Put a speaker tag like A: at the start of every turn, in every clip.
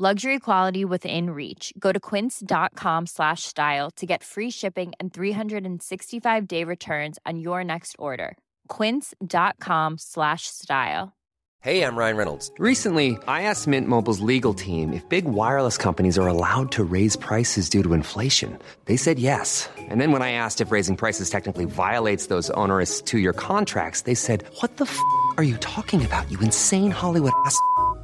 A: Luxury quality within reach. Go to quince.com slash style to get free shipping and 365 day returns on your next order. Quince.com slash style.
B: Hey, I'm Ryan Reynolds. Recently, I asked Mint Mobile's legal team if big wireless companies are allowed to raise prices due to inflation. They said yes. And then when I asked if raising prices technically violates those onerous two year contracts, they said, What the f are you talking about, you insane Hollywood ass? f-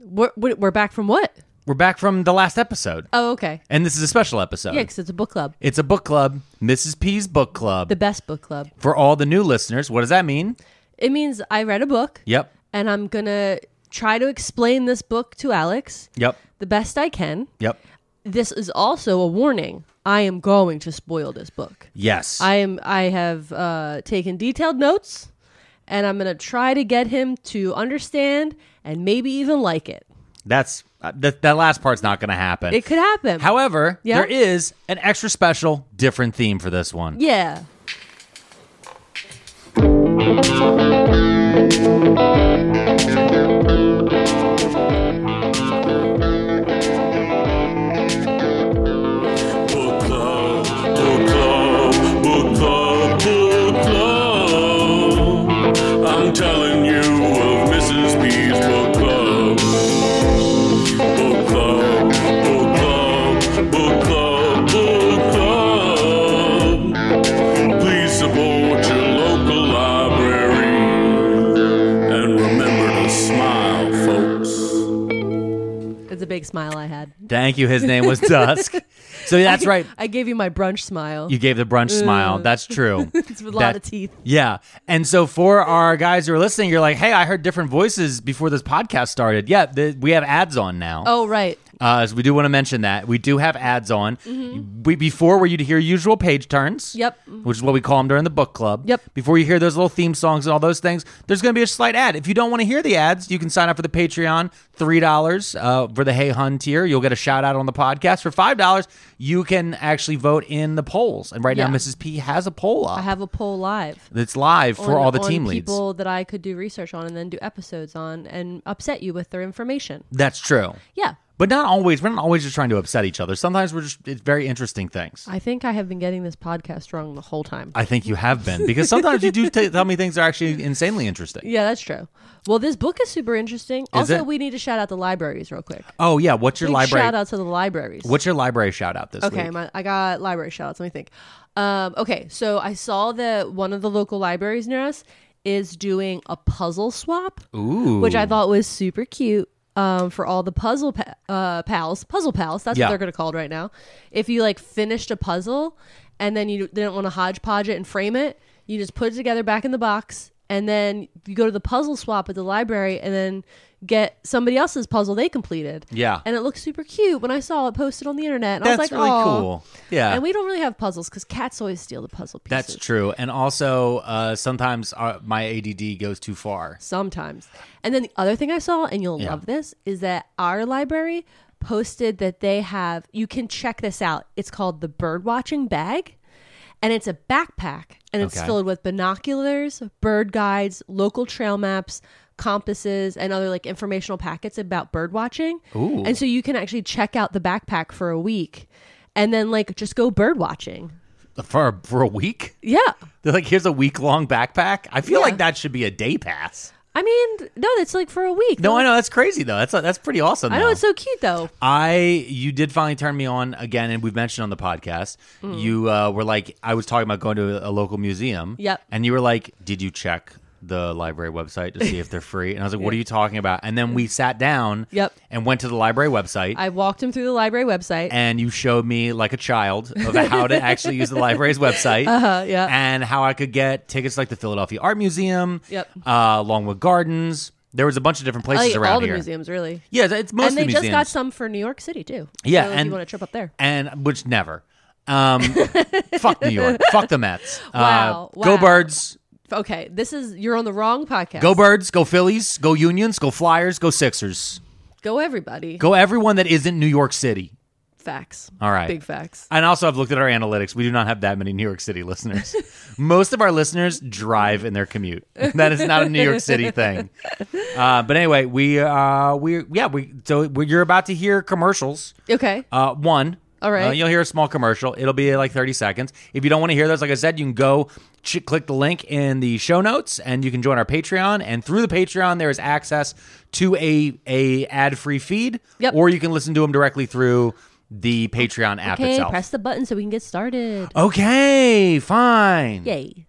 C: We're, we're we're back from what?
D: We're back from the last episode.
C: Oh, okay.
D: And this is a special episode.
C: Yeah, because it's a book club.
D: It's a book club, Mrs. P's book club.
C: The best book club.
D: For all the new listeners, what does that mean?
C: It means I read a book
D: Yep.
C: and I'm going to try to explain this book to Alex
D: Yep.
C: the best I can.
D: Yep.
C: This is also a warning. I am going to spoil this book.
D: Yes.
C: I am I have uh, taken detailed notes and I'm going to try to get him to understand and maybe even like it.
D: That's uh, that that last part's not going to happen.
C: It could happen.
D: However,
C: Yeah.
D: there is an extra special different theme for this one.
C: Yeah.
E: Book club, book club, book club, book club. I'm telling you of Mrs. B's book club. Book club, book club, book club, book club. Please support your local library and remember to smile, folks.
C: It's a big smile I had.
D: Thank you. His name was Dusk. So that's right.
C: I gave you my brunch smile.
D: You gave the brunch smile. That's true.
C: it's with a lot
D: That-
C: of teeth.
D: Yeah. And so for our guys who are listening, you're like, hey, I heard different voices before this podcast started. Yeah, the, we have ads on now.
C: Oh, right.
D: Uh, so we do want to mention that we do have ads on. We, before where you'd hear usual page turns.
C: Mm-hmm. Yep.
D: Which is what we call them during the book club.
C: Yep.
D: Before you hear those little theme songs and all those things, there's going to be a slight ad. If you don't want to hear the ads, you can sign up for the Patreon. Three dollars uh, for the Hey Hun tier, you'll get a shout out on the podcast. For five dollars, you can actually vote in the polls. And right now,
C: Yeah.
D: Mrs. P has a poll up.
C: I have a poll live.
D: that's live for
C: on-
D: all the
C: on
D: team leads.
C: people that I could do research on and then do episodes on and upset you with their information.
D: That's true.
C: Yeah.
D: But not always. We're not always just trying to upset each other. Sometimes we're just it's very interesting things.
C: I think I have been getting this podcast wrong the whole time.
D: I think you have been because sometimes you do t- tell me things that are actually insanely interesting.
C: yeah, that's true. Well, this book is super interesting. also,
D: it?
C: we need to shout out the libraries real quick.
D: Oh yeah, what's your
C: Big
D: library?
C: shout out to the libraries.
D: What's your library shout out this
C: okay,
D: week?
C: my, I got library shout outs. Let me think. Um, okay, so I saw that one of the local libraries near us is doing a puzzle swap,
D: Ooh,
C: which I thought was super cute. Um, for all the puzzle pa- uh, pals, puzzle pals, that's
D: Yeah.
C: what they're gonna called right now. If you like finished a puzzle and then you didn't want to hodgepodge it and frame it, you just put it together back in the box, and then you go to the puzzle swap at the library, and then get somebody else's puzzle they completed.
D: Yeah.
C: and it looks super cute. When I saw it posted on the internet, and
D: that's
C: I was like,
D: really
C: "Aw."
D: cool. Yeah,
C: And we don't really have puzzles because cats always steal the puzzle pieces.
D: that's true. And also, uh, sometimes our, my ADD goes too far.
C: Sometimes. And then the other thing I saw, and you'll love this, is that our library posted that they have, you can check this out. It's called the Birdwatching Bag. and it's a backpack and it's
D: Okay.
C: filled with binoculars, bird guides, local trail maps, compasses, and other like informational packets about bird watching.
D: Ooh.
C: And so you can actually check out the backpack for a week and then like just go bird watching.
D: for for a week.
C: Yeah.
D: They're like, here's a week long backpack. I feel
C: Yeah.
D: like that should be a day pass.
C: I mean, no, that's like for a week.
D: No, I know that's crazy though. That's that's pretty awesome.
C: I know
D: though.
C: it's so cute though.
D: I you did finally turn me on again, and we've mentioned on the podcast.
C: Hmm.
D: You uh, were like, I was talking about going to a, a local museum.
C: Yep.
D: And you were like, Did you check the library website to see if they're free? And I was like, What are you talking about? And then we sat down.
C: Yep.
D: And went to the library website.
C: I walked him through the library website.
D: and you showed me like a child of how to actually use the library's website, uh-huh,
C: yeah.
D: and how I could get tickets to, like the Philadelphia Art Museum,
C: Yep.
D: uh, Longwood Gardens. There was a bunch of different places
C: like,
D: around
C: all the
D: here.
C: museums, really.
D: Yeah, it's mostly
C: and they
D: museums.
C: just got some for New York City too.
D: Yeah,
C: so if
D: and-
C: you want to trip up there.
D: and which never. Um, fuck New York. Fuck the Mets.
C: Wow,
D: Uh, Go
C: wow.
D: Birds.
C: Okay, this is you're on the wrong podcast.
D: Go Birds. Go Phillies. Go Unions. Go Flyers. Go Sixers.
C: Go everybody.
D: Go everyone that isn't New York City.
C: Facts.
D: All right.
C: Big facts.
D: And also, I've looked at our analytics. We do not have that many New York City listeners. Most of our listeners drive in their commute. That is not a New York City thing. Uh, but anyway, we uh, we yeah we so we, you're about to hear commercials.
C: Okay.
D: Uh, one.
C: All right.
D: Uh, you'll hear a small commercial. It'll be like 30 seconds. If you don't want to hear those, like I said, you can go ch- click the link in the show notes and you can join our Patreon. And through the Patreon, there is access to a a ad free feed.
C: Yep.
D: Or you can listen to them directly through the Patreon app
C: okay,
D: itself. Uh,
C: press the button so we can get started.
D: okay, fine.
C: Yay.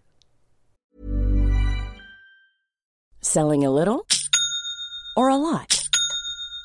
F: Selling a little or a lot?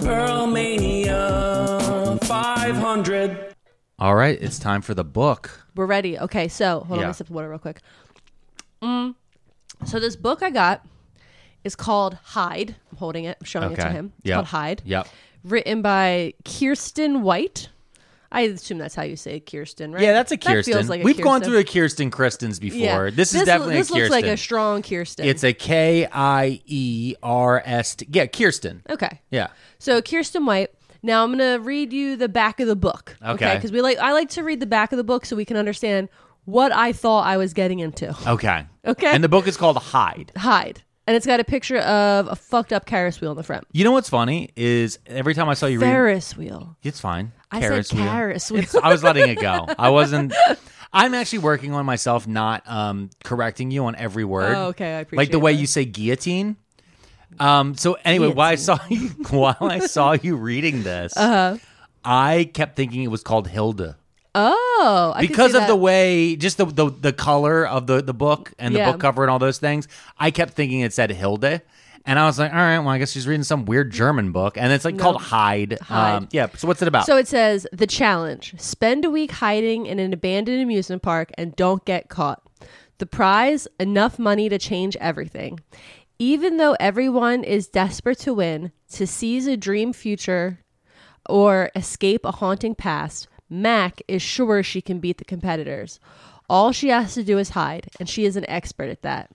E: Pearl Mania, 500.
D: All right, it's time for the book.
C: We're ready. Okay, so hold on,
D: Yeah.
C: let me sip the water real quick. Mm. So this book I got is called Hide. I'm holding it. I'm showing it to him. It's
D: Yep.
C: called Hide.
D: Yep.
C: Written by Kirsten White. I assume that's how you say Kirsten, right?
D: Yeah, that's a
C: That feels
D: Kirsten.
C: like a
D: We've gone
C: Kirsten.
D: through a Kirsten Kristens before. This is
C: lo-
D: definitely
C: this
D: a
C: looks
D: Kirsten.
C: like a strong Kirsten.
D: It's a K I E R S T. Yeah, Kirsten.
C: okay.
D: Yeah.
C: So Kirsten White. Now I'm gonna read you the back of the book.
D: Okay.
C: Because we like I like to read the back of the book so we can understand what I thought I was getting into.
D: Okay.
C: Okay.
D: And the book is called Hide.
C: Hide. And it's got a picture of a fucked up Ferris wheel in the front.
D: You know what's funny is every time I saw you read,
C: Ferris wheel.
D: it's fine.
C: I
D: Carrots
C: said
D: wheel.
C: Ferris wheel.
D: It's- I was letting it go. I wasn't. I'm actually working on myself not um, correcting you on every word.
C: Oh, okay. I
D: like the
C: appreciate
D: way
C: that.
D: you say guillotine. Um. So anyway, while I saw you, while I saw you reading this, uh-huh. I kept thinking it was called Hilda.
C: Oh, I could
D: because
C: see
D: of
C: that.
D: the way just the, the the color of the the book and the
C: Yeah.
D: book cover and all those things i kept thinking it said hilde and i was like all right well i guess she's reading some weird german book and it's like called hide, Um,
C: Hyde.
D: yeah so what's it about
C: So it says the challenge: spend a week hiding in an abandoned amusement park and don't get caught. The prize: enough money to change everything. Even though everyone is desperate to win, to seize a dream future, or escape a haunting past, Mac is sure she can beat the competitors. All she has to do is hide, and she is an expert at that.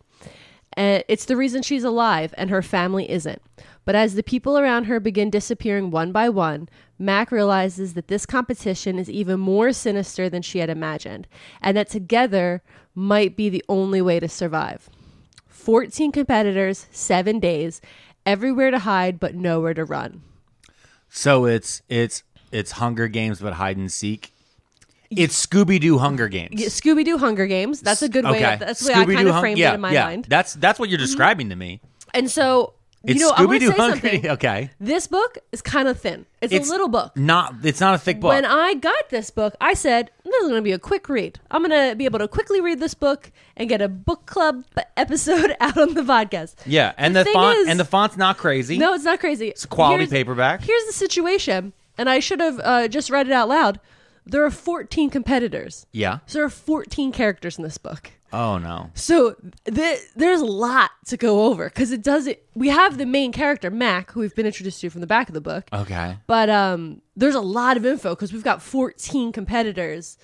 C: And it's the reason she's alive and her family isn't. But as the people around her begin disappearing one by one, Mac realizes that this competition is even more sinister than she had imagined, and that together might be the only way to survive. 14 competitors, seven days, everywhere to hide but nowhere to run.
D: So it's it's it's Hunger Games but hide and seek. It's Scooby Doo Hunger Games.
C: Scooby Doo Hunger Games. That's a good way. That's the way I kind
D: Scooby-Doo
C: of
D: Hun-
C: framed
D: yeah,
C: it in my
D: yeah.
C: mind.
D: That's that's what you're describing to me.
C: And so,
D: It's
C: you know, I
D: Scooby
C: want to
D: Doo
C: say
D: Hunger.
C: something.
D: Okay,
C: This book is kind of thin. It's, a little book.
D: Not it's not a thick book.
C: When I got this book, I said, this is going to be a quick read. I'm going to be able to quickly read this book and get a book club episode out on the podcast.
D: yeah, and the,
C: thing
D: font
C: is-
D: and the font's not crazy.
C: No, it's not crazy. It's
D: a quality paperback.
C: Here's the situation, and I should have uh, just read it out loud. There are 14 competitors.
D: Yeah.
C: So there are 14 characters in this book.
D: Oh no.
C: So th- there's a lot to go over because it doesn't. We have the main character Mac, who we've been introduced to from the back of the book,
D: Okay.
C: but um, there's a lot of info because we've got 14 competitors,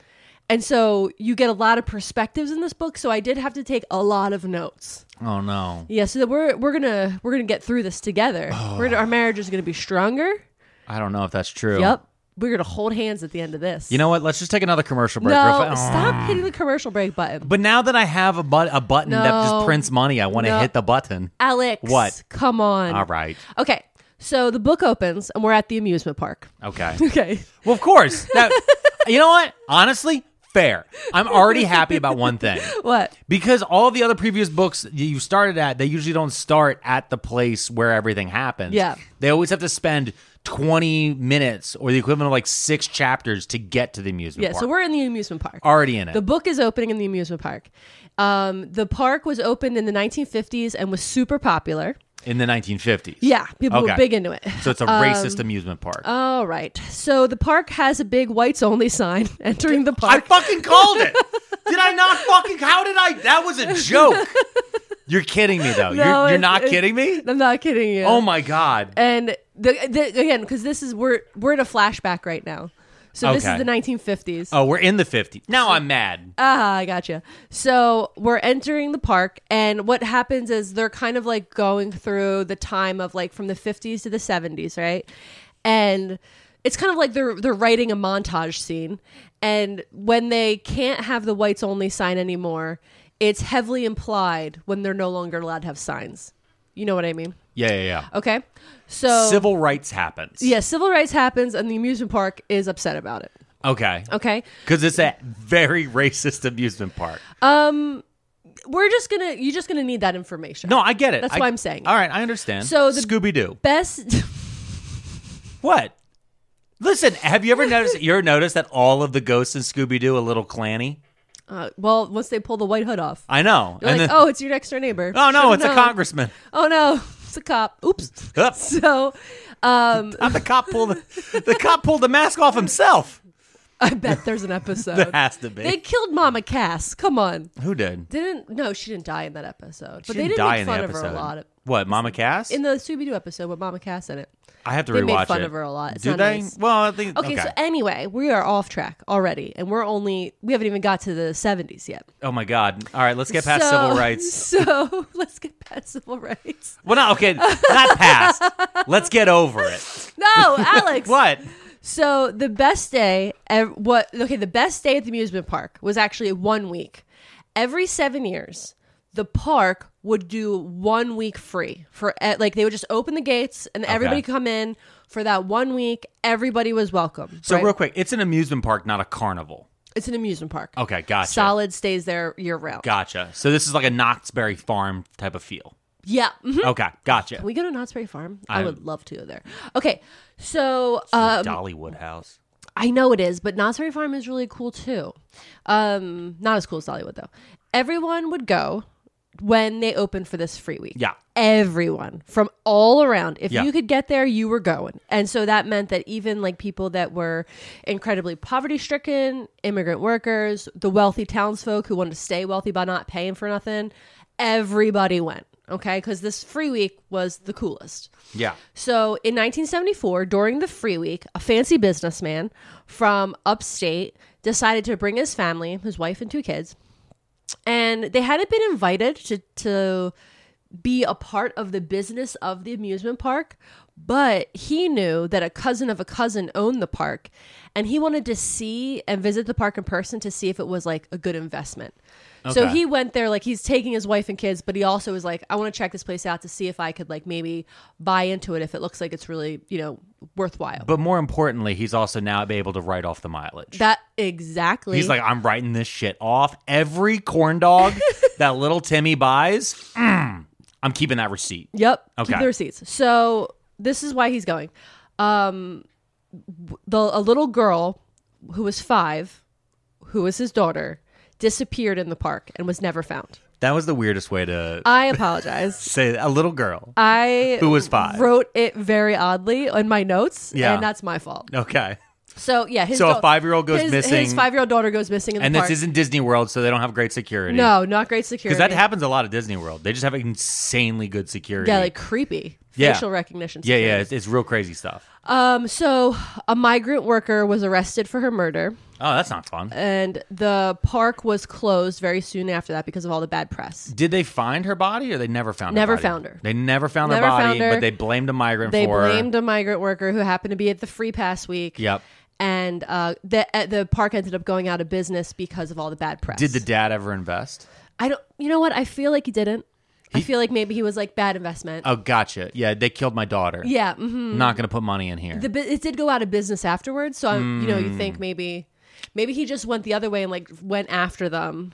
C: and so you get a lot of perspectives in this book. So I did have to take a lot of notes.
D: Oh no.
C: Yeah, so that we're we're gonna we're gonna get through this together.
D: Oh.
C: We're gonna, our marriage is gonna be stronger.
D: I don't know if that's true.
C: Yep, we're gonna hold hands at the end of this.
D: You know what? Let's just take another commercial break. real
C: no,
D: fa-
C: stop hitting the commercial break button,
D: But now that I have a, but- a button that just
C: No.
D: prints money, I want to
C: No.
D: hit the button.
C: Alex.
D: What?
C: Come on.
D: All right.
C: Okay, so the book opens and we're at the amusement park.
D: Okay.
C: Okay.
D: well, of course. That, you know what? Honestly, fair. I'm already happy about one thing.
C: What?
D: Because all the other previous books that you started at, they usually don't start at the place where everything happens.
C: Yeah.
D: They always have to spend 20 minutes or the equivalent of like six chapters to get to the amusement
C: Yeah,
D: park.
C: so we're in the amusement park.
D: already in it.
C: The book is opening in the amusement park. Um, the park was opened in the 1950s and was super popular.
D: in the 1950s.
C: Yeah, Um, oh, people
D: Okay.
C: were big into it.
D: So it's a racist amusement park.
C: All right. So the park has a big whites only sign entering the
D: I
C: park.
D: fucking called it. did I not fucking? How did I? That was a joke. You're kidding me though.
C: No,
D: you're you're
C: it's-
D: not
C: it's-
D: kidding me.
C: I'm not kidding you.
D: Oh my god.
C: And the, the, again, because this is we're we're in a flashback right now. So this
D: Okay.
C: is the 1950s.
D: Oh, we're in the 50s. Now I'm mad.
C: Ah, I gotcha. So we're entering the park, and what happens is they're kind of like going through the time of like from the 50s to the 70s, right? And it's kind of like they're they're writing a montage scene, and when they can't have the whites only sign anymore, it's heavily implied when they're no longer allowed to have signs. You know what I mean?
D: Yeah, yeah, yeah.
C: Okay, so
D: Civil rights happens.
C: Oh. yeah, civil rights happens, and the amusement park is upset about it.
D: Okay.
C: Okay,
D: Because it's a very racist amusement park.
C: we're just gonna you're just gonna need that information.
D: No, I get it.
C: That's
D: I-
C: what I'm saying.
D: All right, I understand.
C: So the-
D: Scooby Doo.
C: Best.
D: What? Listen, have you ever noticed? You ever noticed that all of the ghosts in Scooby Doo a little clanny?
C: Uh, well, once they pull the white hood off,
D: I know.
C: you're like,
D: then-
C: oh, it's your next door neighbor.
D: oh no,
C: Should've
D: it's a
C: known.
D: congressman.
C: Oh no, it's a cop. Oops.
D: Up.
C: So, um,
D: Not the cop pulled the, the cop pulled the mask off himself.
C: I bet there's an episode.
D: There has to be.
C: They killed Mama Cass. Come on.
D: Who did?
C: Didn't no, she didn't die in that episode.
D: She
C: but they didn't
D: die
C: make
D: in
C: fun
D: the
C: of
D: episode.
C: her a lot.
D: what, Mama Cass?
C: In the Scooby Doo episode with Mama Cass in it.
D: I have to
C: they
D: rewatch
C: made fun
D: it.
C: of her a lot. It's
D: Do
C: not
D: they?
C: nice.
D: Well, I think
C: Okay,
D: okay.
C: so anyway, we are off track already, and we're only we haven't even got to the seventies yet.
D: oh my God! All right, let's get past
C: So-
D: civil rights.
C: So let's get past civil rights.
D: Well, not okay, not past. let's get over it.
C: No, Alex.
D: What?
C: So the best day, ev- what? Okay, the best day at the amusement park was actually one week. Every seven years, the park would do one week free for e- like they would just open the gates and everybody come in for that one week. Everybody was welcome.
D: So
C: right?
D: real quick, it's an amusement park, not a carnival.
C: it's an amusement park.
D: Okay, Oh, gotcha.
C: Solid stays there year round.
D: Gotcha. So this is like a Knoxbury Farm type of feel.
C: yeah. mhm.
D: Okay, gotcha.
C: Can we go to Knott's Berry Farm? I, would love to go there. Okay, so um,
D: Dollywood House.
C: I know it is, but Knott's Berry Farm is really cool too. Um, not as cool as Dollywood though. Everyone would go when they opened for this free week.
D: Yeah.
C: Everyone from all around. If
D: Yeah.
C: you could get there, you were going. And so that meant that even like people that were incredibly poverty stricken, immigrant workers, the wealthy townsfolk who wanted to stay wealthy by not paying for nothing, everybody went. Okay. Because this free week was the coolest.
D: Yeah.
C: So in 1974, during the free week, a fancy businessman from upstate decided to bring his family, his wife and two kids, and they hadn't been invited to to be a part of the business of the amusement park, but he knew that a cousin of a cousin owned the park and he wanted to see and visit the park in person to see if it was like a good investment. So
D: Okay.
C: he went there like he's taking his wife and kids, but he also was like I want to check this place out to see if I could like maybe buy into it if it looks like it's really, you know, worthwhile.
D: But more importantly, he's also now able to write off the mileage.
C: that exactly.
D: He's like, I'm writing this shit off. Every corn dog that little Timmy buys, mm, I'm keeping that receipt.
C: Yep.
D: Okay.
C: Keep the receipts. So this is why he's going. Um, w- the a little girl who was five, who was his daughter, disappeared in the park and was never found.
D: That was the weirdest way to
C: I apologize.
D: say a little girl.
C: I
D: Who was five?
C: wrote it very oddly in my notes,
D: Yeah.
C: and that's my fault.
D: Okay.
C: So yeah, his
D: So a
C: dau-
D: five-year-old goes
C: his- His
D: missing-
C: five-year-old daughter goes missing in the
D: And
C: park.
D: this isn't Disney World, so they don't have great security.
C: no, not great security
D: Because that happens a lot at Disney World. They just have insanely good security.
C: Yeah, like creepy
D: Yeah.
C: facial recognition.
D: yeah,
C: security.
D: yeah. It's, it's real crazy stuff.
C: Um, so a migrant worker was arrested for her murder.
D: Oh, that's not fun.
C: and the park was closed very soon after that because of all the bad press.
D: Did they find her body, or they never found?
C: Never
D: her body?
C: found her.
D: They never found her
C: Never
D: body,
C: found her.
D: but they blamed a migrant
C: They
D: for.
C: blamed a migrant worker who happened to be at the free pass week.
D: Yep.
C: And uh, the uh, the park ended up going out of business because of all the bad press.
D: Did the dad ever invest?
C: I don't. You know what? I feel like he didn't. I feel like maybe he was like bad investment.
D: Oh, gotcha. Yeah, they killed my daughter.
C: yeah. hmm
D: Not gonna put money in here.
C: The bu- it did go out of business afterwards, so I'm, you know you
D: Hmm.
C: think maybe maybe he just went the other way and like went after them.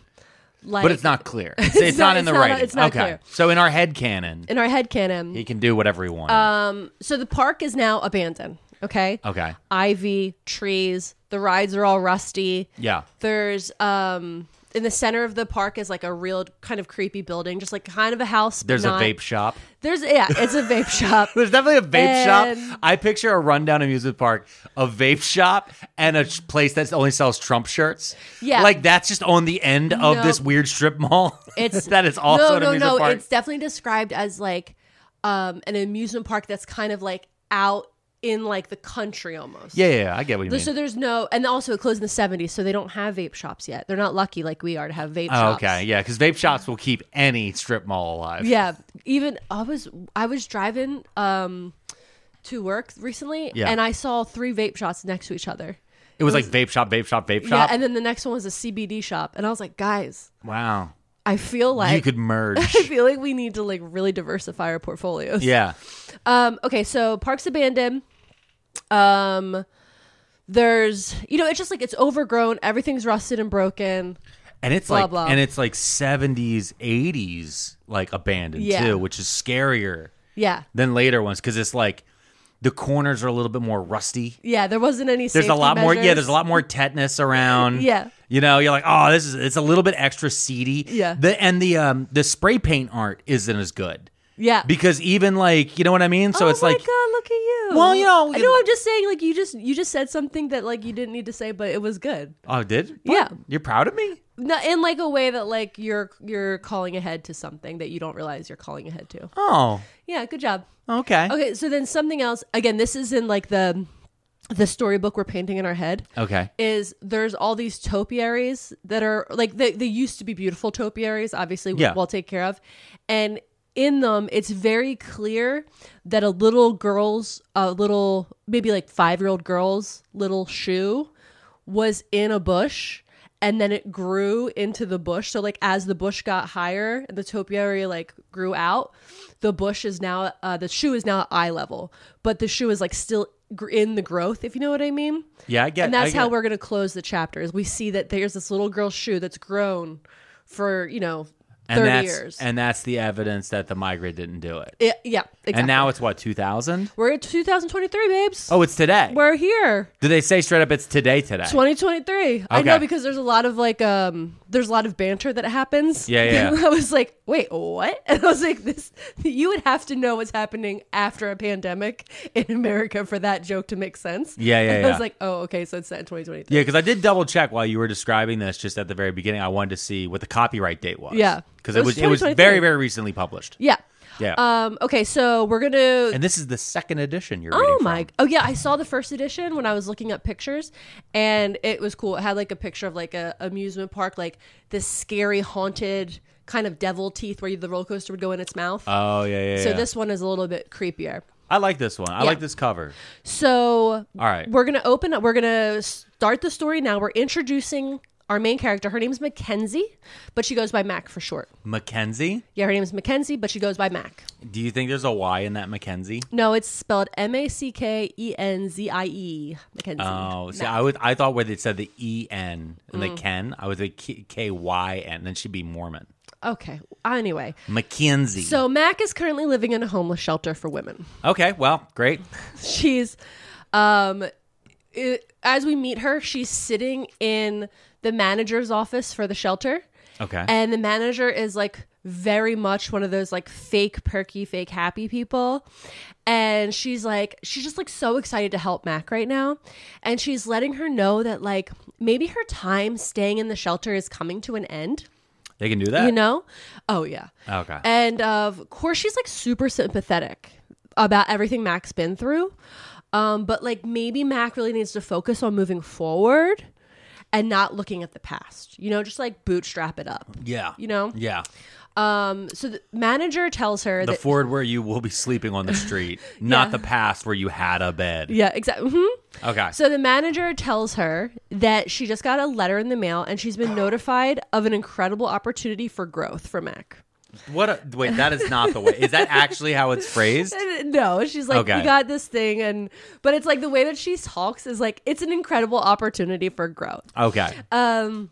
C: Like,
D: but it's not clear. It's, it's not,
C: not-
D: in the
C: it's not-
D: writing.
C: it's not
D: okay.
C: clear.
D: So in our head canon,
C: in our head canon.
D: he can do whatever he wants.
C: Uh, so the park is now abandoned. Okay.
D: okay.
C: ivy, trees. The rides are all rusty.
D: Yeah.
C: There's um in the center of the park is like a real kind of creepy building, just like kind of a house. but
D: There's
C: not-
D: a vape shop.
C: There's yeah, it's a vape shop.
D: There's definitely a vape
C: And-
D: shop. I picture a rundown amusement park, a vape shop, and a sh- place that only sells Trump shirts.
C: Yeah.
D: like that's just on the end of
C: No.
D: this weird strip mall.
C: It's
D: that is also
C: no,
D: an
C: no,
D: amusement
C: no.
D: park.
C: It's definitely described as like um an amusement park that's kind of like out in like the country almost.
D: yeah, yeah, yeah, I get what you mean.
C: So there's no, and also it closed in the '70s, so they don't have vape shops yet. They're not lucky like we are to have vape
D: Oh,
C: shops.
D: okay, yeah, because vape shops will keep any strip mall alive.
C: Yeah, even I was I was driving um to work recently,
D: Yeah.
C: and I saw three vape shops next to each other.
D: it was like vape shop, vape shop, vape
C: Yeah,
D: shop.
C: and then the next one was a CBD shop, and I was like, guys,
D: wow,
C: I feel like
D: you could merge.
C: I feel like we need to like really diversify our portfolios.
D: yeah,
C: Um. Okay. So parks abandoned. Um. There's, you know, it's just like it's overgrown. Everything's rusted and broken.
D: and it's
C: Blah,
D: like
C: blah.
D: and it's like seventies, eighties, like abandoned
C: Yeah.
D: too, which is scarier
C: Yeah.
D: than later ones because it's like the corners are a little bit more rusty.
C: Yeah. There wasn't any.
D: There's a
C: safety
D: lot more. Yeah,
C: measures.
D: there's a lot more tetanus around.
C: Yeah.
D: You know, you're like, oh, this is it's a little bit extra seedy.
C: Yeah.
D: The and the um the spray paint art isn't as good
C: Yeah.
D: because even like you know what I mean. So
C: oh
D: it's
C: my
D: like
C: God, look at you.
D: Well, you know-
C: I know. I'm just saying, like you just you just said something that like you didn't need to say, but it was good.
D: Oh, did?
C: Yeah.
D: You're proud of me?
C: No, in like a way that like you're you're calling ahead to something that you don't realize you're calling ahead to.
D: Oh,
C: Yeah, good job.
D: okay. Okay.
C: Okay, so then something else. Again, this is in like the the storybook we're painting in our head. Is there's all these topiaries that are like they, they used to be beautiful topiaries, obviously
D: Yeah.
C: well taken care of, and in them it's very clear that a little girl's a little maybe like five year old girl's little shoe was in a bush and then it grew into the bush so like as the bush got higher and the topiary like grew out the bush is now uh, the shoe is now at eye level but the shoe is like still gr- in the growth if you know what i mean
D: Yeah, I get.
C: and
D: I
C: that's
D: get
C: how
D: it.
C: we're going to close the chapter is we see that there's this little girl's shoe that's grown for you know 30
D: and that's,
C: years
D: And that's the evidence that the migrant didn't do it.
C: It- yeah exactly.
D: And now it's what two thousand?
C: we're at 2023 babes
D: Oh, it's today.
C: we're here
D: do they say straight up it's today? Today.
C: 2023. I know
D: Okay.
C: because there's a lot of like um there's a lot of banter that happens.
D: Yeah, yeah, yeah.
C: I was like, "Wait, what?" And I was like, "This you would have to know what's happening after a pandemic in America for that joke to make sense."
D: Yeah, yeah,
C: And I
D: yeah.
C: was like, "Oh, okay, so it's set in 2023."
D: Yeah, because I did double check while you were describing this just at the very beginning. I wanted to see what the copyright date was.
C: Yeah.
D: because
C: It
D: it
C: was
D: was it was
C: 2023.
D: very very recently published.
C: Yeah.
D: Yeah,
C: Um okay, so we're going to
D: and this is the second edition you're
C: Oh
D: reading.
C: my!
D: from.
C: Oh yeah, I saw the first edition when I was looking up pictures, and it was cool. It had like a picture of like a amusement park, like this scary haunted kind of devil teeth where the roller coaster would go in its mouth.
D: Oh yeah, yeah.
C: so
D: yeah.
C: this one is a little bit creepier.
D: I like this one. I
C: Yeah.
D: like this cover.
C: So
D: All right.
C: we're gonna open up. We're gonna start the story now. We're introducing our main character. Her name's Mackenzie, but she goes by Mac for short.
D: Mackenzie.
C: Yeah, her name's Mackenzie, but she goes by Mac.
D: Do you think there's a Y in that Mackenzie?
C: No, it's spelled M A C K E N Z I E Mackenzie.
D: Oh, see, I would. I thought where they said the E N and
C: Mm.
D: the Ken, I was like K Y N. Then she'd be Mormon.
C: Okay. Anyway,
D: Mackenzie.
C: so Mac is currently living in a homeless shelter for women.
D: okay, well, great.
C: she's um i as we meet her she's sitting in the manager's office for the shelter
D: Okay.
C: and the manager is like very much one of those like fake perky fake happy people and she's like she's just like so excited to help mac right now and she's letting her know that like maybe her time staying in the shelter is coming to an end
D: they can do that.
C: you know oh yeah
D: Okay.
C: and uh, of course, she's like super sympathetic about everything Mac's been through. Um, but like maybe Mac really needs to focus on moving forward and not looking at the past. You know, just like bootstrap it up.
D: yeah.
C: You know?
D: Yeah.
C: Um, so the manager tells her
D: The
C: that
D: Ford where you will be sleeping on the street, not the past where you had a bed.
C: yeah, exactly. hmm
D: Okay.
C: So the manager tells her that she just got a letter in the mail and she's been notified of an incredible opportunity for growth for Mac.
D: what? A, wait, that is not the way. Is that actually how it's phrased?
C: No, she's like,
D: Okay.
C: you got this thing, and but it's like the way that she talks is like it's an incredible opportunity for growth, Um,
D: Okay.
C: and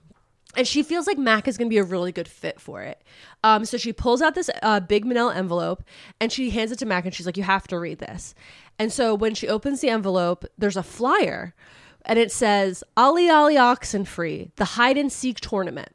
C: she feels like Mac is going to be a really good fit for it. Um, so she pulls out this uh, big manila envelope and she hands it to Mac, and she's like, you have to read this. And so when she opens the envelope, there's a flyer, and it says Ali Ali Oxenfree, the hide and seek tournament.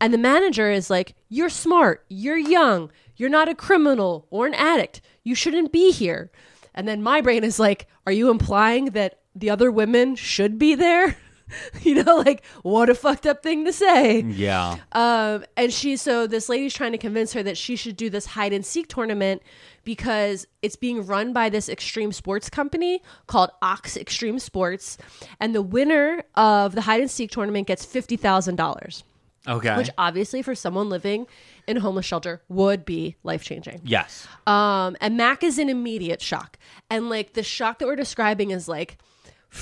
C: And the manager is like, You're smart. You're young. You're not a criminal or an addict. You shouldn't be here. And then my brain is like, Are you implying that the other women should be there? you know, like, what a fucked up thing to say.
D: yeah.
C: Um, and she, so this lady's trying to convince her that she should do this hide and seek tournament because it's being run by this extreme sports company called Ox Extreme Sports. And the winner of the hide and seek tournament gets $50,000
D: Okay.
C: which obviously for someone living in a homeless shelter would be life changing.
D: yes.
C: Um, and Mac is in immediate shock, and like the shock that we're describing is like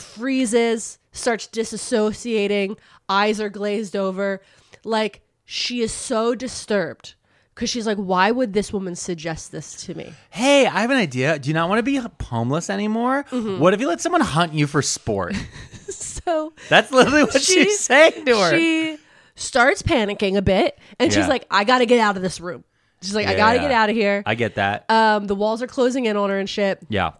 C: freezes, starts disassociating, eyes are glazed over, like she is so disturbed because she's like, why would this woman suggest this to me?
D: Hey, I have an idea. Do you not want to be homeless anymore?
C: Mm-hmm.
D: What if you let someone hunt you for sport?
C: So
D: That's literally what she's saying to her.
C: She starts panicking a bit, and
D: Yeah.
C: she's like, I gotta get out of this room. She's like, I gotta
D: Yeah.
C: get out of here.
D: I get that.
C: um, the walls are closing in on her and shit.
D: yeah.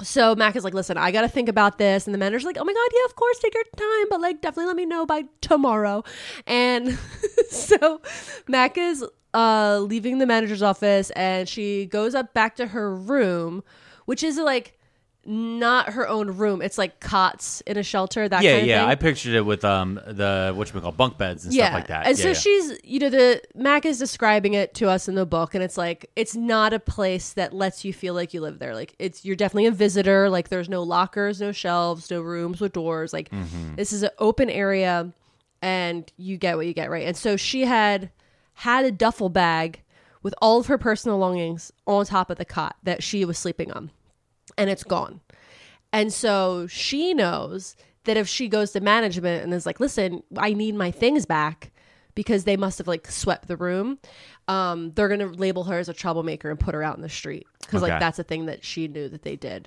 C: So Mac is like, listen, I gotta think about this. And the manager's like, oh my god, yeah, of course, take your time, but like definitely let me know by tomorrow. And so Mac is uh leaving the manager's office and she goes up back to her room, which is like not her own room. It's like cots in a shelter, that
D: Yeah,
C: kind of
D: yeah.
C: thing.
D: I pictured it with um the whatchamacallit, bunk beds and stuff like that.
C: And
D: yeah,
C: so
D: yeah.
C: she's, you know, the Mac is describing it to us in the book, and it's like it's not a place that lets you feel like you live there. Like it's you're definitely a visitor. Like there's no lockers, no shelves, no rooms with doors. Like
D: Mm-hmm.
C: this is an open area, and you get what you get, right? And so she had had a duffel bag with all of her personal belongings on top of the cot that she was sleeping on, and it's gone. And so she knows that if she goes to management and is like, listen, I need my things back because they must have like swept the room, um, they're going to label her as a troublemaker and put her out in the street. Cause
D: Okay.
C: like that's a thing that she knew that they did.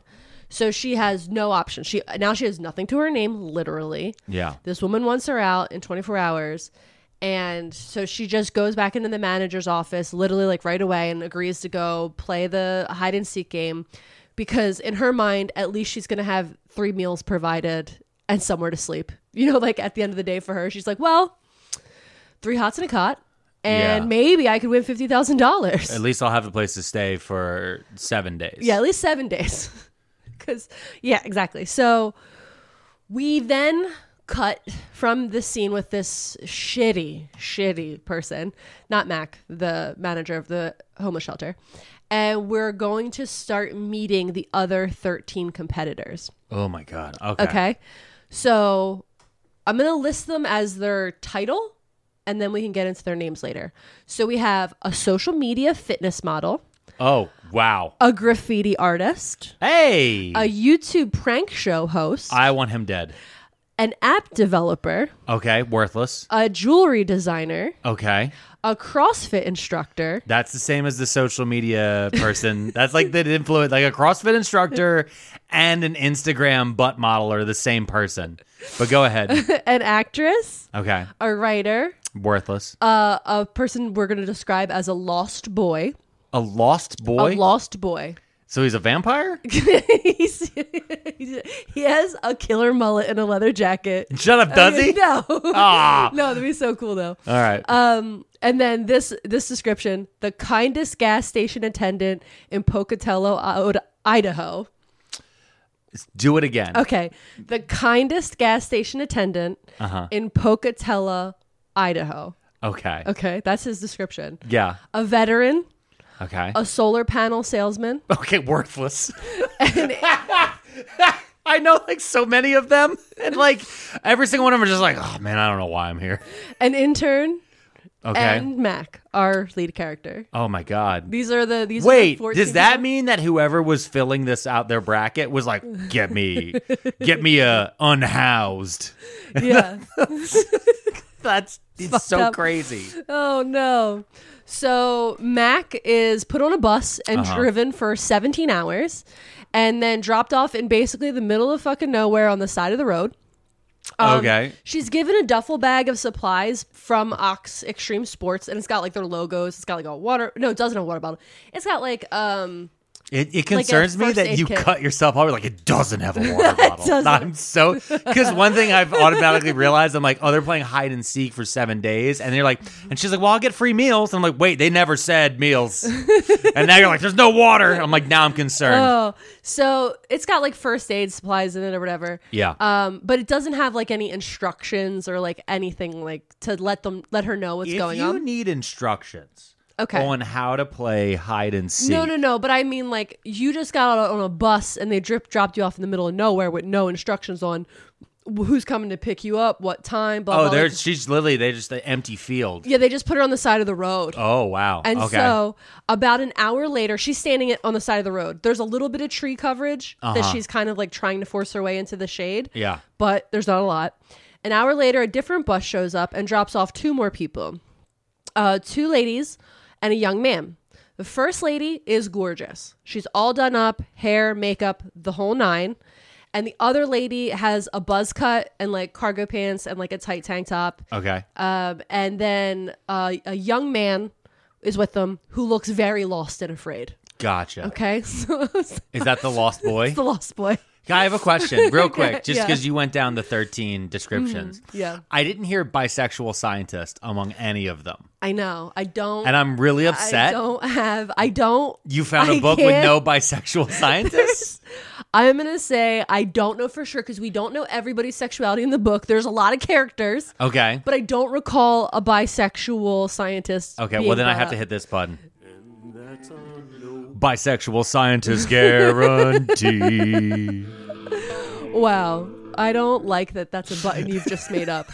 C: So she has no option. She now she has nothing to her name, literally.
D: Yeah.
C: This woman wants her out in 24 hours. And so she just goes back into the manager's office, literally like right away, and agrees to go play the hide and seek game because, in her mind, at least she's going to have three meals provided and somewhere to sleep. You know, like at the end of the day for her, she's like, well, three hots and a cot, and
D: Yeah.
C: maybe I could win $50,000.
D: At least I'll have a place to stay for seven days.
C: Yeah, at least seven days. Because, yeah, exactly. So we then cut from the scene with this shitty, shitty person, not Mac, the manager of the homeless shelter. And we're going to start meeting the other 13 competitors.
D: Oh my god. Okay.
C: Okay. So I'm going to list them as their title and then we can get into their names later. So we have a social media fitness model,
D: Oh, wow.
C: a graffiti artist,
D: Hey.
C: a YouTube prank show host,
D: I want him dead.
C: an app developer,
D: Okay, worthless.
C: a jewelry designer,
D: Okay.
C: a CrossFit instructor,
D: That's the same as the social media person. That's like the influence, like a CrossFit instructor and an Instagram butt model are the same person. But go ahead.
C: an actress,
D: Okay.
C: a writer,
D: Worthless.
C: uh, a person we're going to describe as a lost boy.
D: a lost boy.
C: A lost boy.
D: so he's a vampire?
C: He's- he has a killer mullet and a leather jacket.
D: Shut up, does he?
C: No.
D: Ah.
C: No, that'd be so cool though.
D: All right.
C: Um, and then this this description: the kindest gas station attendant in Pocatello, Od- Idaho.
D: Do it again.
C: Okay, the kindest gas station attendant
D: Uh-huh.
C: in Pocatello, Idaho.
D: Okay.
C: Okay, that's his description.
D: Yeah.
C: A veteran,
D: Okay.
C: a solar panel salesman,
D: okay, worthless. I know like so many of them. And like every single one of them are just like, oh man, I don't know why I'm here.
C: an intern,
D: Okay.
C: and Mac, our lead character.
D: oh my God.
C: These are the these. are
D: Wait,
C: the 14
D: does that
C: people.
D: mean that whoever was filling this out their bracket was like, get me, get me a unhoused?
C: Yeah.
D: That's it's so
C: up.
D: crazy.
C: Oh no. So Mac is put on a bus and
D: Uh-huh.
C: driven for 17 hours and then dropped off in basically the middle of fucking nowhere on the side of the road.
D: okay,
C: Um, She's given a duffel bag of supplies from Ox Extreme Sports and it's got like their logos. It's got like a water no, it doesn't have a water bottle. It's got like um
D: it, it concerns me
C: first
D: that
C: aid
D: you
C: kit.
D: cut yourself off. Like it doesn't have a water bottle.
C: doesn't.
D: I'm so because one thing I've automatically realized I'm like, oh, they're playing hide and seek for seven days, and they're like, and she's like, well, I'll get free meals. And I'm like, wait, they never said meals, and now you're like, there's no water. I'm like, now I'm concerned.
C: oh so it's got like first aid supplies in it or whatever.
D: yeah.
C: Um, but it doesn't have like any instructions or like anything like to let them let her know what's
D: if
C: going
D: you
C: on.
D: need instructions
C: Okay.
D: on how to play hide and seek
C: No, no, no. But I mean, like, you just got out on a bus and they drip dropped you off in the middle of nowhere with no instructions on wh- who's coming to pick you up, what time, blah,
D: oh
C: blah.
D: there's
C: Like,
D: she's literally they just the empty field
C: yeah, they just put her on the side of the road.
D: oh wow
C: And
D: okay
C: so, about an hour later, she's standing at- on the side of the road. There's a little bit of tree coverage that she's kind of like trying to force her way into the shade.
D: Uh-huh. Yeah.
C: But there's not a lot. An hour later, a different bus shows up and drops off two more people uh, two ladies and a young man. The first lady is gorgeous. She's all done up, hair, makeup, the whole nine. And the other lady has a buzz cut and like cargo pants and like a tight tank top.
D: okay
C: Um, and then uh, a young man is with them who looks very lost and afraid.
D: gotcha
C: Okay, so it's
D: is that the lost boy
C: the lost boy.
D: i have a question real quick just
C: yeah. Mm-hmm.
D: because you went down the 13 descriptions
C: yeah.
D: i didn't hear bisexual scientist among any of them
C: I know. I don't.
D: and i'm really
C: I
D: upset
C: don't have. I don't.
D: you found
C: I
D: a book with
C: can't-
D: no bisexual scientists
C: I'm gonna say I don't know for sure because we don't know everybody's sexuality in the book. There's a lot of characters.
D: okay
C: but I don't recall a bisexual scientist.
D: Okay,
C: being
D: well then I
C: brought
D: have
C: up.
D: to hit this button. Bisexual scientist guarantee.
C: Wow, I don't like that. That's a button you've just made up.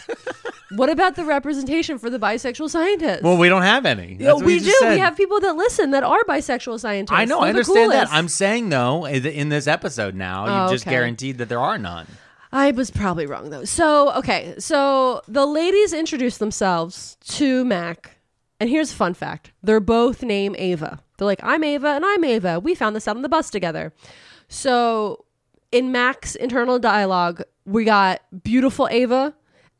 C: what about the representation for the bisexual scientist?
D: well, we don't have any.
C: Yeah,
D: That's what
C: we
D: you
C: do.
D: just Said.
C: We have people that listen that are bisexual scientists.
D: I know.
C: They're
D: I
C: the
D: understand that.
C: coolest.
D: I'm saying though, i- in this episode now, you
C: Oh,
D: have just
C: okay.
D: guaranteed that there are none.
C: I was probably wrong though. So okay, so the ladies introduce themselves to Mac, and here's a fun fact: they're both named Ava. They're like, "I'm Ava," and "I'm Ava." We found this out on the bus together. So in Mac's internal dialogue, we got beautiful Ava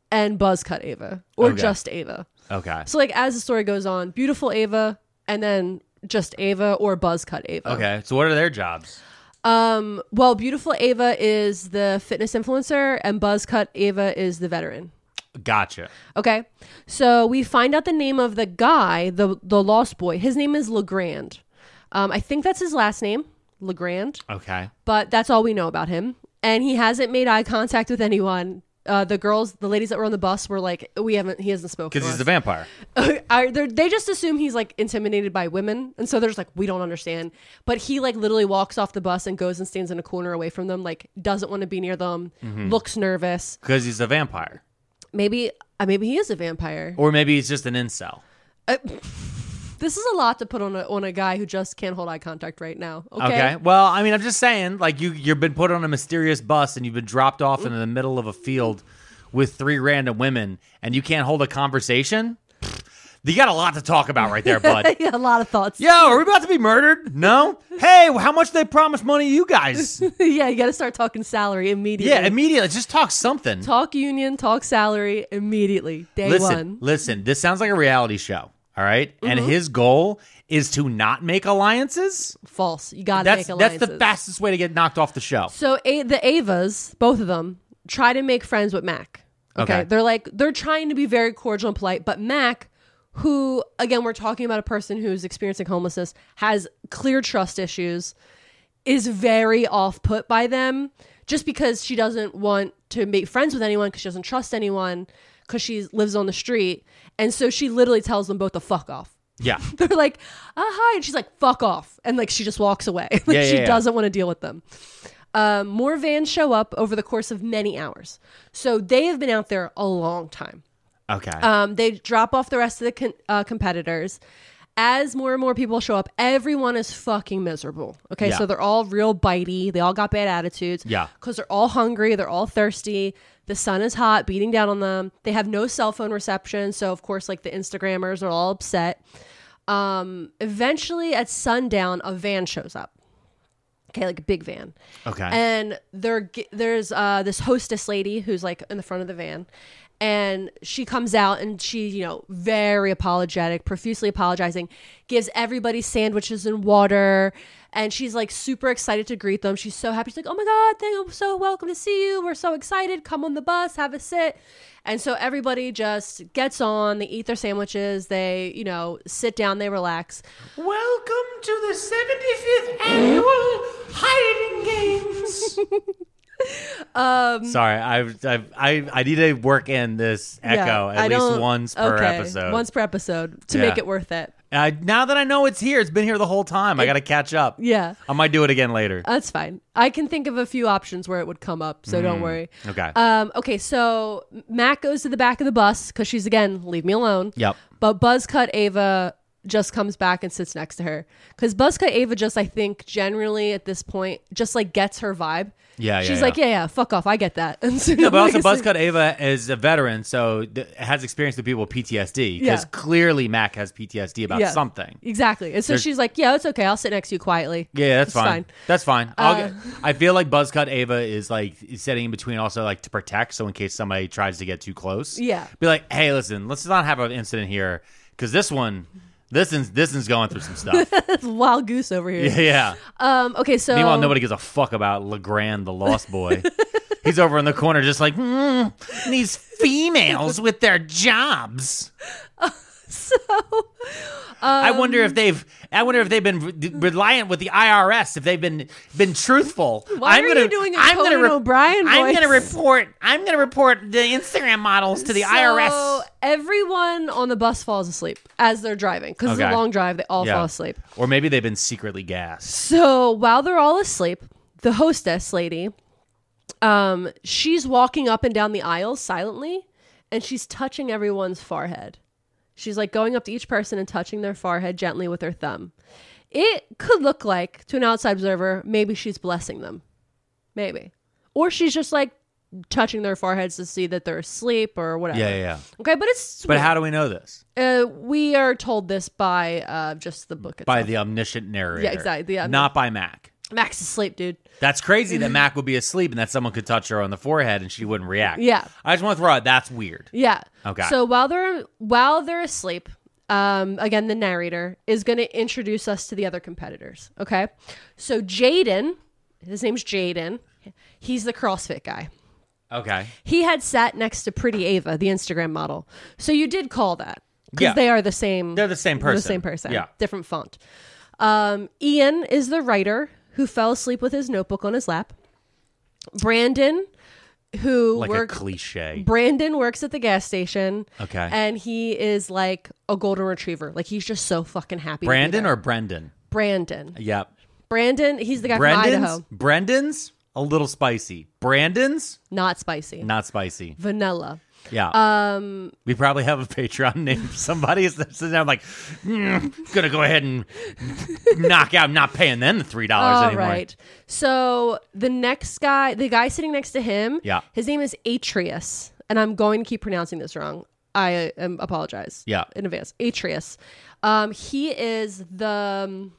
C: and buzzcut Ava, or
D: Okay.
C: just Ava.
D: Okay.
C: So like as the story goes on, beautiful Ava, and then just Ava or buzzcut Ava.
D: Okay. So what are their jobs?
C: Um, well, beautiful Ava is the fitness influencer, and Buzzcut Ava is the veteran.
D: Gotcha.
C: Okay, so we find out the name of the guy, the the lost boy. His name is Legrand. Um, I think that's his last name, Legrand.
D: Okay.
C: But that's all we know about him, and he hasn't made eye contact with anyone. Uh, the girls, the ladies that were on the bus, were like, "We haven't. He hasn't spoken."
D: Because he's
C: to
D: a
C: us."
D: vampire.
C: I, they're- they just assume he's like intimidated by women, and so they're just like, we don't understand. But he like literally walks off the bus and goes and stands in a corner away from
D: Mm-hmm.
C: them, like doesn't want to be near them, looks nervous.
D: Because he's a vampire.
C: Maybe Uh, maybe he is a vampire.
D: Or maybe he's just an incel.
C: I- this is a lot to put on a, on a guy who just can't hold eye contact right now. Okay.
D: Well, I mean, I'm just saying, like you you've been put on a mysterious bus and you've been dropped off in the middle of a field with three random women and you can't hold a conversation. Pfft, You got a lot to talk about right there, bud.
C: yeah, a lot of thoughts.
D: Yo, are we about to be murdered? No. Hey, how much they promised money you guys?
C: yeah, you got to start talking salary immediately.
D: Yeah, immediately. Just talk something.
C: talk union, talk salary immediately. Day
D: listen,
C: one. Mm-hmm.
D: listen. This sounds like a reality show. All right? and his goal is to not make alliances.
C: False. You got to
D: That's
C: make
D: that's
C: alliances.
D: the fastest way to get knocked off the show.
C: So a- the Avas, both of them, try to make friends with Mac.
D: Okay.
C: They're like, they're trying to be very cordial and polite, but Mac, who, again, we're talking about a person who's experiencing homelessness, has clear trust issues, is very off put by them just because she doesn't want to make friends with anyone because she doesn't trust anyone because she lives on the street. And so she literally tells them both to fuck off.
D: Yeah.
C: They're like, uh, hi. And she's like, fuck off. And like, she just walks away. like,
D: Yeah, yeah,
C: she
D: yeah.
C: doesn't want to deal with them. Um, more vans show up over the course of many hours. So they have been out there a long time.
D: Okay.
C: Um, they drop off the rest of the con- uh, competitors. As more and more people show up, everyone is fucking miserable. Okay,
D: Yeah.
C: so they're all real bitey. They all got bad attitudes.
D: Yeah.
C: Because they're all hungry. They're all thirsty. The sun is hot, beating down on them. They have no cell phone reception. So, of course, like the Instagrammers are all upset. Um, eventually, at sundown, a van shows up. Okay, like a big van.
D: okay.
C: And there, ge- there's uh, this hostess lady who's like in the front of the van, and she comes out and she, you know, very apologetic, profusely apologizing, gives everybody sandwiches and water, and she's like super excited to greet them. She's so happy. She's like, "Oh my god, thank you so welcome to see you. We're so excited. Come on the bus, have a sit." And so everybody just gets on. They eat their sandwiches. They, you know, sit down. They relax.
D: Welcome to the 75th annual Hiding Games. um, Sorry, I, I I I need to work in this echo
C: Yeah,
D: at
C: I
D: least
C: don't-
D: once per
C: okay,
D: episode.
C: Once per episode to
D: Yeah.
C: make it worth it.
D: Uh, now that I know it's here, it's been here the whole time. I got to catch up.
C: Yeah. Uh,
D: I might do it again later.
C: That's fine. I can think of a few options where it would come up, so don't worry.
D: Mm, okay.
C: Um, okay, so Mac goes to the back of the bus because she's again, leave me alone.
D: Yep.
C: But Buzzcut Ava just comes back and sits next to her because Buzzcut Ava just, I think, generally at this point, just like gets her vibe.
D: Yeah, yeah,
C: She's like,
D: yeah.
C: yeah, yeah, fuck off, I get that. And so
D: No, but also
C: basically-
D: Buzzcut Ava is a veteran, so th- has experience with people with PTSD because
C: Yeah.
D: clearly Mac has PTSD about
C: Yeah.
D: something.
C: Exactly. And so she's like, yeah, it's okay, I'll sit next to you quietly.
D: Yeah, that's
C: It's
D: fine.
C: fine. Uh,
D: That's fine. I'll get- I feel like Buzzcut Ava is like sitting in between, also like to protect, so in case somebody tries to get too close.
C: Yeah.
D: be like, hey, listen, let's not have an incident here because this one, this one's this one's going through some stuff.
C: That's wild goose over here.
D: yeah, yeah.
C: Um, okay, so
D: Meanwhile, nobody gives a fuck about Legrand, the Lost Boy. He's over in the corner, just like mm, these females with their jobs.
C: so um,
D: I wonder if they've. I wonder if they've been re- reliant with the IRS. If they've been been truthful.
C: Why
D: I'm
C: are
D: gonna,
C: you doing a
D: I'm gonna
C: Conan O'Brien
D: I'm gonna
C: voice?
D: report. I'm gonna report the Instagram models to the IRS.
C: So everyone on the bus falls asleep as they're driving because it's
D: Okay.
C: a long drive. They all
D: Yeah.
C: fall asleep.
D: Or maybe they've been secretly gassed.
C: So while they're all asleep, the hostess lady, um, she's walking up and down the aisle silently, and she's touching everyone's forehead. She's like going up to each person and touching their forehead gently with her thumb. It could look like to an outside observer, maybe she's blessing them, maybe, or she's just like touching their foreheads to see that they're asleep or whatever.
D: Yeah, yeah. yeah.
C: Okay, but it's
D: But how do we know this?
C: uh, we are told this by uh, just the book itself.
D: By the omniscient narrator.
C: Yeah, exactly, the omni-
D: Not by Mac.
C: Max is asleep, dude.
D: That's crazy that Mac would be asleep and that someone could touch her on the forehead and she wouldn't react.
C: Yeah.
D: I just want to throw out that's weird.
C: Yeah.
D: Okay.
C: So while they're while they're asleep, um, again the narrator is going to introduce us to the other competitors. Okay. So Jaden, his name's Jaden. He's the CrossFit guy.
D: Okay.
C: He had sat next to Pretty Ava, the Instagram model. So you did call that because
D: Yeah.
C: they are the same.
D: They're the same person.
C: The same person.
D: Yeah.
C: Different font. Um, Ian is the writer who fell asleep with his notebook on his lap. Brandon, who
D: Like
C: work-
D: a cliche.
C: Brandon works at the gas station.
D: Okay.
C: And he is like a golden retriever. Like he's just so fucking happy. to be
D: Brandon
C: there.
D: or Brendan?
C: Brandon?
D: Yep.
C: Brandon, he's the guy from
D: Brendan's
C: Idaho.
D: Brendan's a little spicy. Brandon's
C: Not spicy.
D: not spicy.
C: Vanilla.
D: Yeah.
C: Um,
D: we probably have a Patreon named somebody is sitting there like, mm, gonna go ahead and knock out. I'm not paying them the three dollars
C: All
D: Oh, anymore.
C: right. So the next guy, the guy sitting next to him,
D: Yeah.
C: his name is Atreus, and I'm going to keep pronouncing this wrong. I um, apologize.
D: Yeah.
C: in advance. Atreus, um, he is the um,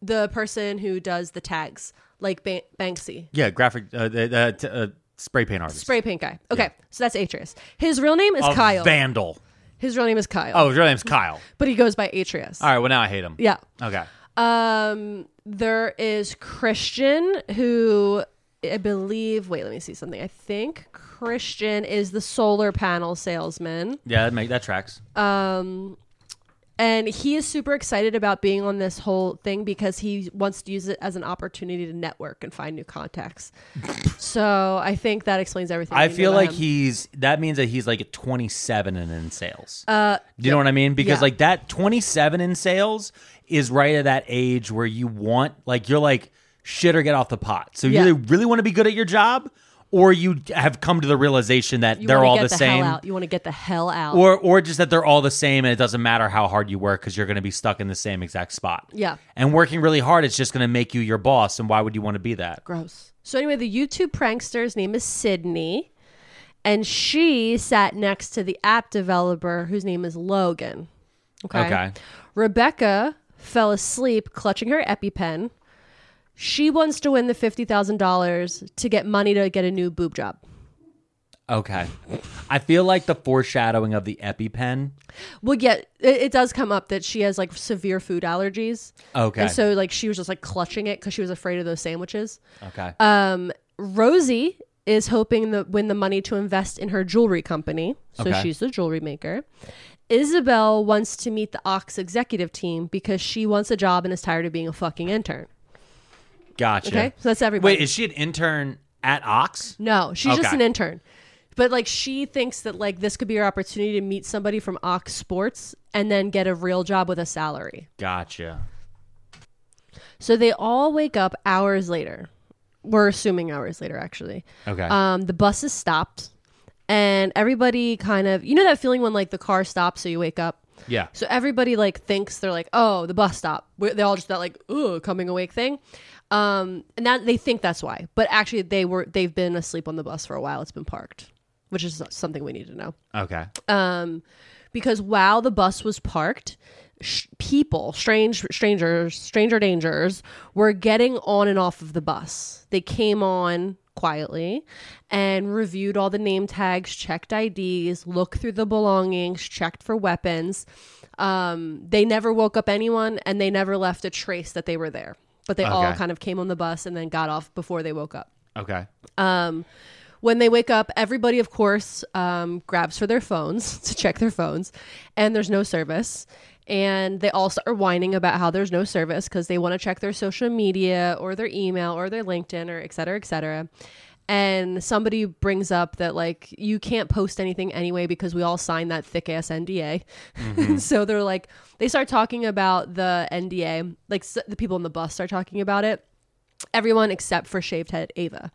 C: the person who does the tags, like Ban Banksy,
D: Yeah, graphic uh, uh, t- uh, spray paint artist.
C: spray paint guy. Okay, so that's Atreus. His real name is
D: A
C: Kyle.
D: Vandal.
C: his real name is Kyle,
D: Oh, his real name's Kyle.
C: but he goes by Atreus.
D: All right. Well, now I hate him.
C: Yeah.
D: Okay.
C: Um, there is Christian, who I believe. Wait, let me see something. I think Christian is the solar panel salesman,
D: Yeah, that make that tracks.
C: Uh, and he is super excited about being on this whole thing because he wants to use it as an opportunity to network and find new contacts. so I think that explains everything.
D: I
C: know
D: feel
C: about
D: like
C: him.
D: he's that means that he's like 27 and in sales. Uh, you know what I mean? Because
C: yeah.
D: like that 27 in sales is right at that age where you want like you're like shit or get off the pot. So you
C: Yeah.
D: either really want to be good at your job, or you have come to the realization that
C: You
D: they're
C: wanna
D: all
C: get
D: the,
C: hell
D: same,
C: out. You want to get the hell out.
D: or or just that they're all the same, and it doesn't matter how hard you work because you're going to be stuck in the same exact spot.
C: Yeah.
D: and working really hard is just going to make you your boss, and why would you want to be that?
C: Gross. So anyway, the YouTube prankster's name is Sydney, and she sat next to the app developer whose name is Logan. Okay.
D: Okay.
C: Rebecca fell asleep clutching her EpiPen. She wants to win the fifty thousand dollars to get money to get a new boob job.
D: Okay, I feel like the foreshadowing of the EpiPen.
C: Well, yeah, it, it does come up that she has like severe food allergies,
D: Oh, Okay,
C: and so like she was just like clutching it because she was afraid of those sandwiches.
D: okay.
C: Um, Rosie is hoping to win the money to invest in her jewelry company. So
D: Okay.
C: she's a jewelry maker. Isabel wants to meet the Ox executive team because she wants a job and is tired of being a fucking intern.
D: Gotcha.
C: Okay. So that's everybody.
D: Wait, is she an intern at Ox?
C: no, she's just
D: Okay.
C: an intern. But like she thinks that like this could be her opportunity to meet somebody from Ox Sports and then get a real job with a salary.
D: Gotcha.
C: So they all wake up hours later. We're assuming hours later actually.
D: Okay.
C: um, the bus is stopped and everybody kind of you know that feeling when like the car stops so you wake up
D: yeah.
C: so everybody like thinks they're like oh the bus stop We're, they all just that like ooh coming awake thing um and that they think that's why but actually they were they've been asleep on the bus for a while it's been parked which is something we need to know
D: Okay.
C: um, because while the bus was parked, sh- people, strange strangers, stranger dangers, were getting on and off of the bus. They came on quietly and reviewed all the name tags, checked IDs, looked through the belongings, checked for weapons. Um, they never woke up anyone, and they never left a trace that they were there. But they all
D: Okay.
C: kind of came on the bus and then got off before they woke up
D: Okay.
C: uh, Um, when they wake up, everybody, of course, um, grabs for their phones to check their phones, and there's no service. And they all start whining about how there's no service because they want to check their social media or their email or their LinkedIn or et cetera, et cetera. And somebody brings up that, like, you can't post anything anyway because we all signed that thick ass NDA. so they're like, they start talking about the NDA. Like, s- the people on the bus start talking about it everyone except for shaved head Ava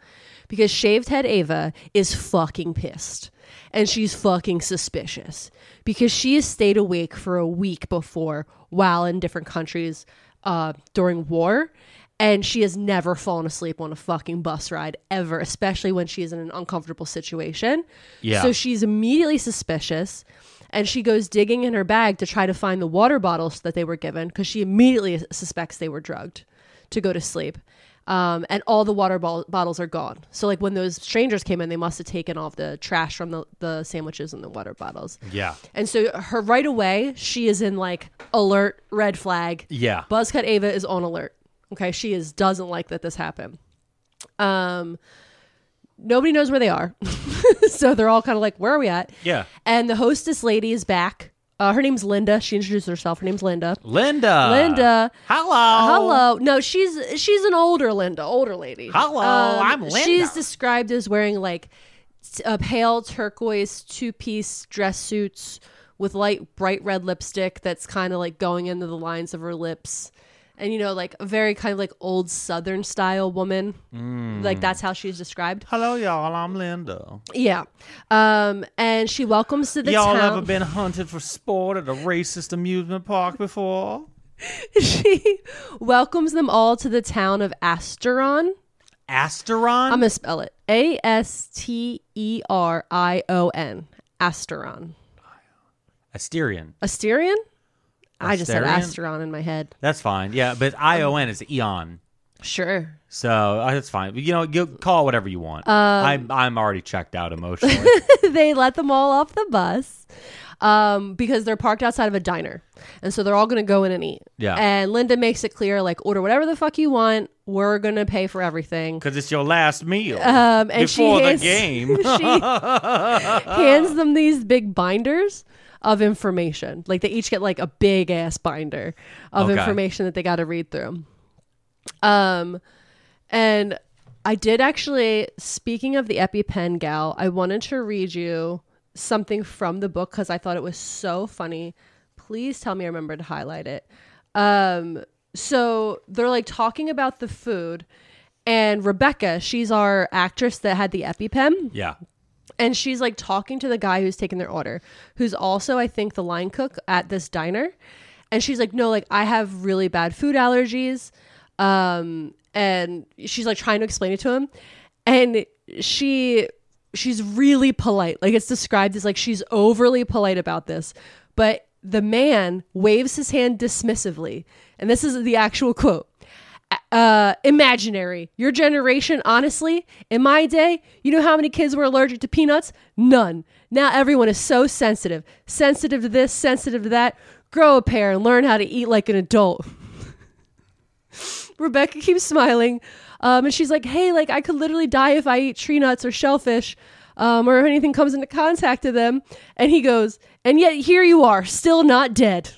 C: because shaved head Ava is fucking pissed and she's fucking suspicious because she has stayed awake for a week before while in different countries uh, during war and she has never fallen asleep on a fucking bus ride ever especially when she is in an uncomfortable situation
D: Yeah.
C: so she's immediately suspicious and she goes digging in her bag to try to find the water bottles that they were given because she immediately suspects they were drugged to go to sleep. Um, and all the water bo- bottles are gone. So, like, when those strangers came in, they must have taken all of the trash from the, the sandwiches and the water bottles.
D: Yeah.
C: And so, her right away, she is in like alert, red flag.
D: Yeah.
C: Buzzcut Ava is on alert. Okay. She is, doesn't like that this happened. Um, nobody knows where they are. so, they're all kind of like, where are we at?
D: Yeah.
C: And the hostess lady is back. Uh, her name's Linda. She introduced herself. Her name's Linda.
D: Linda.
C: Linda.
D: Hello.
C: Hello. No, she's she's an older Linda, older lady. Um,
D: Hello, I'm Linda.
C: She's described as wearing like s- a pale turquoise two-piece dress suits with light bright red lipstick that's kind of like going into the lines of her lips and you know, like a very kind of like old Southern style woman.
D: Mm.
C: Like that's how she's described.
D: Hello, y'all. I'm Linda.
C: Yeah, um, and she welcomes to the
D: y'all
C: town.
D: ever been hunted for sport at a racist amusement park before?
C: she welcomes them all to the town of Asteron.
D: Asteron?
C: I'm gonna spell it A S T E R I O N. Asteron.
D: Asterion.
C: Asterion? I just said
D: Asterion?
C: Asteron in my head.
D: That's fine. Yeah, but I O N is eon.
C: Sure.
D: So uh, that's fine. You know, you call it whatever you want.
C: Um,
D: I'm I'm already checked out emotionally.
C: they let them all off the bus um, because they're parked outside of a diner. And so they're all going to go in and eat.
D: Yeah.
C: And Linda makes it clear like, order whatever the fuck you want. We're going to pay for everything.
D: Because it's your last meal
C: Um, and she
D: before the
C: hands-
D: game.
C: she hands them these big binders of information. Like they each get like a big ass binder of
D: Okay.
C: information that they got to read through. Um, and I did actually. Speaking of the EpiPen gal, I wanted to read you something from the book because I thought it was so funny. Please tell me I remember to highlight it. Um, so they're like talking about the food, and Rebecca, she's our actress that had the EpiPen
D: yeah.
C: and she's like talking to the guy who's taking their order, who's also I think the line cook at this diner, and she's like, "No, like I have really bad food allergies," um, and she's like trying to explain it to him, and she she's really polite, like it's described as like she's overly polite about this, but the man waves his hand dismissively, and this is the actual quote uh imaginary your generation honestly in my day you know how many kids were allergic to peanuts none now everyone is so sensitive sensitive to this sensitive to that grow a pair and learn how to eat like an adult rebecca keeps smiling um and she's like hey like i could literally die if i eat tree nuts or shellfish um or if anything comes into contact with them and he goes and yet here you are still not dead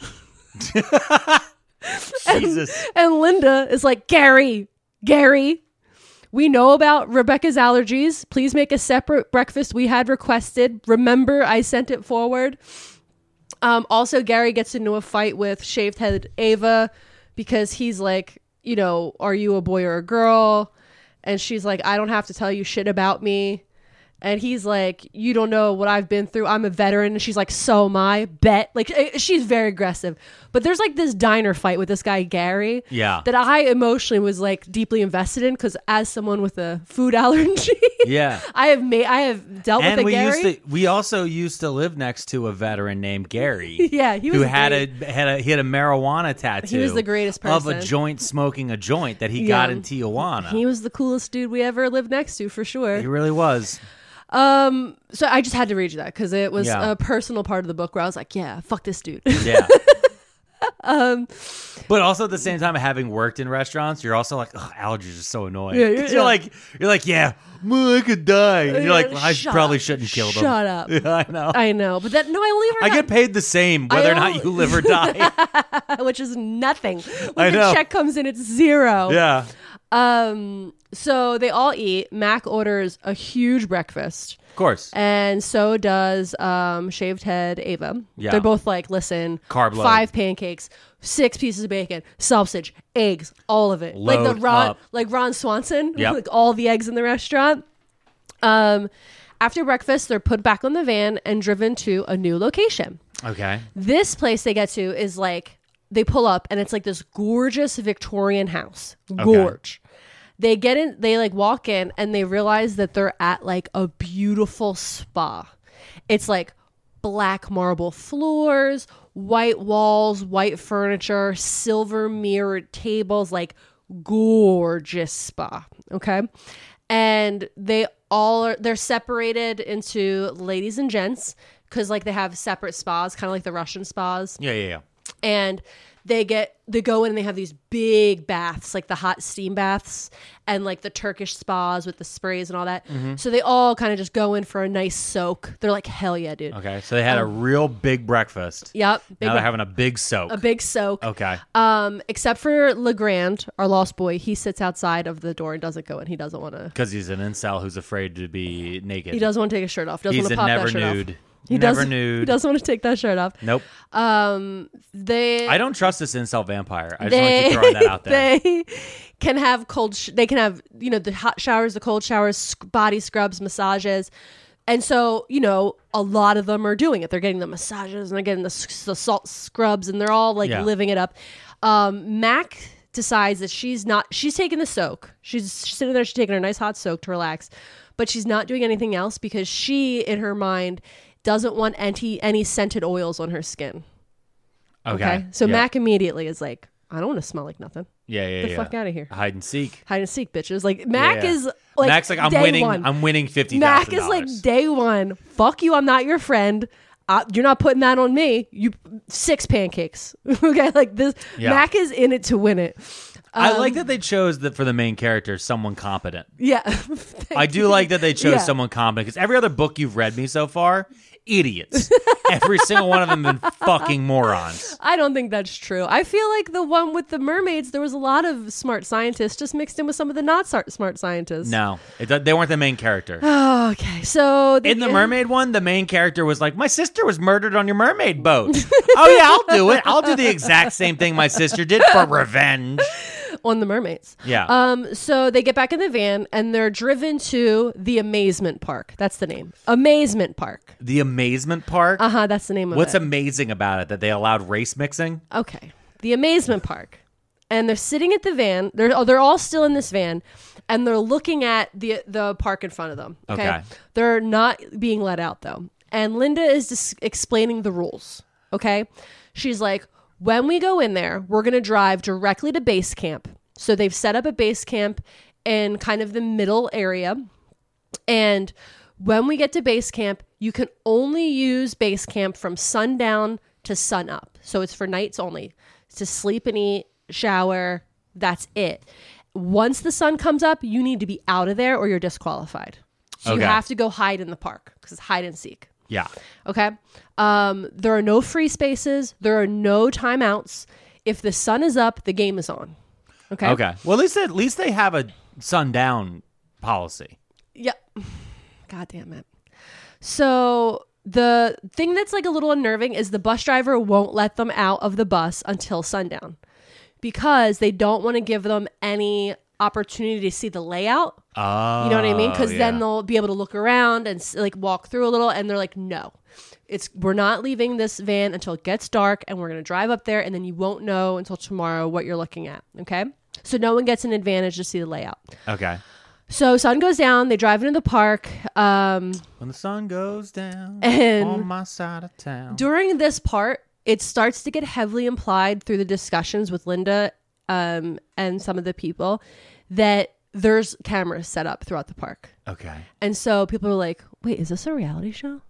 D: Jesus.
C: And Linda is like, Gary, Gary, we know about Rebecca's allergies. Please make a separate breakfast we had requested. Remember, I sent it forward. Um, also, Gary gets into a fight with shaved head Ava because he's like, you know, are you a boy or a girl? And she's like, I don't have to tell you shit about me. And he's like, you don't know what I've been through. I'm a veteran. And she's like, so am I. Bet. Like, eh, she's very aggressive. But there's like this diner fight with this guy, Gary.
D: Yeah.
C: That I emotionally was like deeply invested in because as someone with a food allergy,
D: Yeah.
C: I have made, I have dealt
D: and
C: Oh, with a
D: we
C: Gary.
D: used to we also used to live next to a veteran named Gary.
C: Yeah, he was
D: who had
C: great.
D: a had a he had a marijuana tattoo.
C: the greatest
D: of a
C: person.
D: joint smoking a joint that he got
C: Yeah.
D: in Tijuana.
C: he was the coolest dude we ever lived next to for sure.
D: He really was.
C: Um, so I just had to read you that because it was
D: Yeah.
C: a personal part of the book where I was like, yeah, fuck this dude. Um,
D: Yeah. but also at the same time, having worked in restaurants, you're also like, "Ugh, allergies are so annoying.
C: Yeah, yeah,
D: 'Cause
C: yeah.
D: you're like, you're like, yeah, mm, I could die. And you're like,
C: Yeah,
D: "Well, I
C: shut
D: probably
C: up.
D: shouldn't kill them.
C: Shut up.
D: Yeah, I know. I,
C: I know, but that no, I only ever got-
D: get paid the same whether or
C: only-
D: not you live or die.
C: which is nothing. When
D: I
C: the
D: know.
C: check comes in, it's zero.
D: yeah.
C: Um. So they all eat. Mac orders a huge breakfast,
D: Of course.
C: and so does um shaved head Ava.
D: Yeah.
C: They're both like, listen,
D: Carb load.
C: five pancakes, six pieces of bacon, sausage, eggs, all of it. like the
D: Load
C: Ron,
D: up.
C: like Ron Swanson,
D: Yep.
C: like all the eggs in the restaurant. Um. After breakfast, they're put back on the van and driven to a new location.
D: Okay.
C: This place they get to is like they pull up and it's like this gorgeous Victorian house. Gorge. They get in, they like walk in and they realize that they're at like a beautiful spa. It's like black marble floors, white walls, white furniture, silver mirrored tables, like gorgeous spa. Okay. And they all are, they're separated into ladies and gents because like they have separate spas, kind of like the Russian spas
D: Yeah, yeah, yeah.
C: and they get they go in and they have these big baths like the hot steam baths and like the turkish spas with the sprays and all that
D: Mm-hmm.
C: so they all kind of just go in for a nice soak they're like hell yeah dude
D: Okay. So they had a real big breakfast.
C: yep Um, big
D: Now they're
C: ba-
D: having a big soak.
C: a big soak
D: okay.
C: um except for legrand our lost boy he sits outside of the door and doesn't go in he doesn't want to
D: Because he's an incel who's afraid to be naked.
C: he doesn't want to take his shirt off doesn't
D: he's
C: want
D: a
C: to pop
D: never
C: that shirt
D: nude.
C: off He
D: Never
C: doesn't,
D: nude.
C: He doesn't want to take that shirt off.
D: Nope.
C: Um, they.
D: I don't trust this incel vampire. I just
C: they,
D: want to keep throwing that out there.
C: They can have cold. Sh- they can have you know the hot showers, the cold showers, sc- body scrubs, massages, and so you know a lot of them are doing it. They're getting the massages and they're getting the, s- the salt scrubs, and they're all like
D: Yeah.
C: living it up. Um, Mac decides that she's not. She's taking the soak. She's, she's sitting there. She's taking her nice hot soak to relax, but she's not doing anything else because she, in her mind, doesn't want any any scented oils on her skin.
D: okay.
C: Okay. So
D: yeah.
C: Mac immediately is like, I don't want to smell like nothing.
D: yeah, yeah,
C: the
D: yeah.
C: fuck outta here.
D: Hide and seek.
C: Hide and seek, bitches. Like Mac
D: Yeah.
C: is like
D: Mac's like, I'm
C: day
D: winning.
C: One.
D: I'm winning fifty.
C: Mac is like day one. Fuck you. I'm not your friend. Uh, you're not putting that on me. You six pancakes. okay, like this.
D: Yeah.
C: Mac is in it to win it.
D: I
C: um,
D: like that they chose that for the main character someone competent.
C: Yeah,
D: I do like that they chose
C: Yeah.
D: someone competent because every other book you've read me so far, idiots. every single one of them been fucking morons.
C: I don't think that's true. I feel like the one with the mermaids, there was a lot of smart scientists just mixed in with some of the not smart smart scientists.
D: No, it, do- they weren't the main
C: Oh,
D: character.
C: Okay, so
D: In the mermaid one, the main character was like, "My sister was murdered on your mermaid boat." oh yeah, I'll do it. I'll do the exact same thing my sister did for revenge.
C: on the mermaids.
D: Yeah.
C: Um, so they get back in the van and they're driven to the Amazement Park. That's the name. Amazement Park.
D: the amazement park.
C: Uh huh. That's the name of
D: What's
C: it.
D: amazing about it that they allowed race mixing?
C: okay. The Amazement Park. And they're sitting at the van. They're oh, they're all still in this van, and they're looking at the the park in front of them. Okay.
D: Okay.
C: They're not being let out though. And Linda is just explaining the rules. Okay. She's like, when we go in there, we're gonna drive directly to base camp. So they've set up a base camp in kind of the middle area. And when we get to base camp, you can only use base camp from sundown to sun up. So it's for nights only. To sleep and eat, shower, that's it. Once the sun comes up, you need to be out of there or you're disqualified. So
D: Okay.
C: you have to go hide in the park because it's hide and seek.
D: Yeah.
C: Okay. Um, there are no free spaces, there are no timeouts. If the sun is up, the game is on. Okay.
D: Okay. Well, at least at least they have a sundown policy.
C: Yep. God damn it. So the thing that's like a little unnerving is the bus driver won't let them out of the bus until sundown because they don't want to give them any opportunity to see the layout.
D: Oh,
C: You know what I mean? Because
D: yeah.
C: then they'll be able to look around and s- like walk through a little, and they're like, "No, it's we're not leaving this van until it gets dark, and we're gonna drive up there, and then you won't know until tomorrow what you're looking at." Okay, so no one gets an advantage to see the layout.
D: okay.
C: So sun goes down. They drive into the park. Um,
D: When the sun goes down
C: And-
D: on my side of town.
C: during this part, it starts to get heavily implied through the discussions with Linda um, and some of the people that there's cameras set up throughout the park.
D: okay.
C: And so people are like, wait, is this a reality show?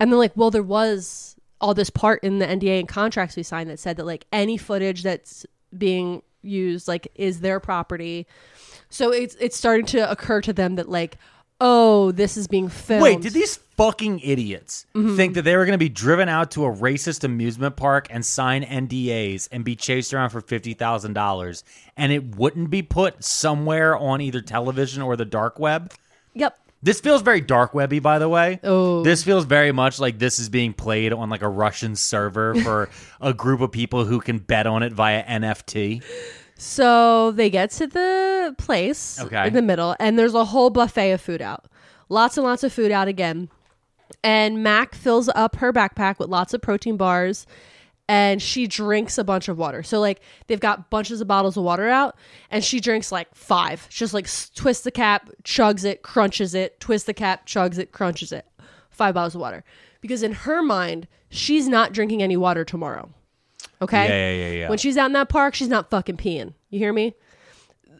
C: And they're like, well, there was all this part in the NDA and contracts we signed that said that like any footage that's being used like is their property. So it's it's starting to occur to them that like, oh, this is being filmed.
D: Wait, did these fucking idiots
C: Mm-hmm.
D: think that they were going to be driven out to a racist amusement park and sign NDAs and be chased around for $50,000 and it wouldn't be put somewhere on either television or the dark web?
C: Yep.
D: This feels very dark webby, by the way.
C: Oh.
D: This feels very much like this is being played on like a Russian server for a group of people who can bet on it via NFT.
C: So they get to the place
D: Okay.
C: in the middle, and there's a whole buffet of food out. Lots and lots of food out again. And Mac fills up her backpack with lots of protein bars and she drinks a bunch of water. So, like, they've got bunches of bottles of water out, and she drinks like five. She just like s- twists the cap, chugs it, crunches it, twists the cap, chugs it, crunches it. Five bottles of water. Because in her mind, she's not drinking any water tomorrow. Okay?
D: Yeah, yeah, yeah, yeah.
C: When she's out in that park, she's not fucking peeing. You hear me?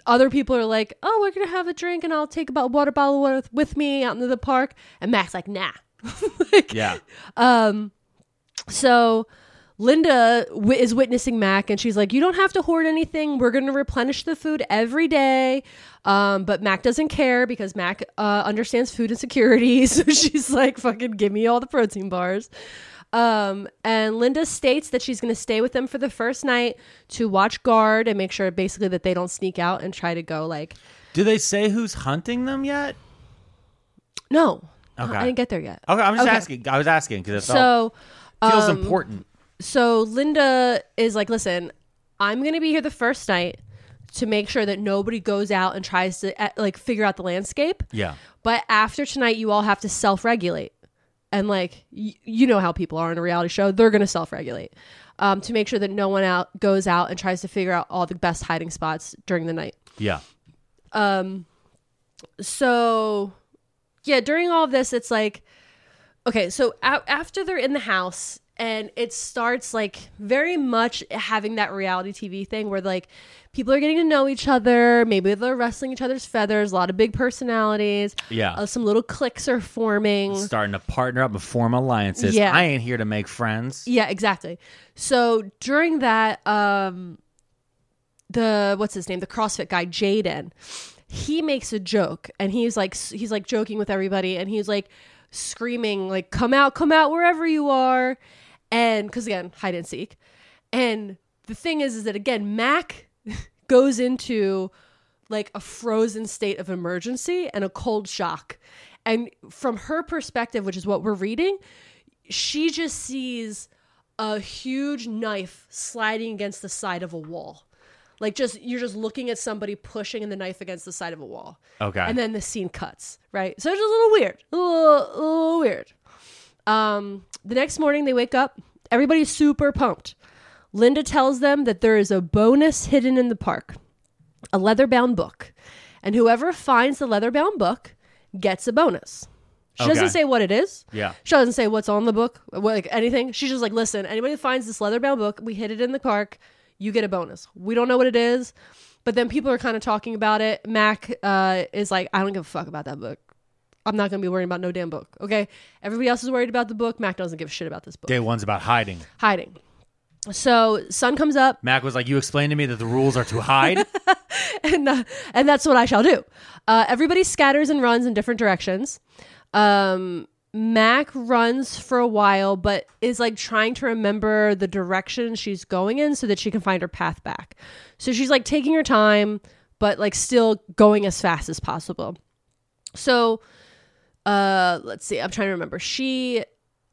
C: Other people are like, "Oh, we're gonna have a drink, and I'll take about water bottle with, with me out into the park." And Mac's like, "Nah." Like,
D: Yeah.
C: So Linda wi is witnessing Mac, and she's like, "You don't have to hoard anything. We're gonna replenish the food every day." Um, but Mac doesn't care because Mac uh, understands food insecurity, so she's like, "Fucking give me all the protein bars." Um, and Linda states that she's going to stay with them for the first night to watch guard and make sure basically that they don't sneak out and try to go like,
D: Do they say who's hunting them yet?
C: no,
D: Okay.
C: I didn't get there yet.
D: Okay, I'm just
C: Okay.
D: asking. I was asking because it felt,
C: So
D: feels
C: um,
D: important.
C: so Linda is like, listen, I'm gonna be here the first night to make sure that nobody goes out and tries to eh, like figure out the landscape.
D: Yeah.
C: But after tonight, you all have to self regulate. And like, y- you know how people are in a reality show, they're going to self regulate um, to make sure that no one out goes out and tries to figure out all the best hiding spots during the night.
D: Yeah.
C: So, yeah, during all of this, it's like, okay, so a- after they're in the house, and it starts like very much having that reality TV thing where like people are getting to know each other. Maybe they're wrestling each other's feathers. A lot of big personalities.
D: Yeah.
C: Uh, some little cliques are forming.
D: Starting to partner up and form alliances.
C: Mm. Yeah.
D: I ain't here to make friends.
C: Yeah, exactly. So during that, um, the what's his name, the CrossFit guy, Jaden, he makes a joke and he's like he's like joking with everybody and he's like screaming like "Come out, come out, wherever you are," and because again, hide and seek. And the thing is, is that again, Mac goes into like a frozen state of emergency and a cold shock. And from her perspective, which is what we're reading, she just sees a huge knife sliding against the side of a wall. Like just you're just looking at somebody pushing the knife against the side of a wall.
D: Okay.
C: And then the scene cuts, right? So it's just a little weird. A little, a little weird. Um, the next morning they wake up, everybody's super pumped. Linda tells them that there is a bonus hidden in the park, a leather bound book. And whoever finds the leather bound book gets a bonus. She
D: Okay.
C: doesn't say what it is.
D: Yeah.
C: She doesn't say what's on the book, what, like anything. She's just like, listen, anybody that finds this leather bound book, we hid it in the park, you get a bonus. We don't know what it is, but then people are kind of talking about it. Mac uh, is like, I don't give a fuck about that book. I'm not gonna be worrying about no damn book. Okay, everybody else is worried about the book. Mac doesn't give a shit about this book.
D: Day one's about hiding.
C: Hiding. So sun comes up.
D: Mac was like, "You explained to me that the rules are to hide."
C: and, uh, and that's what I shall do. Uh, everybody scatters and runs in different directions. Um, Mac runs for a while, but is like trying to remember the direction she's going in so that she can find her path back. So she's like taking her time, but like still going as fast as possible. So uh, let's see, I'm trying to remember. She,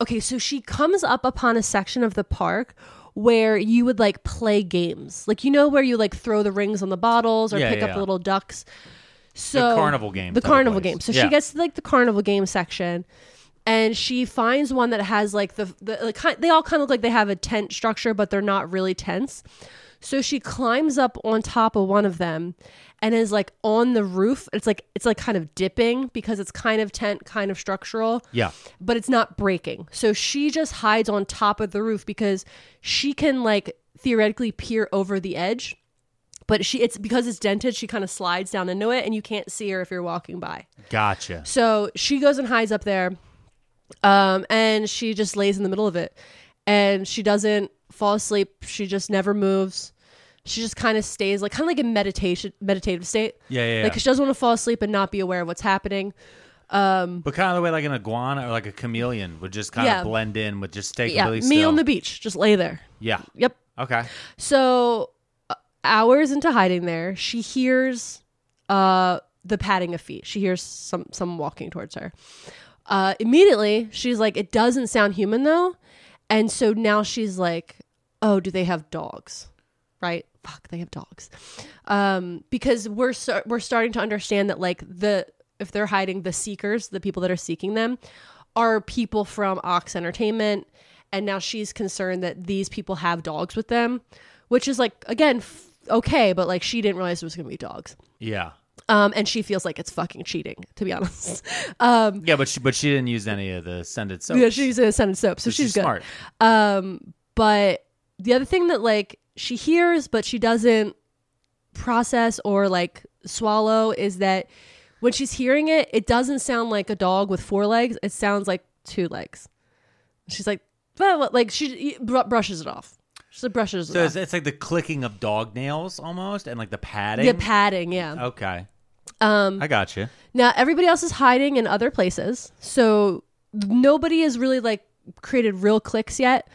C: okay, so she comes up upon a section of the park where you would like play games. Like, you know, where you like throw the rings on the bottles or
D: Yeah,
C: pick
D: yeah,
C: up
D: yeah.
C: the little ducks. So
D: carnival game
C: The
D: type of
C: carnival
D: place.
C: game. So
D: Yeah.
C: she gets to like the carnival game section and she finds one that has like the, the like, ki- they all kind of look like they have a tent structure, but they're not really tents. So she climbs up on top of one of them and is like on the roof. It's like it's like kind of dipping because it's kind of tent, kind of structural
D: yeah.
C: but it's not breaking. So she just hides on top of the roof because she can like theoretically peer over the edge. But she it's because it's dented, she kind of slides down into it and you can't see her if you're walking by.
D: Gotcha.
C: So she goes and hides up there. Um, and she just lays in the middle of it. And she doesn't fall asleep. She just never moves. She just kind of stays like kind of like in meditation meditative state.
D: Yeah, yeah, yeah.
C: Like she doesn't want to fall asleep and not be aware of what's happening.
D: But kind of the way like an iguana or like a chameleon would just kind
C: Mm. Yeah.
D: of blend in with just stay
C: Yeah,
D: completely
C: me
D: still.
C: on the beach, just lay there.
D: yeah.
C: Yep.
D: Okay.
C: So uh, hours into hiding there, she hears uh the patting of feet. She hears some some walking towards her. Uh immediately, she's like it doesn't sound human though. And so now she's like, "Oh, do they have dogs?" Right? Fuck, they have dogs. Um because we're so, we're starting to understand that like the if they're hiding the seekers, the people that are seeking them are people from Ox Entertainment and now she's concerned that these people have dogs with them which is like again f- okay but like she didn't realize it was gonna be dogs
D: Yeah.
C: um and she feels like it's fucking cheating to be honest um
D: Yeah, but she but she didn't use any of the scented soap.
C: yeah she's in a scented soap so, she's, good
D: smart.
C: um but the other thing that like she hears but she doesn't process or like swallow is that when she's hearing it it doesn't sound like a dog with four legs it sounds like two legs she's like well, what- like she br- brushes it off she brushes it
D: So
C: off
D: it's, it's like the clicking of dog nails almost, and like the padding.
C: Yeah, padding. Yeah.
D: okay.
C: Um,
D: I got you.
C: now everybody else is hiding in other places, so nobody has really like created real clicks yet.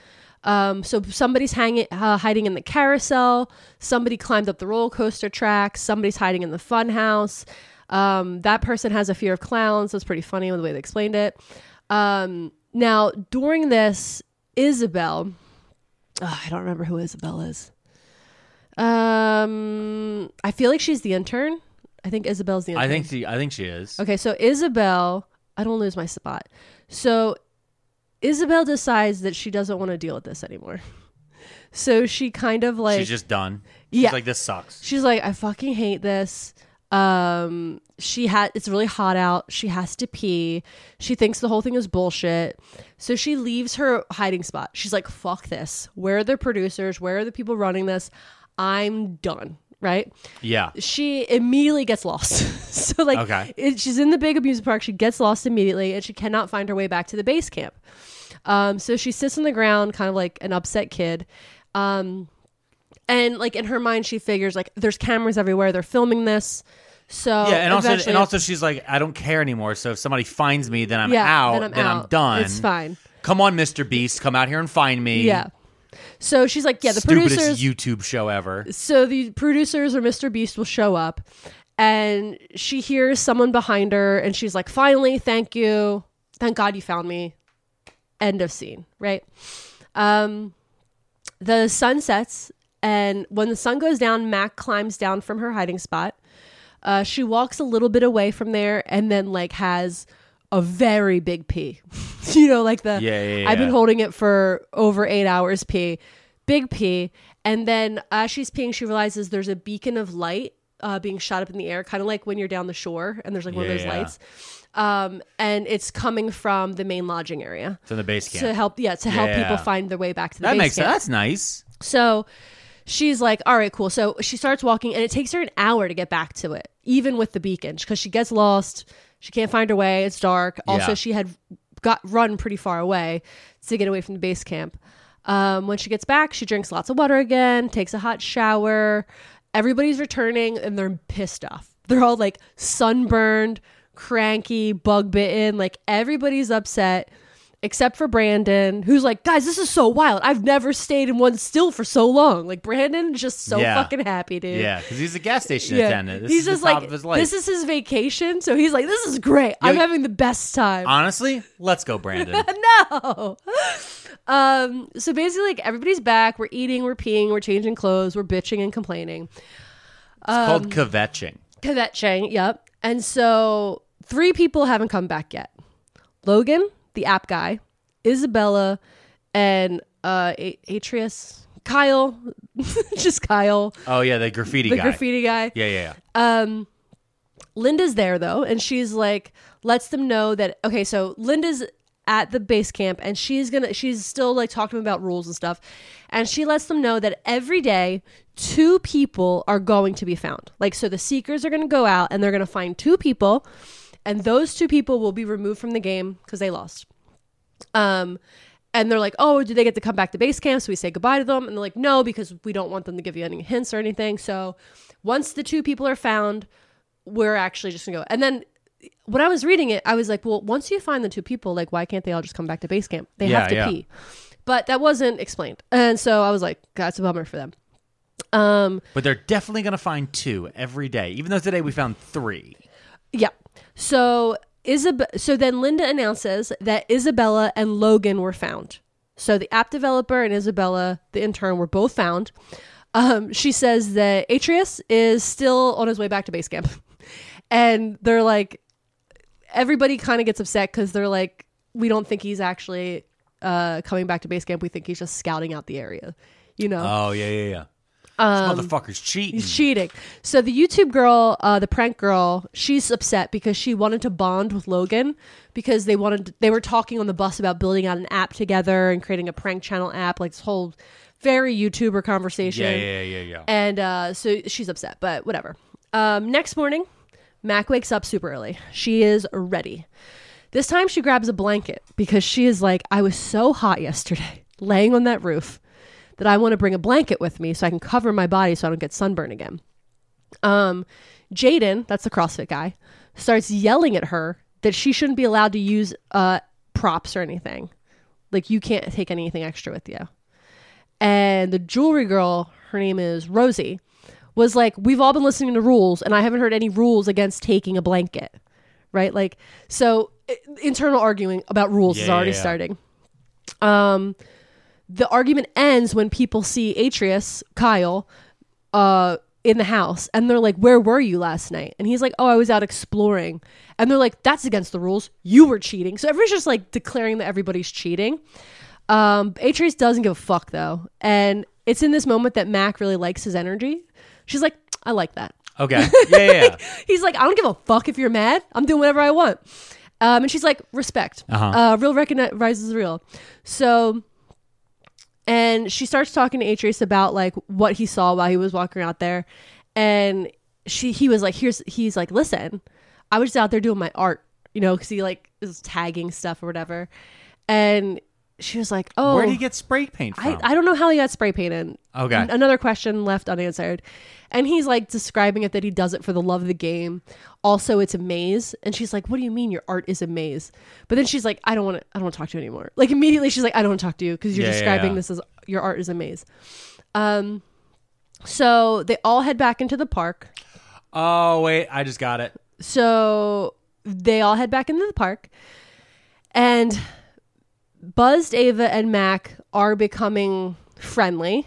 C: Um, so somebody's hanging, uh, hiding in the carousel. Somebody climbed up the roller coaster track. Somebody's hiding in the fun house. Um, that person has a fear of clowns. So it's pretty funny with the way they explained it. Um, now, during this, Isabel, oh, I don't remember who Isabel is. Um, I feel like she's the intern. I think Isabel's the intern.
D: I think she. I think she is.
C: Okay, so Isabel, I don't lose my spot. So Isabel decides that she doesn't want to deal with this anymore. So she kind of like
D: She's just done. She's
C: Yeah.
D: like this sucks.
C: she's like I fucking hate this. Um she had it's really hot out. She has to pee. She thinks the whole thing is bullshit. So she leaves her hiding spot. She's like fuck this. Where are the producers? Where are the people running this? I'm done, right?
D: Yeah.
C: she immediately gets lost. so like
D: Okay.
C: it, she's in the big amusement park, she gets lost immediately and she cannot find her way back to the base camp. Um so she sits on the ground kind of like an upset kid. Um and like in her mind she figures like there's cameras everywhere, they're filming this. So
D: Yeah, and also
C: eventually
D: and also
C: it's-
D: she's like, I don't care anymore. So if somebody finds me, then I'm
C: yeah,
D: out.
C: then I'm out.
D: done.
C: It's fine.
D: Come on, Mr. Beast, come out here and find me.
C: Yeah. So she's like, yeah, the
D: stupidest
C: producers
D: YouTube show ever.
C: so the producers or Mr. Beast will show up and she hears someone behind her and she's like, finally, thank you. Thank God you found me. End of scene, right? Um, the sun sets, and when the sun goes down, Mac climbs down from her hiding spot. Uh, she walks a little bit away from there and then, like, has a very big pee. you know, like the
D: Yeah, yeah,
C: I've been
D: yeah.
C: holding it for over eight hours pee, big pee. And then as she's peeing, she realizes there's a beacon of light uh, being shot up in the air, kind of like when you're down the shore and there's like one of
D: Yeah,
C: those
D: yeah.
C: lights. Um, and it's coming from the main lodging area
D: It's in the base camp.
C: to help yeah to help people
D: Yeah.
C: find their way back to the
D: that
C: base
D: makes sense.
C: camp.
D: That's nice.
C: So she's like, "All right, cool." So she starts walking, and it takes her an hour to get back to it, even with the beacon, because she gets lost. She can't find her way. It's dark. Also,
D: Yeah.
C: she had got run pretty far away to get away from the base camp. Um, when she gets back, she drinks lots of water again, takes a hot shower. Everybody's returning, and they're pissed off. They're all like sunburned, cranky, bug bitten. Like everybody's upset except for Brandon, who's like, guys, this is so wild. I've never stayed in one still for so long. Like Brandon is just so
D: Yeah.
C: fucking happy, dude.
D: Yeah, because he's a gas station
C: Yeah.
D: attendant. This
C: he's
D: is
C: just
D: the top
C: like,
D: of his life.
C: this is his vacation, so he's like, this is great. I'm
D: Yo-
C: having the best time.
D: Honestly, let's go, Brandon.
C: no. Um, so basically, like everybody's back. We're eating, we're peeing, we're changing clothes, we're bitching and complaining.
D: it's
C: Um,
D: called kvetching.
C: Cadet Chang, yep. And so three people haven't come back yet. Logan, the app guy, Isabella, and uh A- Atreus. Kyle, just Kyle,
D: Oh yeah, the graffiti
C: the
D: guy.
C: graffiti guy.
D: Yeah, yeah, yeah.
C: Um, Linda's there though, and she's like lets them know that okay, so Linda's at the base camp, and she's gonna she's still like talking about rules and stuff, and she lets them know that every day two people are going to be found. Like so, the seekers are gonna go out and they're gonna find two people, and those two people will be removed from the game because they lost. Um, and they're like, oh, do they get to come back to base camp? So we say goodbye to them. And they're like, no, because we don't want them to give you any hints or anything. So once the two people are found, we're actually just gonna go. And then when I was reading it, I was like, well, once you find the two people, like, why can't they all just come back to base camp? They
D: Yeah,
C: have to
D: yeah.
C: pee. But that wasn't explained. And so I was like, that's a bummer for them. Um,
D: But they're definitely gonna find two every day. Even though today we found three.
C: Yeah. So Isab- so then Linda announces that Isabella and Logan were found. So the app developer and Isabella, the intern, were both found. Um, she says that Atreus is still on his way back to base camp. And they're like, everybody kind of gets upset because they're like, we don't think he's actually uh, coming back to base camp. We think he's just scouting out the area, you know?
D: Oh yeah, yeah, yeah. this motherfucker's cheating.
C: Um, He's cheating. So the YouTube girl, uh, the prank girl, she's upset because she wanted to bond with Logan because they wanted they were talking on the bus about building out an app together and creating a prank channel app, like this whole very YouTuber conversation.
D: yeah, yeah, yeah, yeah. yeah.
C: And uh, so she's upset, but whatever. Um, next morning, Mac wakes up super early. She is ready. This time she grabs a blanket because she is like, I was so hot yesterday laying on that roof that I want to bring a blanket with me so I can cover my body so I don't get sunburned again. Um, Jaden, that's the CrossFit guy, starts yelling at her that she shouldn't be allowed to use uh, props or anything. Like, you can't take anything extra with you and the jewelry girl, her name is Rosie, was like we've all been listening to rules and i haven't heard any rules against taking a blanket right like so i- internal arguing about rules is
D: Yeah,
C: already
D: yeah, yeah.
C: starting um the argument ends when people see atreus kyle uh in the house and they're like where were you last night and he's like oh i was out exploring and they're like that's against the rules you were cheating so everybody's just like declaring that everybody's cheating um, Atreus doesn't give a fuck though, and it's in this moment that Mac really likes his energy. She's like, I like that.
D: Okay. Yeah, yeah. yeah.
C: He's like, I don't give a fuck if you're mad. I'm doing whatever I want. Um, and she's like, respect.
D: Uh-huh.
C: Uh, real recognizes real. So, and she starts talking to Atreus about like what he saw while he was walking out there, and she he was like, here's he's like, listen, I was just out there doing my art, you know, because he like is tagging stuff or whatever, and she was like, oh,
D: Where did he get spray paint
C: I,
D: from?
C: I don't know how he got spray painted.
D: Okay.
C: An- another question left unanswered. And he's like describing it that he does it for the love of the game. Also, it's a maze. And she's like, What do you mean your art is a maze? But then she's like, I don't want to I don't want to talk to you anymore. Like immediately she's like, I don't want to talk to you because you're
D: Yeah, yeah,
C: describing
D: yeah.
C: this as your art is a maze. Um so they all head back into the park.
D: oh wait, I just got it.
C: So they all head back into the park, and Buzzed Ava and Mac are becoming friendly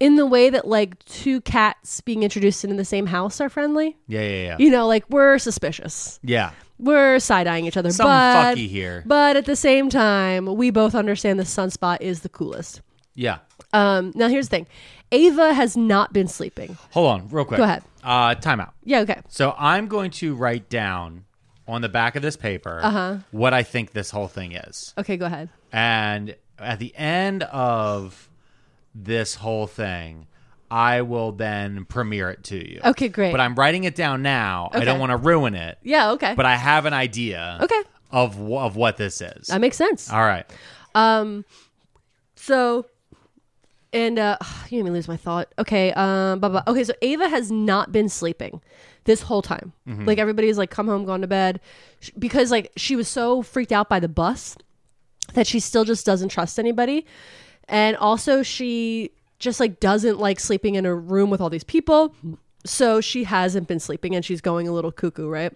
C: in the way that like two cats being introduced into the same house are friendly.
D: Yeah, yeah, yeah.
C: You know, like we're suspicious,
D: Yeah.
C: we're side eyeing each other,
D: Some
C: but
D: fucky here.
C: but at the same time, we both understand the sunspot is the coolest.
D: Yeah.
C: Um, now here's the thing, Ava has not been sleeping.
D: Hold on, real quick.
C: Go ahead.
D: Uh timeout.
C: Yeah, okay.
D: So I'm going to write down on the back of this paper
C: Uh-huh.
D: what I think this whole thing is.
C: Okay, go ahead.
D: And at the end of this whole thing, I will then premiere it to you.
C: Okay, great.
D: But I'm writing it down now. I
C: Okay.
D: don't want to ruin it.
C: Yeah, okay.
D: But I have an idea
C: Okay.
D: of wh- of what this is.
C: that makes sense.
D: All right.
C: So, and uh, you made me lose my thought. Okay, um, blah blah. Okay, so Ava has not been sleeping this whole time. Like everybody's like come home, gone to bed, Sh- because like she was so freaked out by the bus that she still just doesn't trust anybody, and also she just like doesn't like sleeping in a room with all these people. So she hasn't been sleeping and she's going a little cuckoo, right?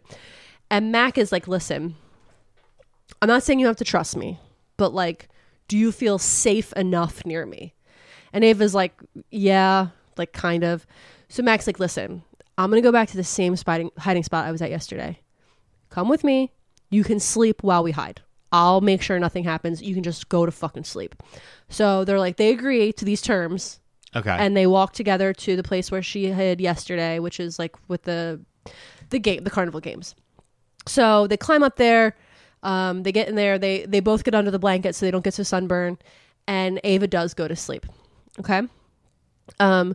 C: And Mac is like, listen, I'm not saying you have to trust me, but like, do you feel safe enough near me? And Ava's like, yeah, like kind of. So Mac's like, listen, I'm gonna go back to the same spiding, hiding spot I was at yesterday. Come with me. You can sleep while we hide. I'll make sure nothing happens. You can just go to fucking sleep. So they're like, they agree to these terms
D: Okay.
C: and they walk together to the place where she hid yesterday, which is like with the the game, the carnival games. So they climb up there. Um, they get in there. They they both get under the blanket so they don't get so sunburn. And Ava does go to sleep. Okay. Um,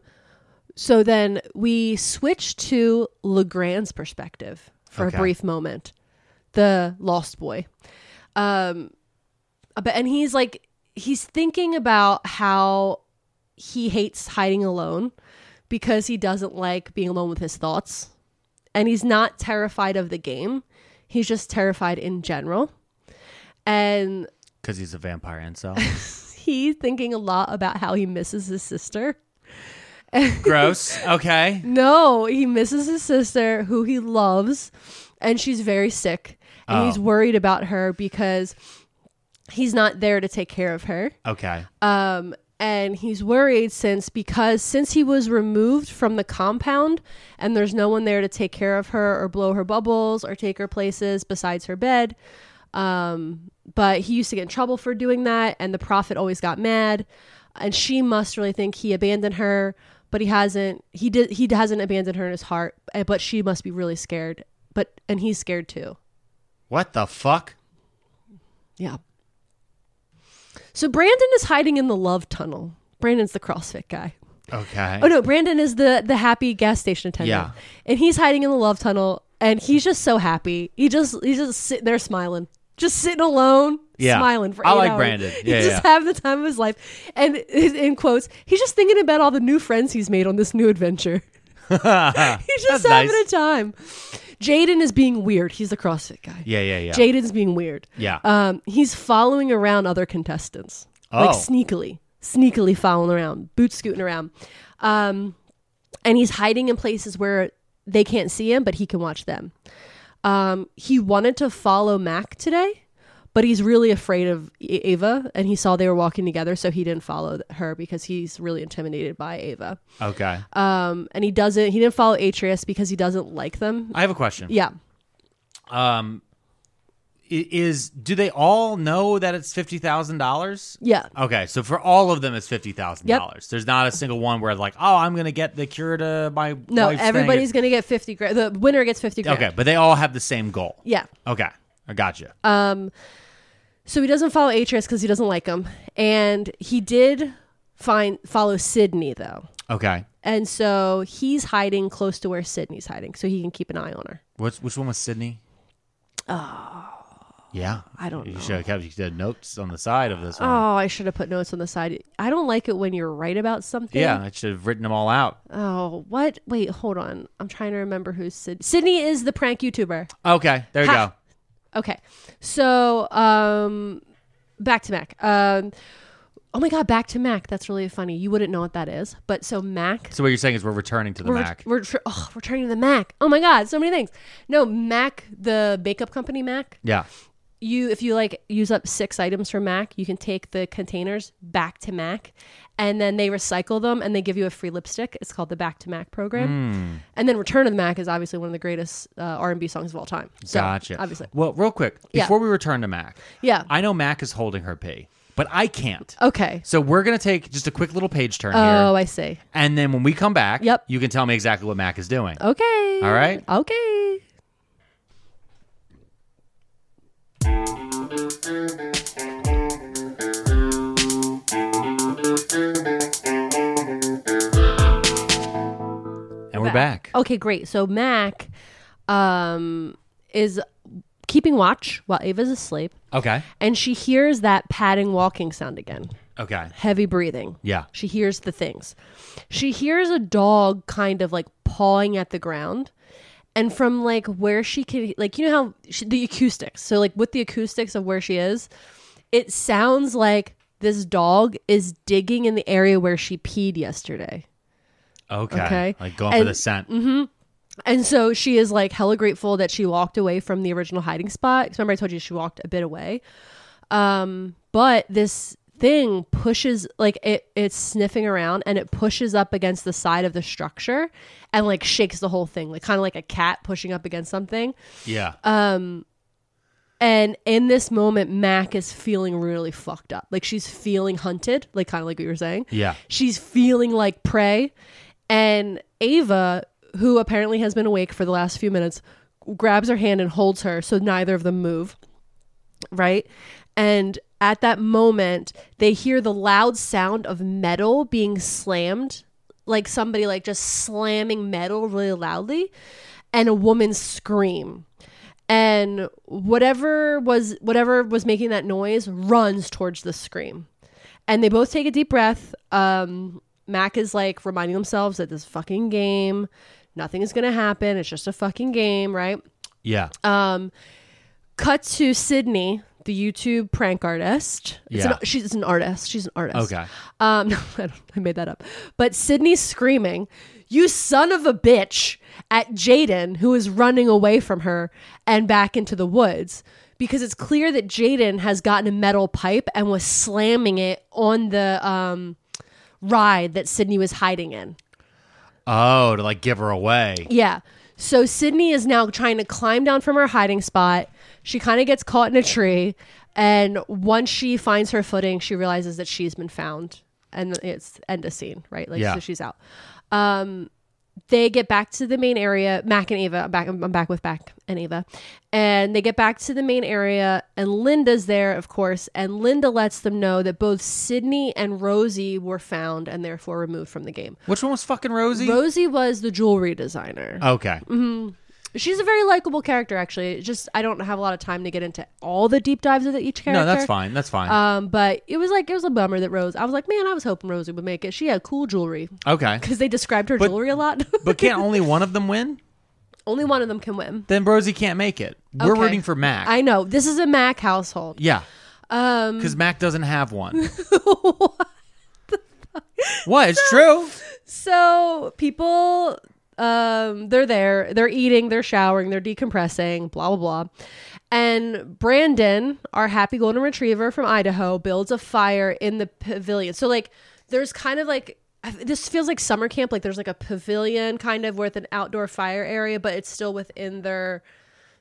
C: so then we switch to Legrand's perspective for
D: Okay.
C: a brief moment. The lost boy. Um, but and he's like he's thinking about how he hates hiding alone because he doesn't like being alone with his thoughts. And he's not terrified of the game. He's just terrified in general. And
D: Because he's a vampire incel.
C: he's thinking a lot about how he misses his sister.
D: Gross. Okay.
C: No, he misses his sister who he loves and she's very sick. And he's worried about her because he's not there to take care of her.
D: Okay.
C: Um, and he's worried since because since he was removed from the compound and there's no one there to take care of her or blow her bubbles or take her places besides her bed. Um, but he used to get in trouble for doing that, and the prophet always got mad. And she must really think he abandoned her, but he hasn't. He did. He hasn't abandoned her in his heart, eh, but she must be really scared. But and he's scared too.
D: What the fuck?
C: Yeah. So Brandon is hiding in the love tunnel. Brandon's the CrossFit guy.
D: Okay.
C: Oh no, Brandon is the the happy gas station attendant.
D: Yeah.
C: And he's hiding in the love tunnel and he's just so happy. He just he's just sitting there smiling. Just sitting alone,
D: Yeah.
C: smiling for
D: I
C: eight
D: like
C: hours.
D: Brandon.
C: He
D: Yeah,
C: just
D: yeah.
C: having the time of his life. And in quotes, he's just thinking about all the new friends he's made on this new adventure. He's just
D: That's
C: having
D: nice.
C: a time. Jaden is being weird. He's the CrossFit guy.
D: Yeah, yeah, yeah.
C: Jaden's being weird.
D: Yeah.
C: Um, he's following around other contestants, like
D: Oh.
C: sneakily, sneakily following around, boot scooting around. Um, and he's hiding in places where they can't see him, but he can watch them. Um, he wanted to follow Mac today, but he's really afraid of A- Ava, and he saw they were walking together, so he didn't follow th- her because he's really intimidated by Ava.
D: Okay.
C: Um, and he doesn't. He didn't follow Atreus because he doesn't like them.
D: I have a question.
C: Yeah,
D: Um, i- is do they all know that it's fifty thousand dollars?
C: yeah.
D: Okay, so for all of them, it's fifty thousand dollars. There's not a single one where like, oh, I'm gonna get the cure to my
C: No,
D: wife's thing.
C: everybody's gonna get fifty grand. The winner gets fifty grand.
D: okay, but they all have the same goal.
C: Yeah.
D: Okay, I got you.
C: Um, so he doesn't follow Atreus because he doesn't like him, and he did find follow Sydney though,
D: okay,
C: and so he's hiding close to where Sydney's hiding, so he can keep an eye on her.
D: what's which one was Sydney? Oh, yeah.
C: Uh, I don't
D: You
C: know.
D: should have kept you did notes on the side of this one.
C: Oh, I should have put notes on the side. I don't like it when you're right about something.
D: yeah, I should have written them all out.
C: Oh, what? Wait, hold on. I'm trying to remember who's Sydney. Sydney is the prank YouTuber.
D: Okay, there you
C: Ha!
D: go.
C: Okay. So, um back to Mac. Um Oh my god, back to Mac. That's really funny. You wouldn't know what that is. But so Mac
D: So what you're saying is we're returning to the
C: we're,
D: Mac.
C: We're, tr- oh, we're turning to the Mac. Oh my god, so many things. No, Mac, the makeup company Mac.
D: yeah.
C: You if you like use up 6 items from Mac, you can take the containers back to Mac and then they recycle them and they give you a free lipstick. It's called the Back to Mac
D: Hmm.
C: program. And then Return of the Mac is obviously one of the greatest uh, R&B songs of all time. So,
D: gotcha.
C: Obviously.
D: Well, real quick
C: Yeah.
D: before we return to Mac.
C: Yeah.
D: I know Mac is holding her pee, but I can't.
C: Okay.
D: So we're gonna take just a quick little page turn
C: Oh,
D: here,
C: I see.
D: and then when we come back,
C: Yep. Oh,
D: you can tell me exactly what Mac is doing.
C: Okay.
D: All right.
C: Okay.
D: and we're back.
C: Okay, great. So Mac um is keeping watch while Ava's asleep
D: Okay.
C: and she hears that padding walking sound again.
D: Okay.
C: Heavy breathing.
D: Yeah.
C: She hears the things. She hears a dog kind of like pawing at the ground. And from like where she can, like, you know how she, the acoustics, so like with the acoustics of where she is, it sounds like this dog is digging in the area where she peed yesterday.
D: Okay.
C: Okay.
D: Like going for
C: And- mm-hmm.
D: the scent.
C: And so she is like hella grateful that she walked away from the original hiding spot. 'Cause Remember, I told you she walked a bit away. Um, but this thing pushes like it it's sniffing around and it pushes up against the side of the structure and like shakes the whole thing, like kind of like a cat pushing up against something.
D: Yeah.
C: Uh, And in this moment, Mac is feeling really fucked up. Like she's feeling hunted, like kind of like what you were saying.
D: Yeah.
C: She's feeling like prey. And Ava, who apparently has been awake for the last few minutes, grabs her hand and holds her so neither of them move. Right? And at that moment, they hear the loud sound of metal being slammed, like somebody like just slamming metal really loudly, and a woman scream and whatever was whatever was making that noise runs towards the scream and they both take a deep breath um mac is like reminding themselves that this fucking game nothing is gonna happen it's just a fucking game right
D: yeah.
C: um, cut to sydney the youtube prank artist It's an-
D: Yeah.
C: she's an artist she's an artist
D: okay.
C: um, no, I, don't, I made that up. But Sydney's screaming, "You son of a bitch!" at Jaden, who is running away from her and back into the woods because it's clear that Jaden has gotten a metal pipe and was slamming it on the um, ride that Sydney was hiding in.
D: Oh, to like give her away.
C: Yeah. So Sydney is now trying to climb down from her hiding spot. She kind of gets caught in a tree. And once she finds her footing, she realizes that she's been found. And it's end of scene, right? Like,
D: Yeah.
C: so she's out. Um, they get back to the main area. Mac and Ava, I'm back, I'm back with Mac and Ava. And they get back to the main area, and Linda's there, of course. And Linda lets them know that both Sydney and Rosie were found and therefore removed from the game.
D: Which one was fucking Rosie?
C: Rosie was the jewelry designer.
D: okay.
C: mm-hmm. She's a very likable character, actually. It's Just I don't have a lot of time to get into all the deep dives of each character.
D: No, that's fine. That's fine.
C: Um, but it was like it was a bummer that Rose. I was like, man, I was hoping Rosie would make it. She had cool jewelry
D: okay.
C: because they described her jewelry a lot.
D: But can't only one of them win?
C: only one of them can win.
D: Then Rosie can't make it. We're
C: Okay.
D: rooting for Mac.
C: I know this is a Mac household.
D: Yeah. Um because Mac doesn't have one. what? It's true.
C: So people, um, they're there, they're eating, they're showering, they're decompressing, blah blah blah. And Brandon, our happy golden retriever from Idaho, builds a fire in the pavilion. So like, there's kind of like this feels like summer camp. Like there's like a pavilion kind of with an outdoor fire area, but it's still within their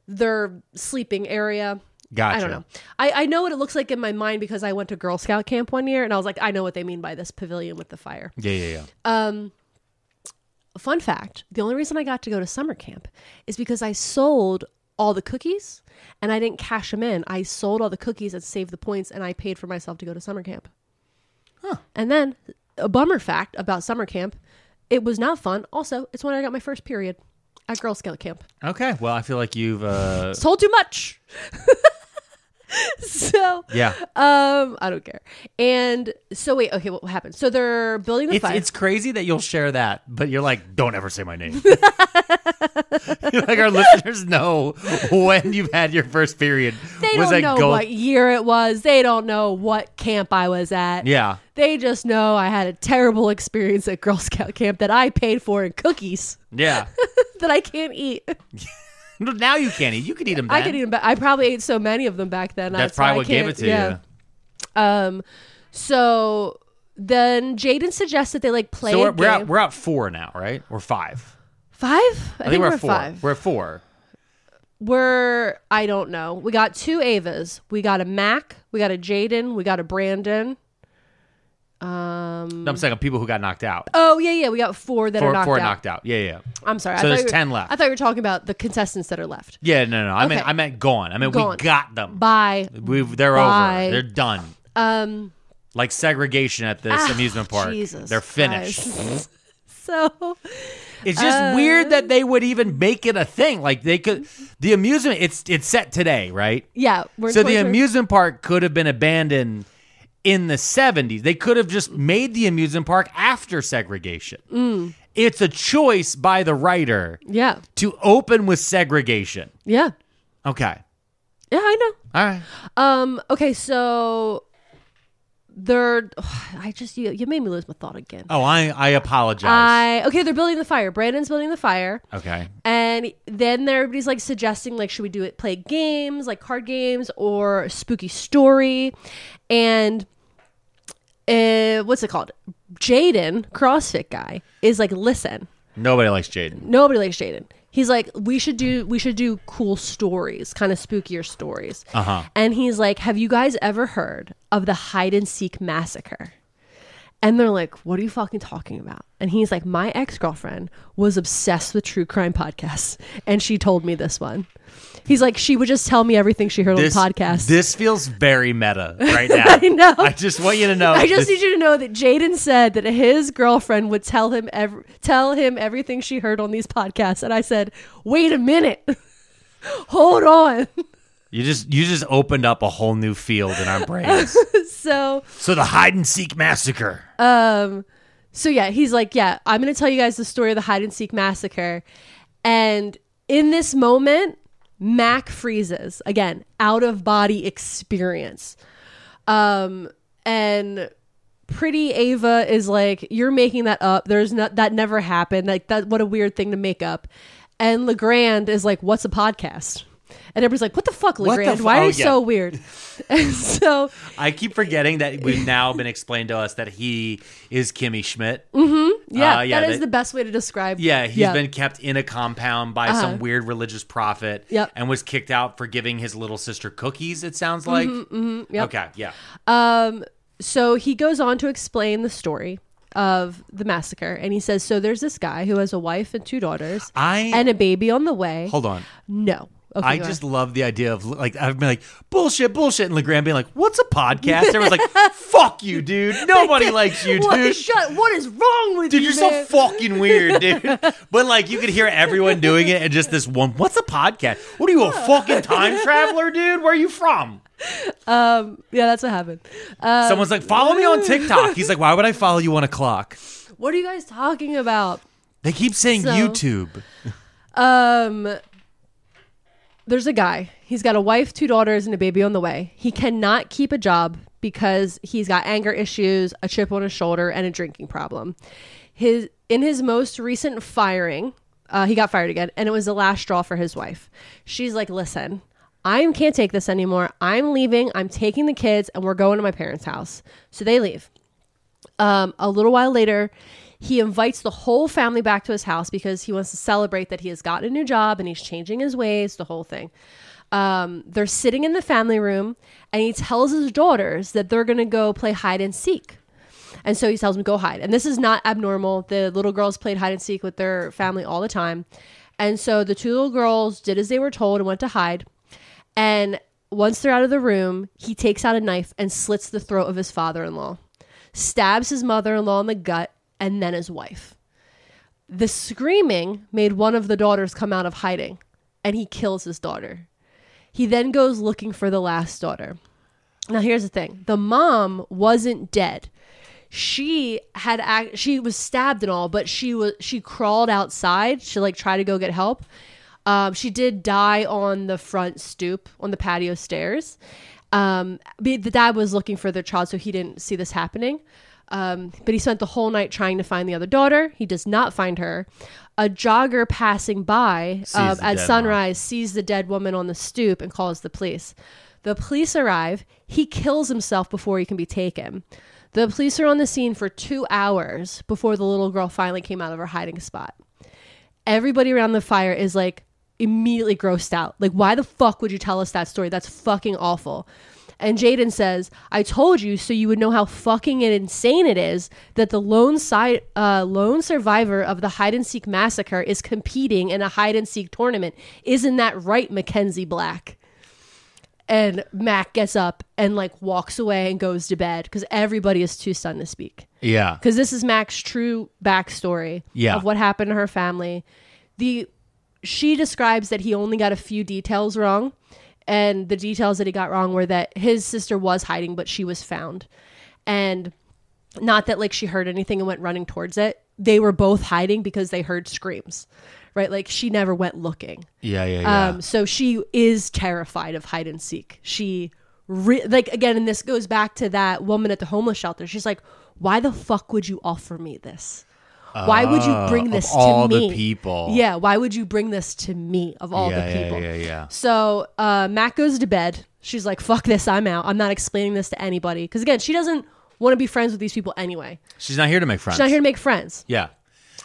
C: their sleeping area. I
D: Gotcha.
C: don't know. I, I know what it looks like in my mind because I went to Girl Scout camp one year and I was like, I know what they mean by this pavilion with the fire.
D: Yeah, yeah, yeah.
C: Um, fun fact the only reason I got to go to summer camp is because I sold all the cookies and I didn't cash them in. I sold all the cookies and saved the points and I paid for myself to go to summer camp. And then a bummer fact about summer camp it was not fun. Also, it's when I got my first period at Girl Scout camp.
D: Okay. Well, I feel like you've. Uh,
C: Sold too much. so.
D: yeah.
C: Um, I don't care. And so wait, okay, what happened? So they're building the
D: It's,
C: fire.
D: it's crazy that you'll share that, but you're like, don't ever say my name. like our listeners know when you've had your first period.
C: they
D: was
C: don't
D: at
C: know
D: Girl-
C: what year it was. They don't know what camp I was at.
D: Yeah.
C: They just know I had a terrible experience at Girl Scout camp that I paid for in cookies
D: Yeah.
C: that I can't eat.
D: now you can't eat. You could eat them.
C: I could eat them, but I probably ate so many of them back then.
D: That's
C: why I
D: probably what gave
C: can't-
D: it to
C: yeah.
D: you.
C: Um, so then Jaden suggests that they like play.
D: So
C: a
D: we're, we're
C: game-
D: at we're at four now, right? Or five?
C: five. I, think, we're,
D: at four.
C: five.
D: We're at four.
C: we're I don't know. We got two Avas. We got a Mac. We got a Jaden. We got a Brandon. Um.
D: No, I'm saying people who got knocked out.
C: Oh yeah, yeah. We got four that
D: four
C: are knocked
D: four
C: out.
D: knocked out. Yeah, yeah.
C: I'm sorry.
D: So
C: I thought
D: there's
C: you were-
D: 10 left.
C: I thought you were talking about the contestants that are left.
D: Yeah, no, no. I meant
C: Okay.
D: I meant gone. I mean
C: Gone.
D: we got them.
C: Bye.
D: We've, they're
C: Bye.
D: over. They're done.
C: Um.
D: Like segregation at this
C: Ah,
D: amusement park.
C: Jesus
D: they're finished.
C: So
D: It's just
C: Uh,
D: weird that they would even make it a thing. Like they could the amusement it's it's set today, right?
C: yeah, we're in
D: So the
C: 2020.
D: amusement park could have been abandoned in the 70s. They could have just made the amusement park after segregation.
C: Mm.
D: It's a choice by the writer
C: Yeah.
D: to open with segregation.
C: Yeah.
D: Okay.
C: Yeah. I know.
D: All right.
C: Um. Okay. So they're. I just you, you made me lose my thought again.
D: Oh, I I apologize.
C: I okay. They're building the fire. Brandon's building the fire.
D: okay.
C: And then there- everybody's like suggesting, like, should we do it, play games, like card games or spooky story? And uh, what's it called? Jaden, CrossFit guy, is like, listen,
D: Nobody likes Jaden.
C: nobody likes Jaden. He's like, we should do, we should do cool stories, kind of spookier stories.
D: Uh-huh.
C: And he's like, have you guys ever heard of the hide and seek massacre? And they're like, what are you fucking talking about? And he's like, my ex girlfriend was obsessed with true crime podcasts, and she told me this one. He's like, she would just tell me everything she heard
D: This
C: on podcasts.
D: This feels very meta right now.
C: I know.
D: I just want you to know.
C: I just
D: this-
C: need you to know that Jaden said that his girlfriend would tell him ev- tell him everything she heard on these podcasts, and I said, "Wait a minute, hold on."
D: you just you just opened up a whole new field in our brains.
C: So,
D: so the hide and seek massacre.
C: um, so yeah, he's like, "Yeah, I'm going to tell you guys the story of the hide and seek massacre," and in this moment, Mac freezes again, out of body experience, um, and pretty Ava is like, "You're making that up. There's not that never happened. Like that. What a weird thing to make up." And Legrand is like, "What's a podcast?" And everybody's like, "What the fuck,
D: the
C: Legrand?
D: fu-
C: Why are
D: oh,
C: you
D: yeah.
C: so weird?" and so,
D: I keep forgetting that we've now been explained to us that he is Kimmy Schmidt.
C: Mm-hmm. yeah,
D: Uh, yeah,
C: that is
D: they-
C: the best way to describe.
D: Yeah, he's
C: he's
D: been kept in a compound by some weird religious prophet
C: Uh-huh. Yep.
D: and was kicked out for giving his little sister cookies, it sounds like.
C: Mm-hmm, yep.
D: Okay, yeah.
C: Um, so he goes on to explain the story of the massacre, and he says, "So there's this guy who has a wife and two daughters,
D: I-
C: and a baby on the way."
D: Hold on.
C: no, okay,
D: I
C: go
D: just
C: on.
D: love the idea of like I've been like bullshit, bullshit, and Legrand being like, "What's a podcast?" Everyone's like, "Fuck you, dude. Nobody likes you,
C: What,
D: dude.
C: shut, what is wrong with
D: Dude,
C: you?
D: you're so
C: man?
D: fucking weird, dude." But like, you could hear everyone doing it, and just this one, "What's a podcast? What are you a fucking time traveler, dude? Where are you from?"
C: Um, yeah, that's what happened. Uh, Um,
D: Someone's like, "Follow me on TikTok." He's like, "Why would I follow you on a clock?"
C: What are you guys talking about?
D: They keep saying
C: So-
D: YouTube.
C: Um, there's a guy. He's got a wife, two daughters, and a baby on the way. He cannot keep a job because he's got anger issues, a chip on his shoulder, and a drinking problem. His in his most recent firing, uh, he got fired again, and it was the last straw for his wife. She's like, "Listen, I can't take this anymore. I'm leaving. I'm taking the kids, and we're going to my parents' house." So they leave. Um, a little while later, he invites the whole family back to his house because he wants to celebrate that he has gotten a new job and he's changing his ways. The whole thing. Um, they're sitting in the family room, and he tells his daughters that they're going to go play hide and seek. And so he tells them go hide. And this is not abnormal. The little girls played hide and seek with their family all the time. And so the two little girls did as they were told and went to hide. And once they're out of the room, he takes out a knife and slits the throat of his father in law, stabs his mother in law in the gut, and then his wife. The screaming made one of the daughters come out of hiding, and he kills his daughter. He then goes looking for the last daughter. Now, here's the thing the mom wasn't dead she had act- she was stabbed and all, but she was she crawled outside. She like tried to go get help. Um, she did die on the front stoop on the patio stairs. Um, be- the dad was looking for their child, so he didn't see this happening. Um, but he spent the whole night trying to find the other daughter. He does not find her. A jogger passing by
D: Sees
C: um,
D: the dead
C: at
D: mom.
C: sunrise sees the dead woman on the stoop and calls the police. The police arrive. He kills himself before he can be taken. The police are on the scene for two hours before the little girl finally came out of her hiding spot. Everybody around the fire is like immediately grossed out. Like, why the fuck would you tell us that story? That's fucking awful. And Jaden says, "I told you so you would know how fucking insane it is that the lone side, uh, lone survivor of the hide and seek massacre is competing in a hide and seek tournament. Isn't that right, Mackenzie Black?" And Mac gets up and like walks away and goes to bed because everybody is too stunned to speak
D: Yeah.
C: because this is Mac's true backstory
D: Yeah.
C: of what happened to her family. The she describes that he only got a few details wrong, and the details that he got wrong were that his sister was hiding, but she was found, and not that like she heard anything and went running towards it. They were both hiding because they heard screams, right? Like she never went looking.
D: Yeah. Yeah.
C: Um, so she is terrified of hide and seek. She re- like again, and this goes back to that woman at the homeless shelter. She's like, "Why the fuck would you offer me this? Why would you
D: Oh,
C: bring
D: of
C: this
D: all
C: to
D: the
C: me?
D: people.
C: Yeah, why would you bring this to me of all
D: Yeah,
C: the
D: yeah,
C: people?
D: yeah, yeah.
C: So uh, Matt goes to bed. She's like, "Fuck this, I'm out. I'm not explaining this to anybody." Because again, she doesn't want to be friends with these people anyway.
D: She's not here to make friends.
C: She's not here to Um, make friends.
D: yeah.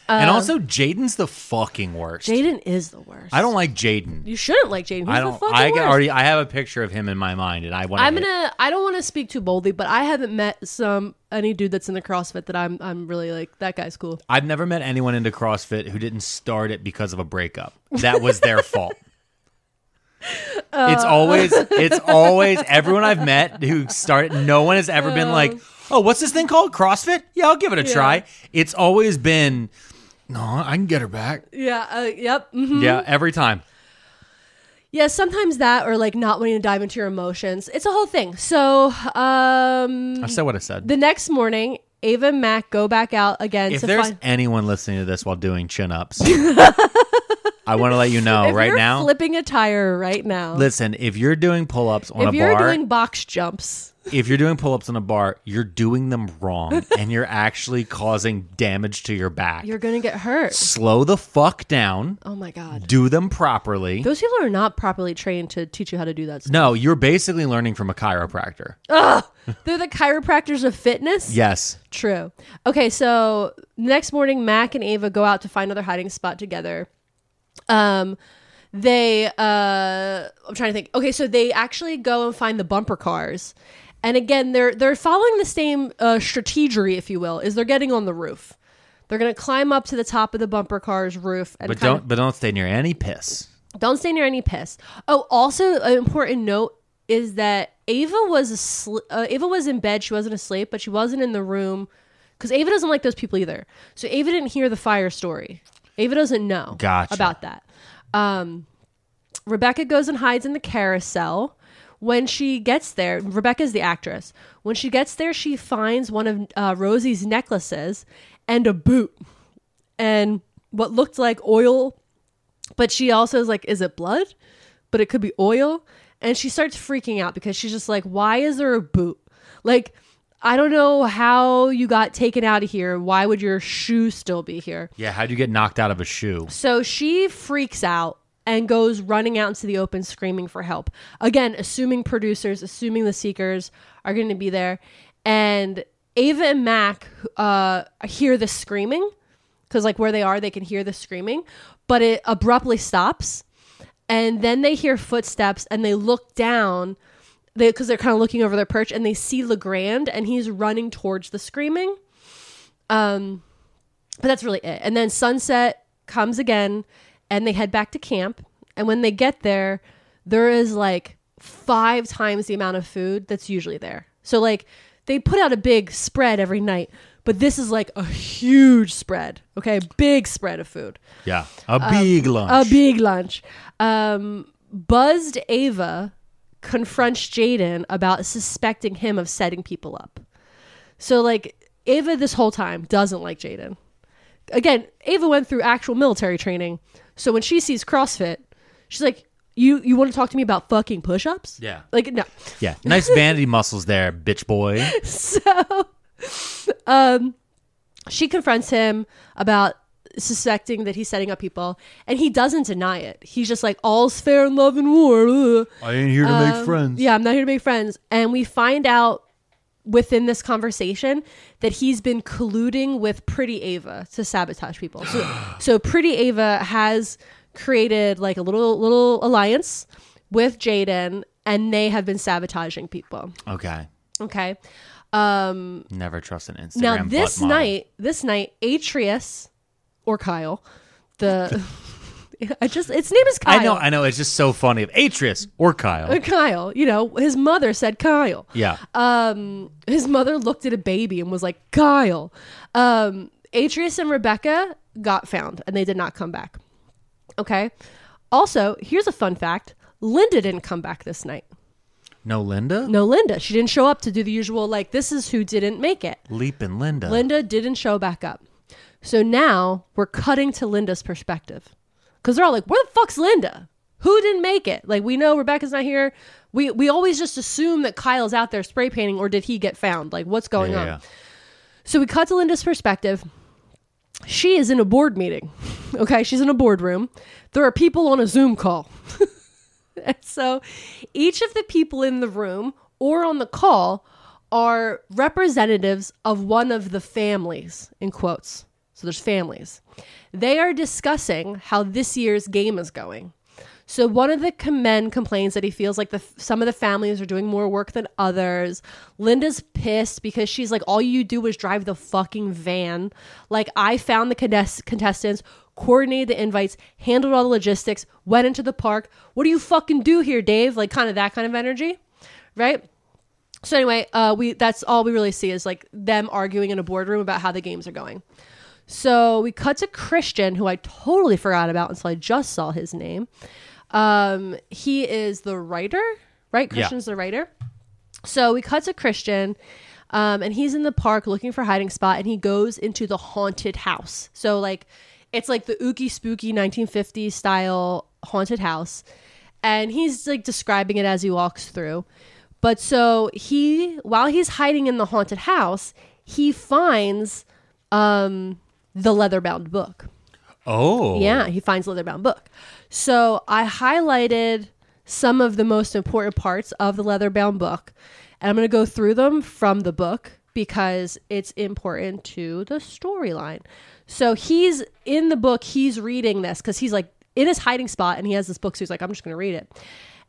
D: and also, Jaden's the fucking worst.
C: Jaden is the worst.
D: I don't like Jaden.
C: You shouldn't like Jaden. He's
D: I
C: The
D: don't.
C: fucking
D: I can
C: worst.
D: already. I have a picture of him in my mind, and I want.
C: I'm gonna. I don't want to speak too boldly, but I haven't met some any dude that's in the CrossFit that I'm. I'm really like that guy's cool.
D: I've never met anyone into CrossFit who didn't start it because of a breakup. That was their fault.
C: Uh.
D: It's always it's always everyone I've met who started no one has ever been like,
C: Uh.
D: "Oh, what's this thing called? CrossFit? Yeah, I'll give it a try." It's always been, "No, I can get her back."
C: Yeah. Uh, yep. mhm.
D: Yeah, every time.
C: Yeah. Sometimes that, or like not wanting to dive into your emotions. It's a whole thing. So, um,
D: I said what I said.
C: the next morning, Ava and Mac go back out again
D: if
C: to
D: there's
C: find.
D: anyone listening to this while doing chin-ups, I want to let you know
C: if
D: right
C: you're
D: now.
C: flipping a tire right now.
D: listen, if you're doing pull-ups on
C: if
D: a
C: you're
D: bar,
C: doing box jumps,
D: if you're doing pull-ups on a bar, you're doing them wrong and you're actually causing damage to your back.
C: you're gonna get hurt.
D: Slow the fuck down.
C: Oh my god.
D: Do them properly.
C: Those people are not properly trained to teach you how to do that.
D: no, you're basically learning from a chiropractor.
C: Oh, They're the chiropractors of fitness.
D: Yes.
C: True. Okay, so next morning, Mac and Ava go out to find another hiding spot together. Um, they, uh, I'm trying to think. Okay, so they actually go and find the bumper cars, and again, they're they're following the same uh, strategery, if you will, is they're getting on the roof. They're gonna climb up to the top of the bumper car's roof and
D: But
C: kind
D: don't but don't stay near any piss.
C: of- don't stay near any piss. Oh, also an important note is that Ava was asl- uh, Ava was in bed. She wasn't asleep, but she wasn't in the room because Ava doesn't like those people either. So Ava didn't hear the fire story. Ava doesn't know
D: Gotcha.
C: about that. Um, Rebecca goes and hides in the carousel. When she gets there, Rebecca's the actress. When she gets there, she finds one of uh, Rosie's necklaces and a boot and what looked like oil, but she also is like, is it blood? But it could be oil. And she starts freaking out because she's just like, why is there a boot? Like, I don't know how you got taken out of here. Why would your shoe still be here?
D: Yeah, how'd you get knocked out of a shoe?
C: So she freaks out and goes running out into the open screaming for help. Again, assuming producers, assuming the seekers are going to be there. And Ava and Mac uh, hear the screaming because, like, where they are, they can hear the screaming, but it abruptly stops. And then they hear footsteps and they look down they because they're kind of looking over their perch and they see Legrand and he's running towards the screaming. Um, but that's really it. And then sunset comes again, and they head back to camp. And when they get there, there is like five times the amount of food that's usually there. So like they put out a big spread every night, but this is like a huge spread. Okay, big spread of food.
D: Yeah, a big lunch.
C: Um, A big lunch. Um, buzzed Ava confronts Jaden about suspecting him of setting people up. So like Ava this whole time doesn't like Jaden. Again, Ava went through actual military training. So when she sees CrossFit, she's like, "You you want to talk to me about fucking push-ups?"
D: Yeah.
C: Like no.
D: yeah, nice vanity muscles there, bitch boy.
C: So um she confronts him about suspecting that he's setting up people and he doesn't deny it. He's just like all's fair in love and war. ugh."
D: I ain't here to make friends.
C: Yeah, I'm not here to make friends. And we find out within this conversation that he's been colluding with Pretty Ava to sabotage people. So, so Pretty Ava has created like a little little alliance with Jaden, and they have been sabotaging people.
D: Okay,
C: Okay. Um,
D: never trust an Instagram.
C: now
D: butt
C: this
D: model.
C: night, this night, Atreus or Kyle, the I just its name is Kyle. Uh,
D: I know, I know. It's just so funny. If Atreus or Kyle,
C: Kyle, you know, his mother said Kyle.
D: yeah,
C: um his mother looked at a baby and was like kyle um atreus and rebecca got found and they did not come back okay also here's a fun fact linda didn't come back this night
D: no Linda,
C: no linda she didn't show up to do the usual like this is who didn't make it
D: Leap and Linda.
C: linda didn't show back up so now we're cutting to linda's perspective because they're all like where the fuck's linda who didn't make it like we know rebecca's not here we we always just assume that kyle's out there spray painting or did he get found like what's going on
D: yeah,
C: so we cut to Linda's perspective. She is in a board meeting. Okay, she's in a boardroom. There are people on a Zoom call. and so each of the people in the room or on the call are representatives of one of the families, in quotes. So there's families. They are discussing how this year's game is going. So one of the com- men complains that he feels like the f- some of the families are doing more work than others. Linda's pissed because she's like, all you do is drive the fucking van. Like I found the condes- contestants, coordinated the invites, handled all the logistics, went into the park. What do you fucking do here, Dave? Like kind of that kind of energy, right? So anyway, uh, we that's all we really see is like them arguing in a boardroom about how the games are going. So we cut to Christian, who I totally forgot about until I just saw his name. Um, he is the writer, right?
D: Yeah.
C: Christian's the writer. So we cut to Christian, um, and he's in the park looking for a hiding spot, and he goes into the haunted house. So like, it's like the ooky spooky 1950s style haunted house, and he's like describing it as he walks through. But so he, while he's hiding in the haunted house, he finds um, the leather bound book.
D: Oh,
C: Yeah, he finds leather bound book. So I highlighted some of the most important parts of the leather bound book, and I'm going to go through them from the book because it's important to the storyline. So he's in the book, he's reading this because he's like in his hiding spot and he has this book, so he's like, I'm just going to read it.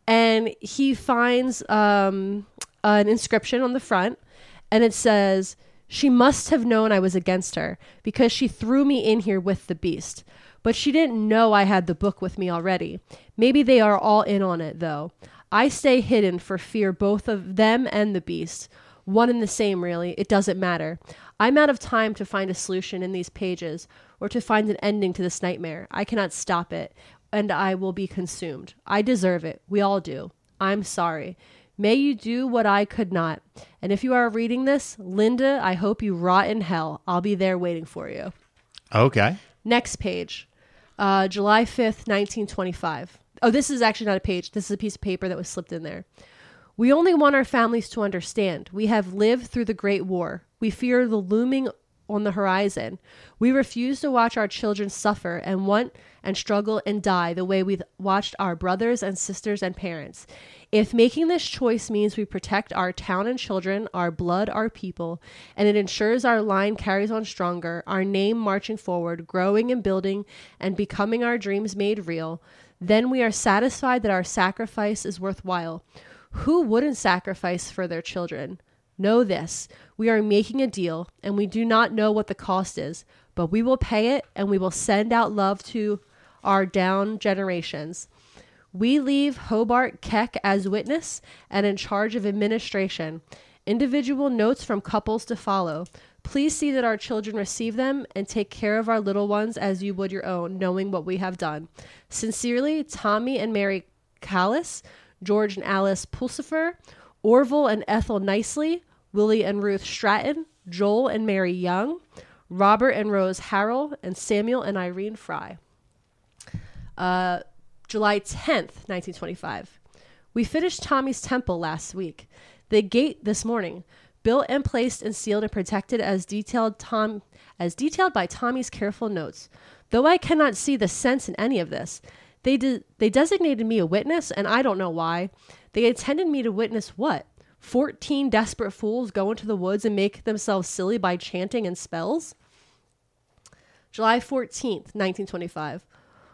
C: And he finds um, an inscription on the front and it says, She must have known I was against her because she threw me in here with the beast. But she didn't know I had the book with me already. Maybe they are all in on it, though. I stay hidden for fear both of them and the beast. One and the same, really. It doesn't matter. I'm out of time to find a solution in these pages or to find an ending to this nightmare. I cannot stop it, and I will be consumed. I deserve it. We all do. I'm sorry. May you do what I could not. And if you are reading this, Linda, I hope you rot in hell. I'll be there waiting for you.
D: Okay,
C: Next page, uh, July 5th, 1925. Oh, this is actually not a page. This is a piece of paper that was slipped in there. We only want our families to understand. We have lived through the Great War. We fear the looming on the horizon. We refuse to watch our children suffer and want and struggle and die the way we've watched our brothers and sisters and parents. If making this choice means we protect our town and children, our blood, our people, and it ensures our line carries on stronger, our name marching forward, growing and building, and becoming our dreams made real, then we are satisfied that our sacrifice is worthwhile. Who wouldn't sacrifice for their children? Know this we are making a deal, and we do not know what the cost is, but we will pay it and we will send out love to our down generations. We leave Hobart Keck as witness and in charge of administration. Individual notes from couples to follow. Please see that our children receive them and take care of our little ones as you would your own, knowing what we have done. Sincerely, Tommy and Mary Callis, George and Alice Pulsifer, Orville and Ethel Nicely, Willie and Ruth Stratton, Joel and Mary Young, Robert and Rose Harrell, and Samuel and Irene Fry. Uh, July 10th, 1925. We finished Tommy's temple last week. The gate this morning, built and placed and sealed and protected as detailed Tom as detailed by Tommy's careful notes. Though I cannot see the sense in any of this, they de- they designated me a witness, and I don't know why. They intended me to witness what? 14 desperate fools go into the woods and make themselves silly by chanting and spells? July 14th, 1925.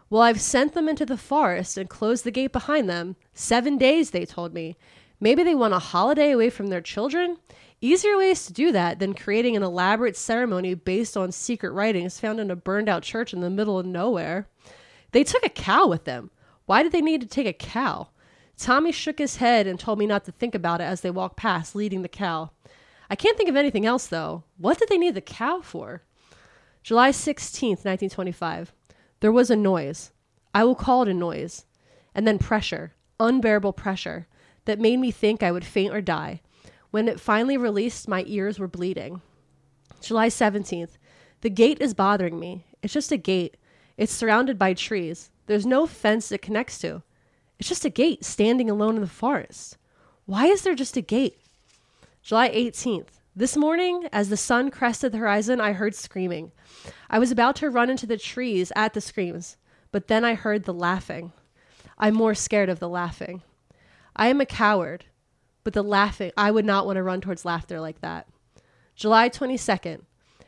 C: Well, I've sent them into the forest and closed the gate behind them. Seven days, they told me. Maybe they want a holiday away from their children? Easier ways to do that than creating an elaborate ceremony based on secret writings found in a burned out church in the middle of nowhere. They took a cow with them. Why did they need to take a cow? Tommy shook his head and told me not to think about it as they walked past, leading the cow. I can't think of anything else, though. What did they need the cow for? July 16th, 1925. There was a noise. I will call it a noise. And then pressure, unbearable pressure, that made me think I would faint or die. When it finally released, my ears were bleeding. July 17th. The gate is bothering me. It's just a gate. It's surrounded by trees. There's no fence it connects to. It's just a gate standing alone in the forest. Why is there just a gate? July 18th. This morning, as the sun crested the horizon, I heard screaming. I was about to run into the trees at the screams, but then I heard the laughing. I'm more scared of the laughing. I am a coward, but the laughing, I would not want to run towards laughter like that. July 22nd.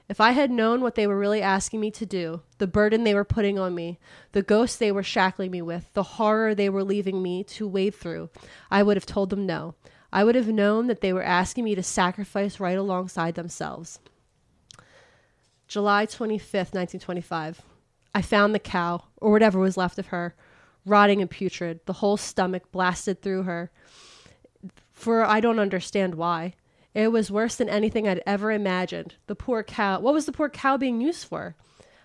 C: If I had known what they were really asking me to do, the burden they were putting on me, the ghosts they were shackling me with, the horror they were leaving me to wade through, I would have told them no. I would have known that they were asking me to sacrifice right alongside themselves. July 25th, 1925. I found the cow, or whatever was left of her, rotting and putrid, the whole stomach blasted through her, for I don't understand why. It was worse than anything I'd ever imagined. The poor cow. What was the poor cow being used for?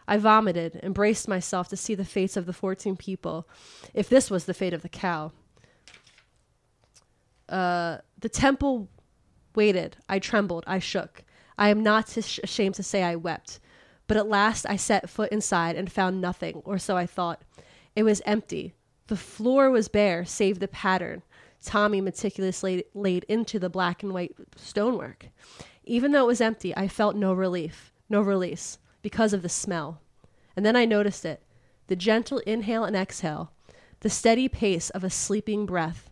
C: I vomited and braced myself to see the fates of the 14 people, if this was the fate of the cow. Uh, the temple waited. I trembled. I shook. I am not to- ashamed to say I wept. But at last I set foot inside and found nothing, or so I thought. It was empty. The floor was bare, save the pattern Tommy meticulously laid into the black and white stonework. Even though it was empty, I felt no relief, no release, because of the smell. And then I noticed it the gentle inhale and exhale, the steady pace of a sleeping breath.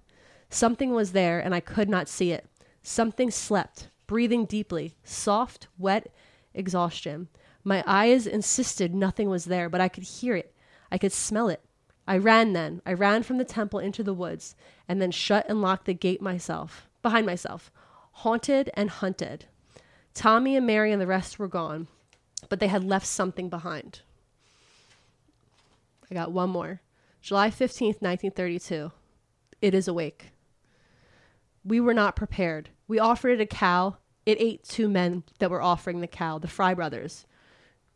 C: Something was there, and I could not see it. Something slept, breathing deeply, soft, wet exhaustion. My eyes insisted nothing was there, but I could hear it. I could smell it. I ran then. I ran from the temple into the woods, and then shut and locked the gate myself, behind myself, haunted and hunted. Tommy and Mary and the rest were gone, but they had left something behind. I got one more. July 15th, 1932. It is awake. We were not prepared. We offered it a cow. It ate two men that were offering the cow, the Fry brothers.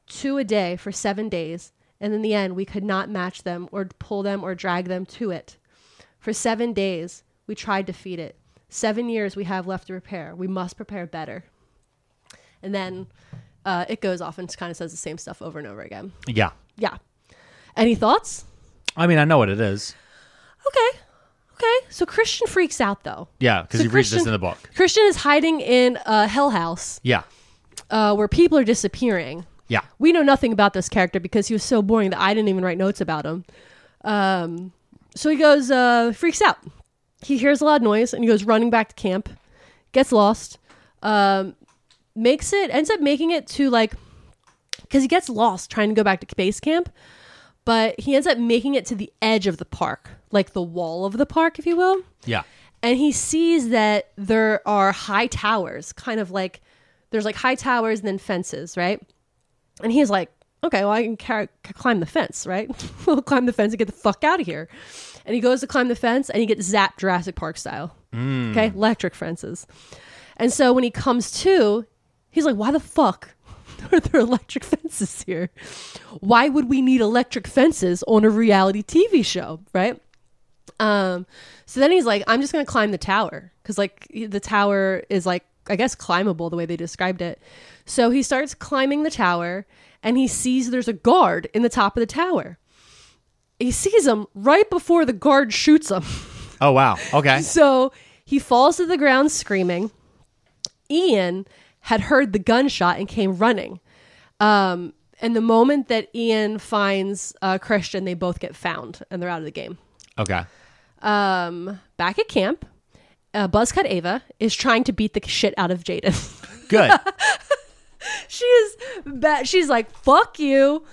C: Two a day for seven days, and in the end, we could not match them or pull them or drag them to it. For seven days, we tried to feed it. Seven years we have left to prepare. We must prepare better. And then uh, it goes off and kind of says the same stuff over and over again.
D: Yeah.
C: Yeah. Any thoughts?
D: I mean, I know what it is.
C: Okay. Okay. So Christian freaks out though.
D: Yeah, because
C: So
D: he reads this
C: Christian-
D: in the book.
C: Christian is hiding in a hell house
D: Yeah,
C: uh, where people are disappearing.
D: yeah.
C: We know nothing about this character because he was so boring that I didn't even write notes about him. Um, so he goes, uh, freaks out. He hears a loud noise and he goes running back to camp, gets lost, um, makes it, ends up making it to like, because he gets lost trying to go back to base camp, but he ends up making it to the edge of the park, like the wall of the park, if you will
D: Yeah.
C: and he sees that there are high towers, kind of like there's like high towers and then fences, right? And he's like, okay, well, I can car- c- climb the fence, right? we'll climb the fence and get the fuck out of here. And he goes to climb the fence and he gets zapped Jurassic Park style. Okay, electric fences. And so when he comes to, he's like, why the fuck are there electric fences here? Why would we need electric fences on a reality TV show, right? Um, so then he's like, I'm just gonna climb the tower because like the tower is like I guess climbable the way they described it. So he starts climbing the tower and he sees there's a guard in the top of the tower. He sees him right before the guard shoots him.
D: Oh wow. Okay.
C: So he falls to the ground screaming. Ian had heard the gunshot and came running. Um, and the moment that Ian finds uh, Christian, they both get found and they're out of the game
D: Okay.
C: um, back at camp, uh, Buzzcut Ava is trying to beat the shit out of Jaden.
D: Good.
C: she is, ba- she's like, "Fuck you,"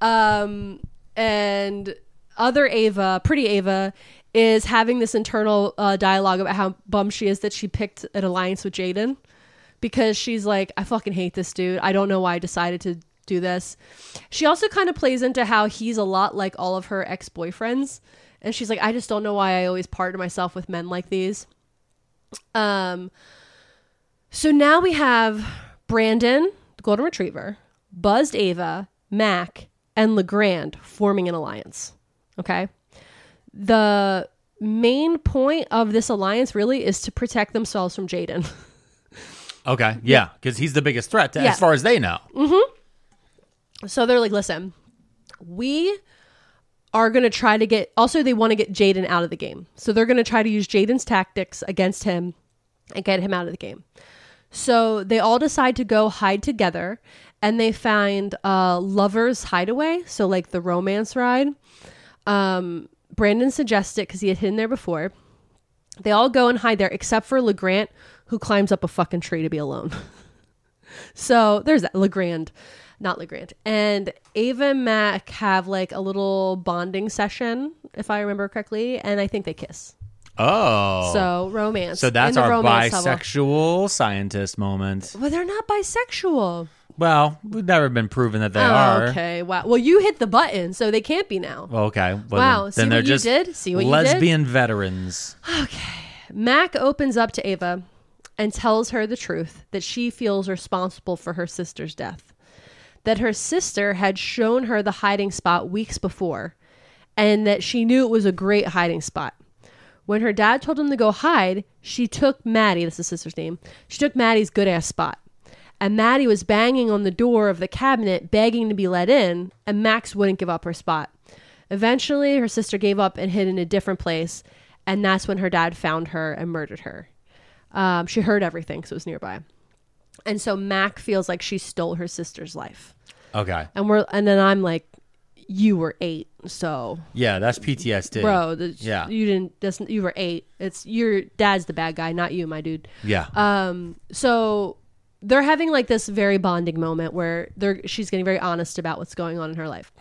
C: um, and other Ava, pretty Ava, is having this internal uh, dialogue about how bummed she is that she picked an alliance with Jaden because she's like, "I fucking hate this dude. I don't know why I decided to." do this. She also kind of plays into how he's a lot like all of her ex-boyfriends and she's like I just don't know why I always partner myself with men like these. Um, so now we have Brandon, the Golden Retriever, Buzzed Ava, Mac, and LeGrand forming an alliance. Okay. The main point of this alliance really is to protect themselves from Jaden.
D: Okay. Yeah, because he's the biggest threat to,
C: Yeah. Mm.
D: as far as they know.
C: so they're like, listen, we are going to try to get, also, they want to get Jaden out of the game. So they're going to try to use Jaden's tactics against him and get him out of the game. So they all decide to go hide together and they find uh, Lover's Hideaway. So, like the romance ride. Um, Brandon suggests it because he had hidden there before. They all go and hide there except for LeGrant, who climbs up a fucking tree to be alone. So there's that Legrand, not Legrand, and Ava and Mac have like a little bonding session, if I remember correctly, and I think they kiss.
D: Oh.
C: So romance.
D: So that's
C: in the
D: our
C: romance level.
D: bisexual scientist moment.
C: Well, they're not bisexual.
D: Well, we've never been proven that they
C: Oh,
D: are.
C: Okay. Wow. Well, you hit the button, so they can't be now.
D: Well, okay. Well,
C: Wow,
D: Then,
C: see
D: then
C: what
D: they're
C: you
D: just
C: did? See what you did?
D: lesbian veterans.
C: Mac opens up to Ava and tells her the truth that she feels responsible for her sister's death. That her sister had shown her the hiding spot weeks before, and that she knew it was a great hiding spot. When her dad told him to go hide, she took Maddie, that's the sister's name, she took Maddie's good ass spot. And Maddie was banging on the door of the cabinet, begging to be let in, and Max wouldn't give up her spot. Eventually, her sister gave up and hid in a different place, and that's when her dad found her and murdered her. Um, she heard everything because it was nearby. And so Mac feels like she stole her sister's life.
D: Okay.
C: And we're and then I'm like, you were eight, so
D: Yeah, that's PTSD.
C: bro, the,
D: Yeah.
C: you didn't. That's you were eight. It's your dad's the bad guy, not you, my dude.
D: Yeah.
C: Um, so they're having like this very bonding moment where they're she's getting very honest about what's going on in her life.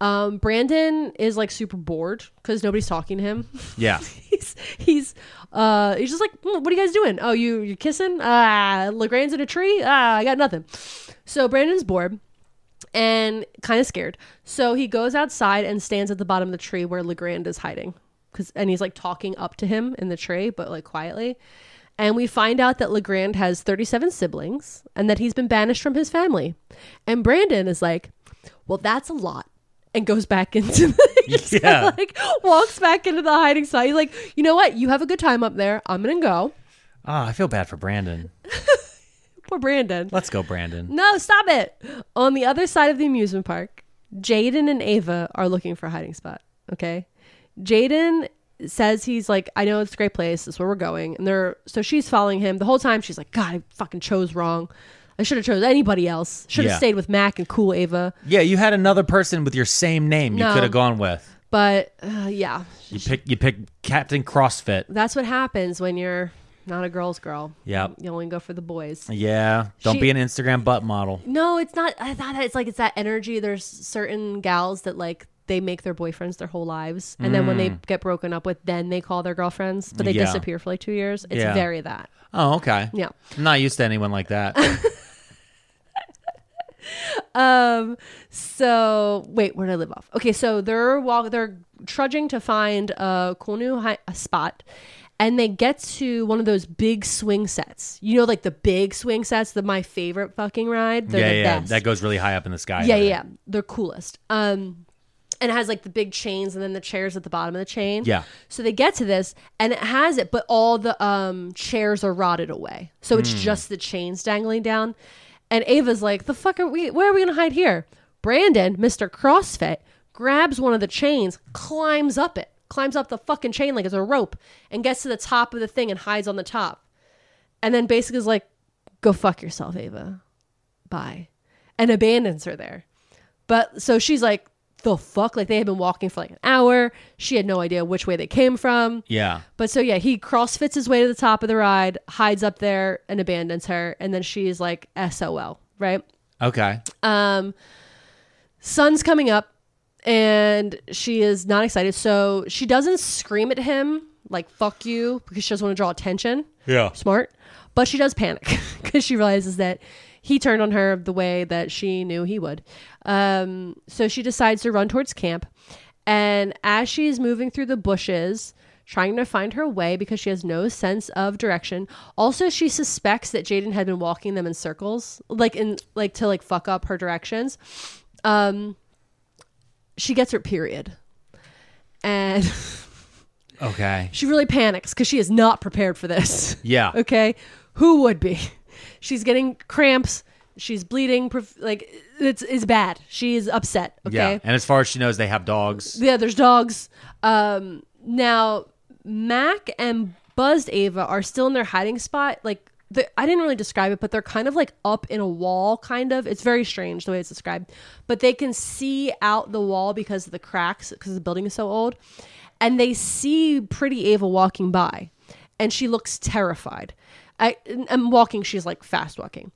C: Um, Brandon is like super bored because nobody's talking to him.
D: yeah.
C: he's he's uh he's just like, "Hmm, what are you guys doing? Oh, you you kissing? Ah, Legrand's in a tree. Ah, I got nothing. So Brandon's bored and kind of scared. So he goes outside and stands at the bottom of the tree where Legrand is hiding. Cause, and he's like talking up to him in the tree, but like quietly. And we find out that Legrand has 37 siblings and that he's been banished from his family. And Brandon is like, well, that's a lot. And goes back into the, he just kinda,
D: Yeah.
C: like walks back into the hiding spot. He's like, you know what? You have a good time up there. I'm going to go.
D: Ah, I feel bad for Brandon.
C: Poor Brandon.
D: Let's go, Brandon.
C: No, stop it. On the other side of the amusement park, Jaden and Ava are looking for a hiding spot. Okay. Jaden says he's like, I know it's a great place. This is where we're going. And they're so she's following him the whole time. She's like, God, I fucking chose wrong. I should have chose anybody else. Should have
D: Yeah.
C: stayed with Mac and Cool Ava.
D: Yeah, you had another person with your same name you
C: No.
D: could have gone with.
C: But uh, yeah,
D: You pick you pick Captain CrossFit.
C: that's what happens when you're not a girl's girl.
D: Yep.
C: You only go for the boys.
D: Yeah, don't
C: She-
D: be an Instagram butt model.
C: No, it's not. I thought that it's like it's that energy. There's certain gals that like they make their boyfriends their whole lives, and then when they get broken up with, then they call their girlfriends, but they
D: Mm. Yeah.
C: disappear for like two years. It's
D: Yeah.
C: very that.
D: Oh, okay.
C: Yeah.
D: I'm not used to anyone like that.
C: So wait, where did I live off? Okay, so they're walk, they're trudging to find a cool new hi- a spot, and they get to one of those big swing sets. You know, like the big swing sets, the my favorite fucking ride. They're
D: yeah,
C: the
D: yeah,
C: best.
D: that goes really high up in the sky.
C: yeah,
D: doesn't it?
C: yeah, they're coolest. Um, and it has like the big chains and then the chairs at the bottom of the chain.
D: Yeah.
C: So they get to this and it has it, but all the um chairs are rotted away, so it's just the chains dangling down. And Ava's like, "The fuck are we? Where are we gonna hide here?" Brandon, Mister CrossFit, grabs one of the chains, climbs up it, climbs up the fucking chain like it's a rope, and gets to the top of the thing and hides on the top. And then basically is like, "Go fuck yourself, Ava. Bye." And abandons her there. But so she's like, the fuck? Like they had been walking for like an hour. She had no idea which way they came from.
D: Yeah.
C: But so yeah, he crossfits his way to the top of the ride, hides up there, and abandons her. And then she's like, SOL, right?
D: Okay.
C: Um, sun's coming up, and she is not excited. So she doesn't scream at him like "fuck you" because she doesn't want to draw attention.
D: Yeah.
C: smart, but she does panic because she realizes that he turned on her the way that she knew he would. Um, so she decides to run towards camp, and as she's moving through the bushes. Trying to find her way because she has no sense of direction. Also, she suspects that Jaden had been walking them in circles, like in like to like fuck up her directions um she gets her period and
D: Okay.
C: she really panics because she is not prepared for this
D: Yeah.
C: okay who would be she's getting cramps she's bleeding prof- like it's, it's bad she is upset okay
D: Yeah. And as far as she knows, they have dogs.
C: yeah, there's dogs. Um, now Mac and Buzzed Ava are still in their hiding spot. Like the, I didn't really describe it, but they're kind of like up in a wall, kind of. It's very strange the way it's described, but they can see out the wall because of the cracks because the building is so old, and they see Pretty Ava walking by, and she looks terrified. I, I'm walking. She's like fast walking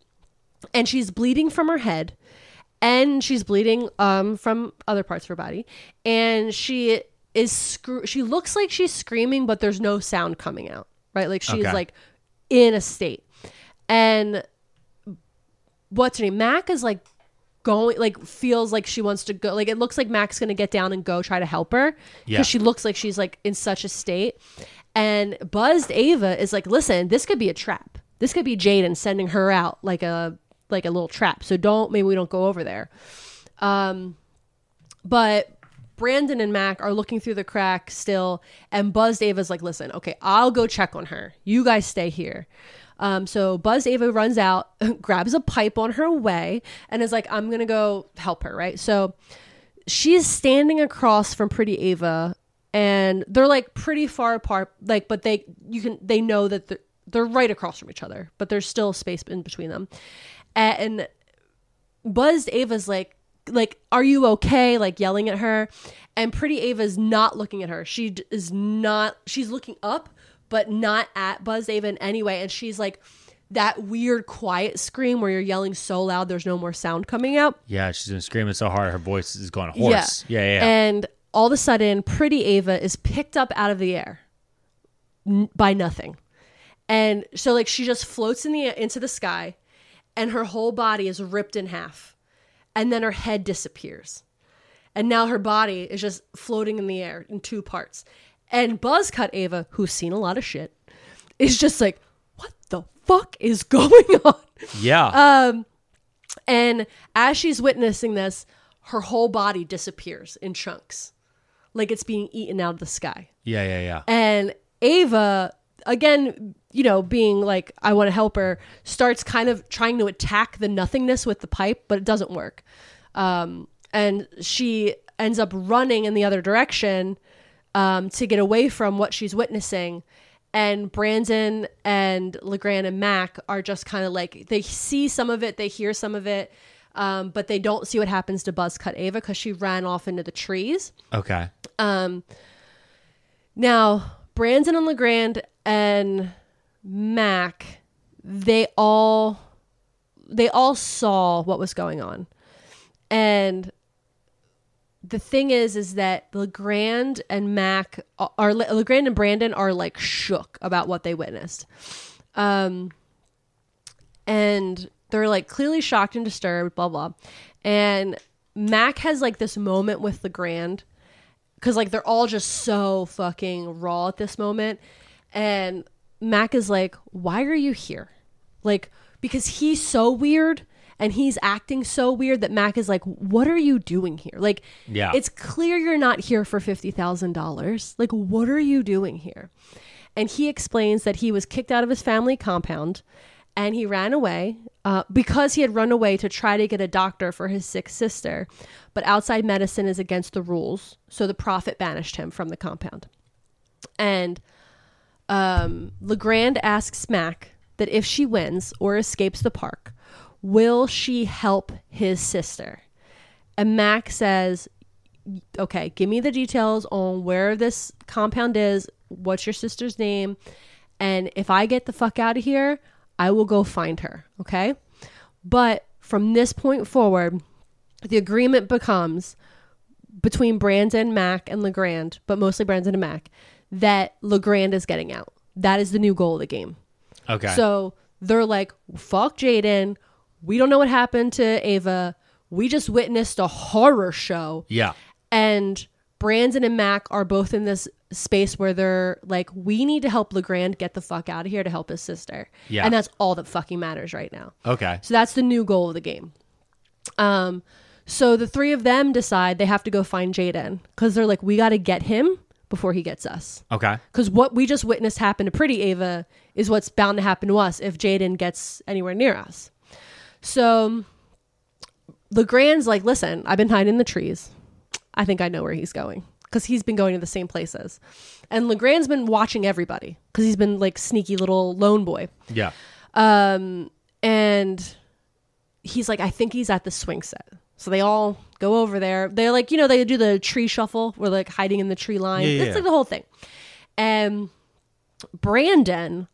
C: and she's bleeding from her head and she's bleeding um from other parts of her body and she is scr- she looks like she's screaming but there's no sound coming out right like she's
D: Okay.
C: like in a state and what's her name mac is like going like feels like she wants to go like it looks like mac's gonna get down and go try to help her because
D: Yeah.
C: she looks like she's like in such a state and buzzed ava is like listen this could be a trap this could be jaden sending her out like a like a little trap so don't maybe we don't go over there um but Brandon and Mac are looking through the crack still, and Buzz Ava's like, "Listen, okay, I'll go check on her. You guys stay here." Um, so Buzz Ava runs out, grabs a pipe on her way, and is like, "I'm gonna go help her." Right, so she's standing across from Pretty Ava, and they're like pretty far apart. Like, but they you can they know that they're, they're right across from each other, but there's still space in between them, and buzzed ava's like like are you okay like yelling at her and pretty ava's not looking at her she d- is not she's looking up but not at buzzed ava in any way and she's like that weird quiet scream where you're yelling so loud there's no more sound coming out
D: Yeah. She's been screaming so hard, her voice is going hoarse. Yeah. Yeah. yeah.
C: and all of a sudden, Pretty Ava is picked up out of the air n- by nothing, and so like she just floats in the air into the sky, and her whole body is ripped in half, and then her head disappears, and now her body is just floating in the air in two parts, and Buzzcut Ava, who's seen a lot of shit, is just like, what the fuck is going on?
D: yeah.
C: uh, And as she's witnessing this, her whole body disappears in chunks, like it's being eaten out of the sky.
D: yeah. Yeah. Yeah.
C: And Ava, again, you know, being like, I want to help her, starts kind of trying to attack the nothingness with the pipe, but it doesn't work. Um, and she ends up running in the other direction um, to get away from what she's witnessing. And Brandon and LeGrand and Mac are just kind of like, they see some of it, they hear some of it, um, but they don't see what happens to Buzzcut Ava because she ran off into the trees.
D: Okay.
C: Um, Now, Brandon and LeGrand and Mac, they all they all saw what was going on. And the thing is is that LeGrand and Mac are LeGrand and Brandon are like shook about what they witnessed. Um and they're like clearly shocked and disturbed, blah blah. And Mac has like this moment with LeGrand because like they're all just so fucking raw at this moment and mac is like why are you here like because he's so weird and he's acting so weird that mac is like what are you doing here like
D: Yeah.
C: it's clear you're not here for $50000 like what are you doing here and he explains that he was kicked out of his family compound and he ran away uh, because he had run away to try to get a doctor for his sick sister but outside medicine is against the rules so the prophet banished him from the compound and um, legrand asks mac that if she wins or escapes the park will she help his sister and mac says okay, give me the details on where this compound is, what's your sister's name, and if I get the fuck out of here, I will go find her, okay? But from this point forward, the agreement becomes between Brandon, Mac, and LeGrand, but mostly Brandon and Mac, that LeGrand is getting out. That is the new goal of the game.
D: Okay.
C: So they're like, fuck Jaden. We don't know what happened to Ava. We just witnessed a horror show
D: yeah.
C: and Brandon and Mac are both in this space where they're like, we need to help Legrand get the fuck out of here to help his sister.
D: Yeah.
C: And that's all that fucking matters right now.
D: Okay.
C: So that's the new goal of the game. Um, so the three of them decide they have to go find Jaden because they're like, we got to get him before he gets us.
D: Okay.
C: Because what we just witnessed happen to Pretty Ava is what's bound to happen to us if Jaden gets anywhere near us. So LeGrand's like, listen, I've been hiding in the trees. I think I know where he's going because he's been going to the same places. And LeGrand's been watching everybody because he's been like sneaky little lone boy.
D: Yeah.
C: Um, and he's like, I think he's at the swing set. So they all go over there. They're like, you know, they do the tree shuffle where like hiding in the tree line.
D: Yeah, yeah,
C: it's
D: yeah.
C: like the whole thing. And Brandon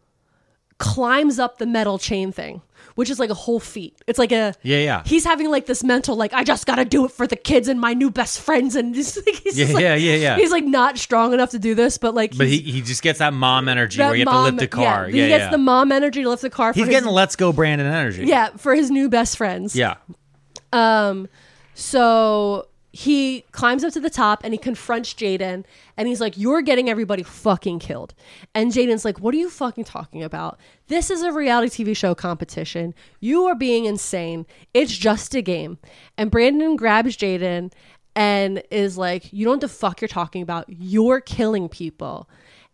C: climbs up the metal chain thing, which is like a whole feat. It's like a
D: Yeah, yeah.
C: He's having like this mental like I just gotta do it for the kids and my new best friends and he's like he's
D: Yeah,
C: just, like-
D: yeah, yeah, yeah.
C: He's like not strong enough to do this, but like
D: But
C: he's- e-
D: he, he just gets that mom energy where you have to lift the car. Yeah,
C: he gets
D: yeah.
C: the mom energy to lift the car. For
D: He's
C: his-
D: getting let's go Brandon energy.
C: yeah for his new best friends.
D: Yeah.
C: Um, so he climbs up to the top and he confronts Jaden and he's like, You're getting everybody fucking killed. And Jaden's like, What are you fucking talking about? This is a reality TV show competition. You are being insane. It's just a game. And Brandon grabs Jaden and is like, You know what the fuck you're talking about? You're killing people.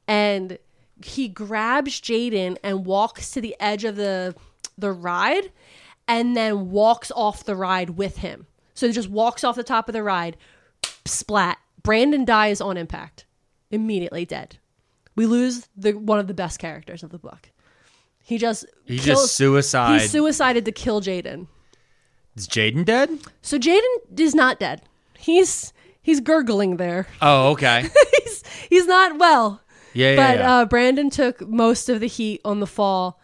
C: And he grabs Jaden and walks to the edge of the the ride and then walks off the ride with him. So he just walks off the top of the ride, splat. Brandon dies on impact, immediately dead. We lose the one of the best characters of the book. He just
D: He just suicide.
C: He suicided to kill Jaden.
D: Is Jaden dead?
C: So Jaden is not dead. He's he's gurgling there.
D: Oh, okay.
C: he's he's not well.
D: Yeah, yeah,
C: But
D: yeah.
C: Uh, Brandon took most of the heat on the fall,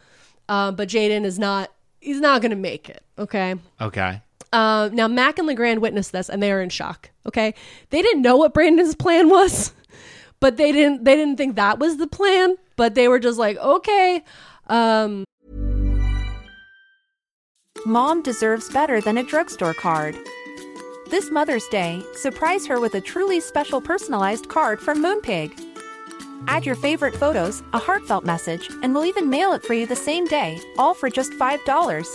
C: uh, but Jaden is not. He's not going to make it. Okay.
D: okay.
C: Uh, now Mac and Legrand witnessed this, and they are in shock. Okay, they didn't know what Brandon's plan was, but they didn't. They didn't think that was the plan. But they were just like, okay. Um,
G: Mom deserves better than a drugstore card. This Mother's Day, surprise her with a truly special personalized card from Moonpig. Add your favorite photos, a heartfelt message, and we'll even mail it for you the same day, all for just $5.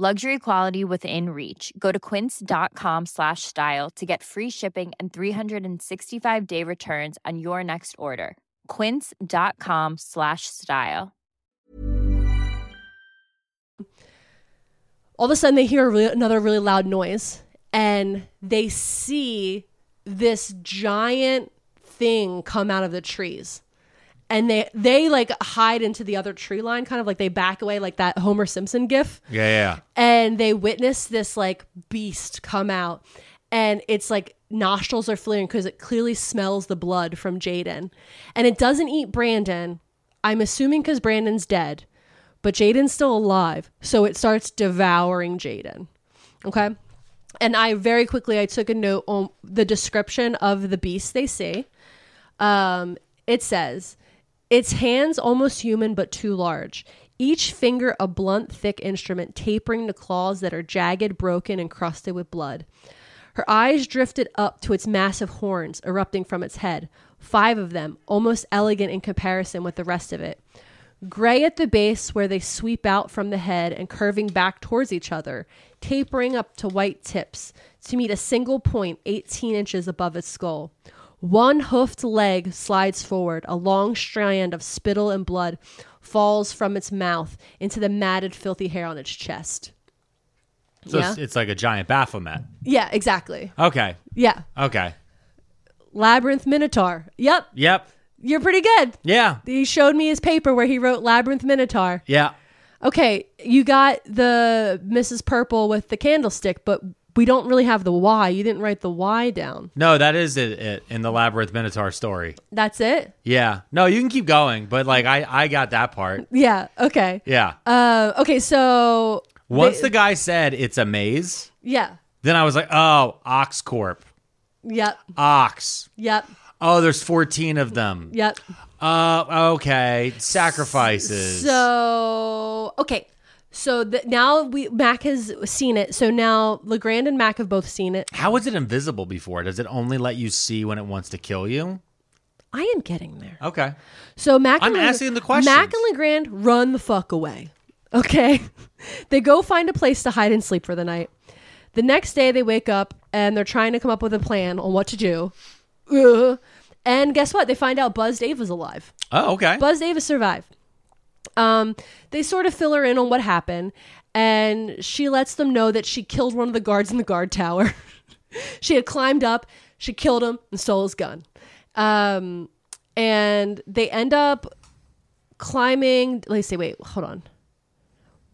A: Luxury quality within reach. Go to quince.com slash style to get free shipping and 365 day returns on your next order. Quince.com slash style.
C: all of a sudden they hear a really, another really loud noise and they see this giant thing come out of the trees and they they like hide into the other tree line kind of like they back away like that homer simpson gif
D: Yeah, yeah.
C: and they witness this like beast come out and it's like nostrils are flaring because it clearly smells the blood from jaden and it doesn't eat brandon i'm assuming because brandon's dead but jaden's still alive so it starts devouring jaden okay and i very quickly i took a note on the description of the beast they see um, it says, its hands almost human but too large. Each finger a blunt, thick instrument tapering to claws that are jagged, broken, and crusted with blood. Her eyes drifted up to its massive horns erupting from its head, five of them, almost elegant in comparison with the rest of it. Gray at the base where they sweep out from the head and curving back towards each other, tapering up to white tips to meet a single point 18 inches above its skull. One hoofed leg slides forward. A long strand of spittle and blood falls from its mouth into the matted, filthy hair on its chest.
D: So it's,
C: Yeah.
D: it's like a giant Baphomet.
C: Yeah, exactly.
D: Okay.
C: Yeah.
D: Okay.
C: Labyrinth Minotaur. Yep.
D: Yep.
C: You're pretty good.
D: Yeah.
C: He showed me his paper where he wrote Labyrinth Minotaur.
D: Yeah.
C: Okay, you got the Mrs. Purple with the candlestick, but we don't really have the why. You didn't write the why down.
D: No, that is it, it in the Labyrinth Minotaur story.
C: That's it?
D: Yeah. No, you can keep going, but like I, I got that part.
C: Yeah, okay.
D: Yeah.
C: Uh, okay, so.
D: Once the guy said it's a maze,
C: Yeah.
D: then I was like, oh, Ox Corp.
C: Yep.
D: Ox.
C: Yep.
D: Oh, there's 14 of them.
C: Yep.
D: Uh, okay. Sacrifices.
C: So okay, so th- now we Mac has seen it. So now Legrand and Mac have both seen it.
D: How is it invisible before? Does it only let you see when it wants to kill you?
C: I am getting there.
D: Okay.
C: So Mac,
D: I'm
C: and Leg-
D: asking the questions.
C: Mac and Legrand run the fuck away. Okay, they go find a place to hide and sleep for the night. The next day they wake up and they're trying to come up with a plan on what to do. Ugh. And guess what? They find out Buzz Dave was alive.
D: Oh, okay.
C: Buzz Davis survived. Um, they sort of fill her in on what happened, and she lets them know that she killed one of the guards in the guard tower. she had climbed up, she killed him, and stole his gun. Um, and they end up climbing. Let's see. Wait, hold on.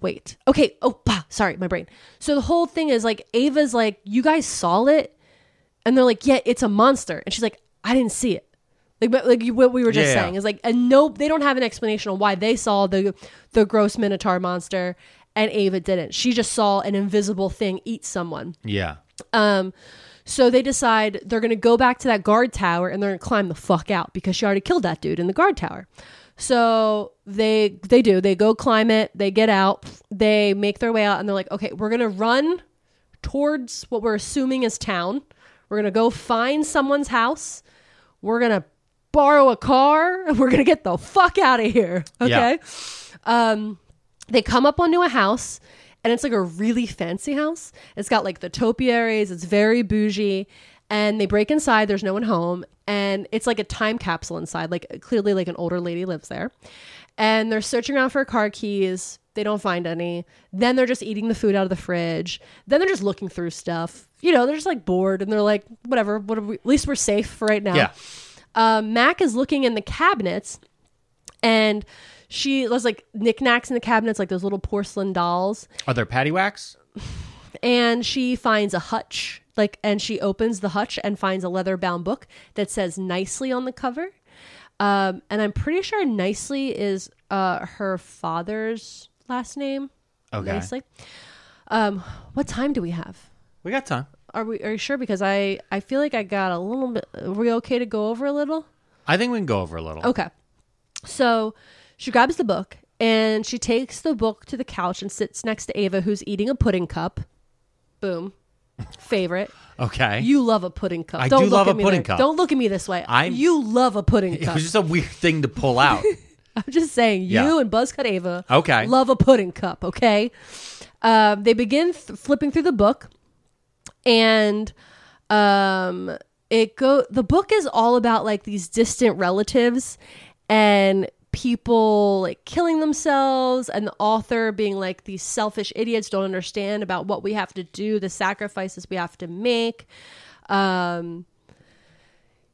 C: Wait. Okay. Oh, bah, sorry, my brain. So the whole thing is like Ava's like, you guys saw it, and they're like, yeah, it's a monster, and she's like, I didn't see it. Like, but like you- what we were just
D: Yeah.
C: saying is like, and nope, they don't have an explanation on why they saw the the gross minotaur monster, and Ava didn't. She just saw an invisible thing eat someone.
D: yeah.
C: Um, so they decide they're going to go back to that guard tower and they're going to climb the fuck out because she already killed that dude in the guard tower. So they they do. They go climb it. They get out. They make their way out and they're like, okay, we're going to run towards what we're assuming is town. We're going to go find someone's house. We're going to borrow a car and we're going to get the fuck out of here. Okay. Um, they come up onto a house and it's like a really fancy house. It's got like the topiaries, it's very bougie. and they break inside. There's no one home, and it's like a time capsule inside. Like clearly, like an older lady lives there, and they're searching around for car keys. They don't find any. Then they're just eating the food out of the fridge. Then they're just looking through stuff. You know, they're just like bored, and they're like, whatever. What are we, at least we're safe for right now.
D: Yeah.
C: Uh, Mac is looking in the cabinets and she there's like knickknacks in the cabinets, like those little porcelain dolls.
D: Are there patty whacks?
C: And she finds a hutch, like, and she opens the hutch and finds a leather bound book that says nicely on the cover. Um, and I'm pretty sure nicely is uh, her father's last name.
D: Okay.
C: Nicely. Um, what time do we have?
D: We got time.
C: Are we? Are you sure? Because I I feel like I got a little bit. Are we okay to go over a little?
D: I think we can go over a little.
C: Okay. So she grabs the book and she takes the book to the couch and sits next to Ava, who's eating a pudding cup. Boom. Favorite.
D: Okay.
C: You love a pudding cup.
D: I
C: Don't
D: do
C: look
D: love
C: at
D: a
C: me
D: pudding
C: like-
D: cup.
C: Don't look at me this way.
D: I'm-
C: you love a pudding
D: it
C: cup.
D: was just a weird thing to pull out.
C: I'm just saying, you
D: Yeah.
C: and Buzzcut Ava
D: Okay.
C: love a pudding cup, okay? Um, they begin th- flipping through the book, and um, it go. The book is all about like these distant relatives and people like killing themselves, and the author being like these selfish idiots don't understand about what we have to do, the sacrifices we have to make. Um,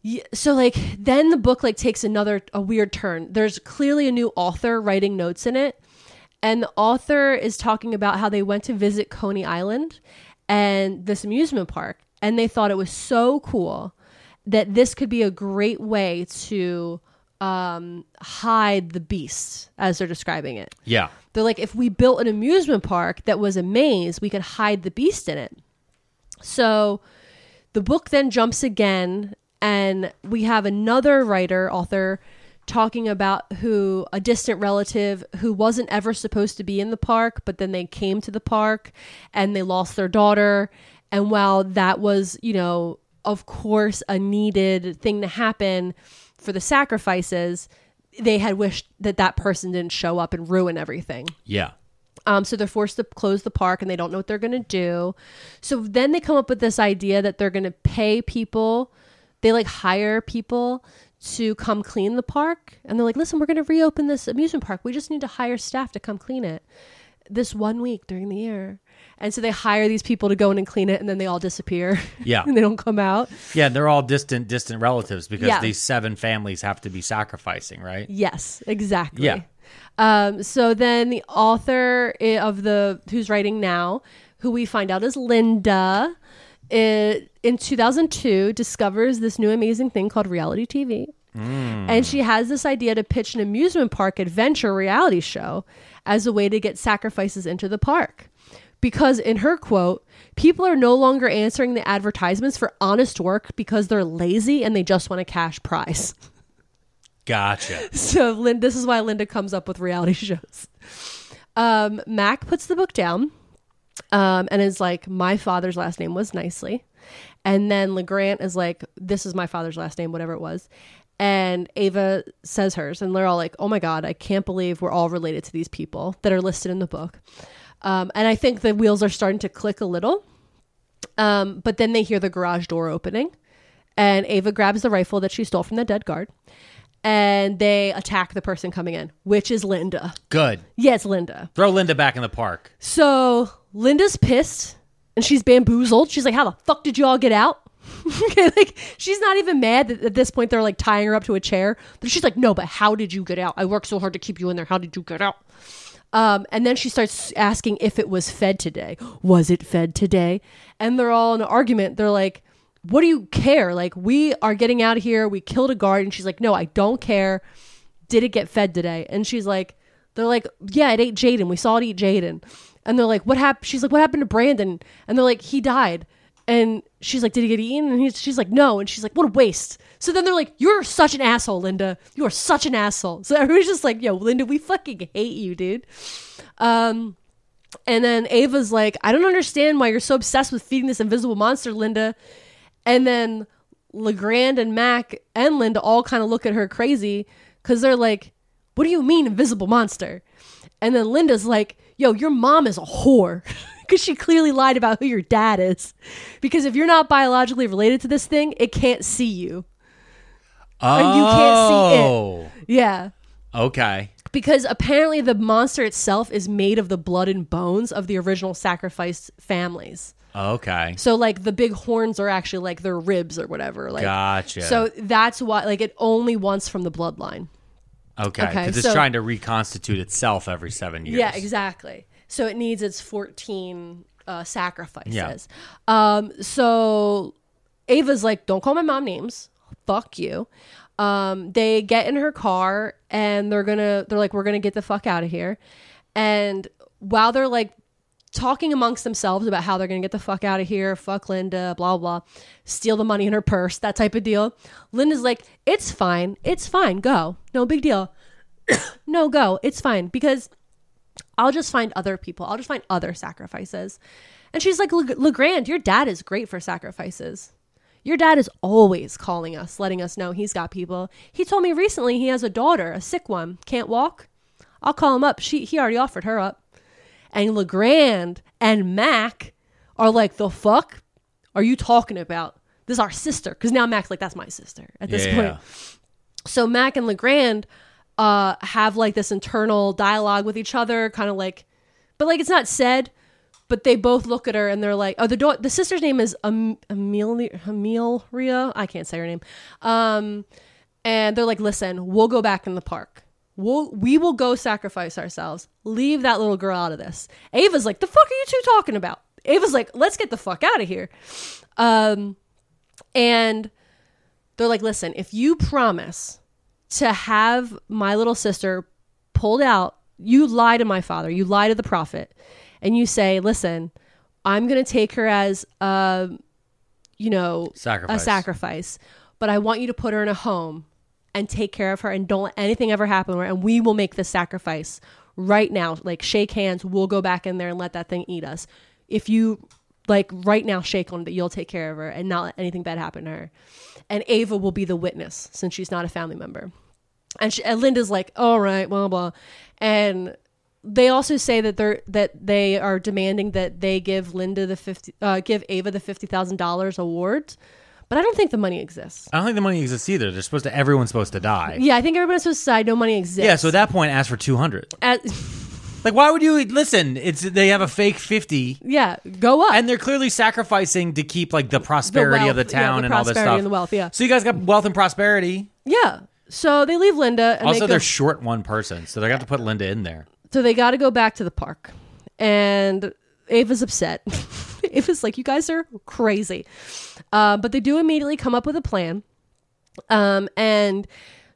C: yeah, so like then the book like takes another a weird turn there's clearly a new author writing notes in it and the author is talking about how they went to visit coney island and this amusement park and they thought it was so cool that this could be a great way to um, hide the beast as they're describing it
D: yeah.
C: they're like, if we built an amusement park that was a maze, we could hide the beast in it. So the book then jumps again, and we have another writer, author, talking about who a distant relative who wasn't ever supposed to be in the park, but then they came to the park and they lost their daughter. And while that was, you know, of course, a needed thing to happen for the sacrifices, they had wished that that person didn't show up and ruin everything.
D: Yeah.
C: Um, so they're forced to close the park and they don't know what they're going to do. So then they come up with this idea that they're going to pay people, they like hire people to come clean the park. And they're like, listen, we're going to reopen this amusement park. We just need to hire staff to come clean it this one week during the year. And so they hire these people to go in and clean it and then they all disappear.
D: Yeah.
C: and they don't come out.
D: Yeah, and they're all distant, distant relatives because
C: Yeah.
D: these seven families have to be sacrificing, right?
C: Yes, exactly.
D: Yeah.
C: Um, so then the author i- of the who's writing now, who we find out is Linda, i- in 2002 discovers this new amazing thing called reality TV.
D: Hmm.
C: And she has this idea to pitch an amusement park adventure reality show as a way to get sacrifices into the park. Because, in her quote, people are no longer answering the advertisements for honest work because they're lazy and they just want a cash prize.
D: Gotcha.
C: So Lin- this is why Linda comes up with reality shows. Um, Mac puts the book down um, and is like, my father's last name was Nicely. And then LeGrant is like, this is my father's last name, whatever it was. And Ava says hers. And they're all like, oh my God, I can't believe we're all related to these people that are listed in the book. Um, and I think the wheels are starting to click a little. Um, but then they hear the garage door opening, and Ava grabs the rifle that she stole from the dead guard, and they attack the person coming in, which is Linda.
D: Good.
C: Yeah, it's Linda.
D: Throw Linda back in the park.
C: So Linda's pissed, and she's bamboozled. She's like, "How the fuck did you all get out?" okay, like she's not even mad that at this point they're like tying her up to a chair, but she's like, "No, but how did you get out? I worked so hard to keep you in there. How did you get out?" Um, and then she starts asking if it was fed today. Was it fed today? And they're all in an argument. They're like, what do you care? Like, we are getting out of here. We killed a guard. And she's like, no, I don't care. Did it get fed today? And she's like, they're like, yeah, it ate Jaden. We saw it eat Jaden. And they're like, what happened? She's like, what happened to Brandon? And they're like, he died. And she's like, did he get eaten? And he's, she's like, no. And she's like, what a waste. So then they're like, you're such an asshole, Linda. You are such an asshole. So everybody's just like, yo, Linda, we fucking hate you, dude. Um, and then Ava's like, I don't understand why you're so obsessed with feeding this invisible monster, Linda. And then LeGrand and Mac and Linda all kind of look at her crazy because they're like, What do you mean, invisible monster? And then Linda's like, Yo, your mom is a whore. because she clearly lied about who your dad is. Because if you're not biologically related to this thing, it can't see you. And you can't see it. Yeah.
D: Oh. Okay.
C: Because apparently the monster itself is made of the blood and bones of the original sacrificed families.
D: Okay.
C: So like the big horns are actually like their ribs or whatever. Like
D: Gotcha.
C: So that's why like it only wants from the bloodline.
D: Okay. Because
C: Okay,
D: it's
C: so-
D: trying to reconstitute itself every seven years.
C: Yeah, exactly. So it needs its 14 uh, sacrifices. Um, so Ava's like, don't call my mom names. Fuck you. Um, they get in her car and they're gonna, they're like, we're gonna get the fuck out of here. And while they're like talking amongst themselves about how they're gonna get the fuck out of here, fuck Linda, blah, blah, steal the money in her purse, that type of deal. Linda's like, it's fine, it's fine, go. No big deal. no, go, it's fine. Because I'll just find other people. I'll just find other sacrifices. And she's like, "Le- LeGrand, your dad is great for sacrifices. Your dad is always calling us, letting us know he's got people. He told me recently he has a daughter, a sick one, can't walk. I'll call him up. She he already offered her up. And LeGrand and Mac are like, the fuck are you talking about? This is our sister. Because now Mac's like, that's my sister at this
D: Yeah.
C: point so Mac and Legrand uh, have like this internal dialogue with each other, kind of like, but like it's not said. But they both look at her and they're like, "Oh, the do- the sister's name is um, Emil- Amelia. I can't say her name." Um, and they're like, "Listen, we'll go back in the park. We'll we will go sacrifice ourselves. Leave that little girl out of this." Ava's like, "The fuck are you two talking about?" Ava's like, "Let's get the fuck out of here." Um, and they're like, listen, if you promise to have my little sister pulled out, you lie to my father, you lie to the prophet, and you say, listen, I'm going to take her as a, you know,
D: Sacrifice.
C: a sacrifice, but I want you to put her in a home and take care of her and don't let anything ever happen to her, and we will make this sacrifice right now. Like, shake hands, we'll go back in there and let that thing eat us. If you, like, right now, shake on that you'll take care of her and not let anything bad happen to her and Ava will be the witness since she's not a family member. And, she, and Linda's like, all right, blah blah, and they also say that they're that they are demanding that they give Linda the fifty, uh, give Ava the fifty thousand dollars award, but I don't think the money exists.
D: I don't think the money exists either. They're supposed to. Everyone's supposed to die.
C: Yeah, I think everybody's supposed to decide no money exists.
D: Yeah. So at that point, ask for two hundred.
C: As-
D: Like, why would you listen? It's they have a fake fifty,
C: yeah, go up.
D: and they're clearly sacrificing to keep like the prosperity of the
C: wealth, yeah,
D: town
C: the
D: and all this
C: prosperity
D: stuff.
C: and the wealth, yeah.
D: So you guys got wealth and prosperity.
C: yeah, so they leave Linda. And they
D: also,
C: go-
D: they're short one person, so they got to put Linda in there.
C: So they got to go back to the park. And Ava's upset. Ava's like, you guys are crazy. Uh, but they do immediately come up with a plan. Um, and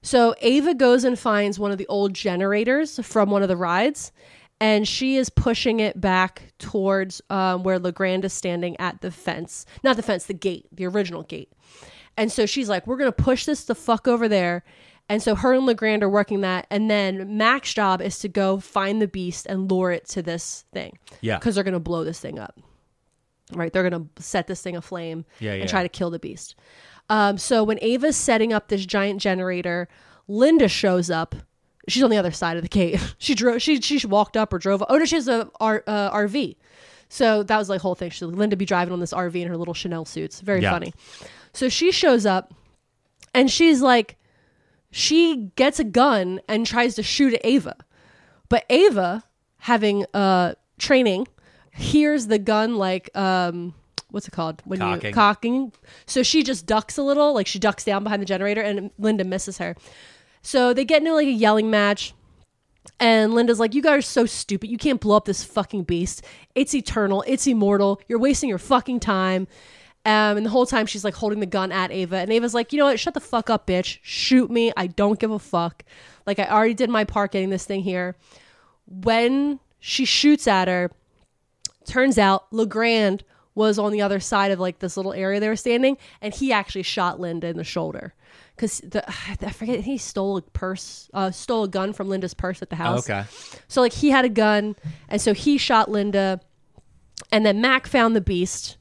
C: so Ava goes and finds one of the old generators from one of the rides. And she is pushing it back towards um, where LeGrand is standing at the fence. Not the fence, the gate, the original gate. And so she's like, we're going to push this the fuck over there. And so her and LeGrand are working that. And then Mac's job is to go find the beast and lure it to this thing.
D: Yeah.
C: Because they're going to blow this thing up. Right? They're going to set this thing aflame
D: Yeah, yeah.
C: and try to kill the beast. Um, so when Ava's setting up this giant generator, Linda shows up. She's on the other side of the gate. she drove. She she walked up or drove. Oh no, she has a R, uh, RV. So that was like whole thing. She Linda be driving on this RV in her little Chanel suits. Very
D: Yeah.
C: funny. So she shows up, and she's like, she gets a gun and tries to shoot at Ava, but Ava, having uh training, hears the gun like um what's it called when
D: Cocking.
C: you cocking. So she just ducks a little, like she ducks down behind the generator, and Linda misses her. So they get into like a yelling match. And Linda's like, You guys are so stupid. You can't blow up this fucking beast. It's eternal. It's immortal. You're wasting your fucking time. Um, and the whole time she's like holding the gun at Ava. And Ava's like, You know what? Shut the fuck up, bitch. Shoot me. I don't give a fuck. Like, I already did my part getting this thing here. When she shoots at her, turns out LeGrand was on the other side of like this little area they were standing, and he actually shot Linda in the shoulder because I forget he stole a purse, uh, stole a gun from Linda's purse at the house.
D: Okay.
C: So like he had a gun, and so he shot Linda, and then Mac found the beast,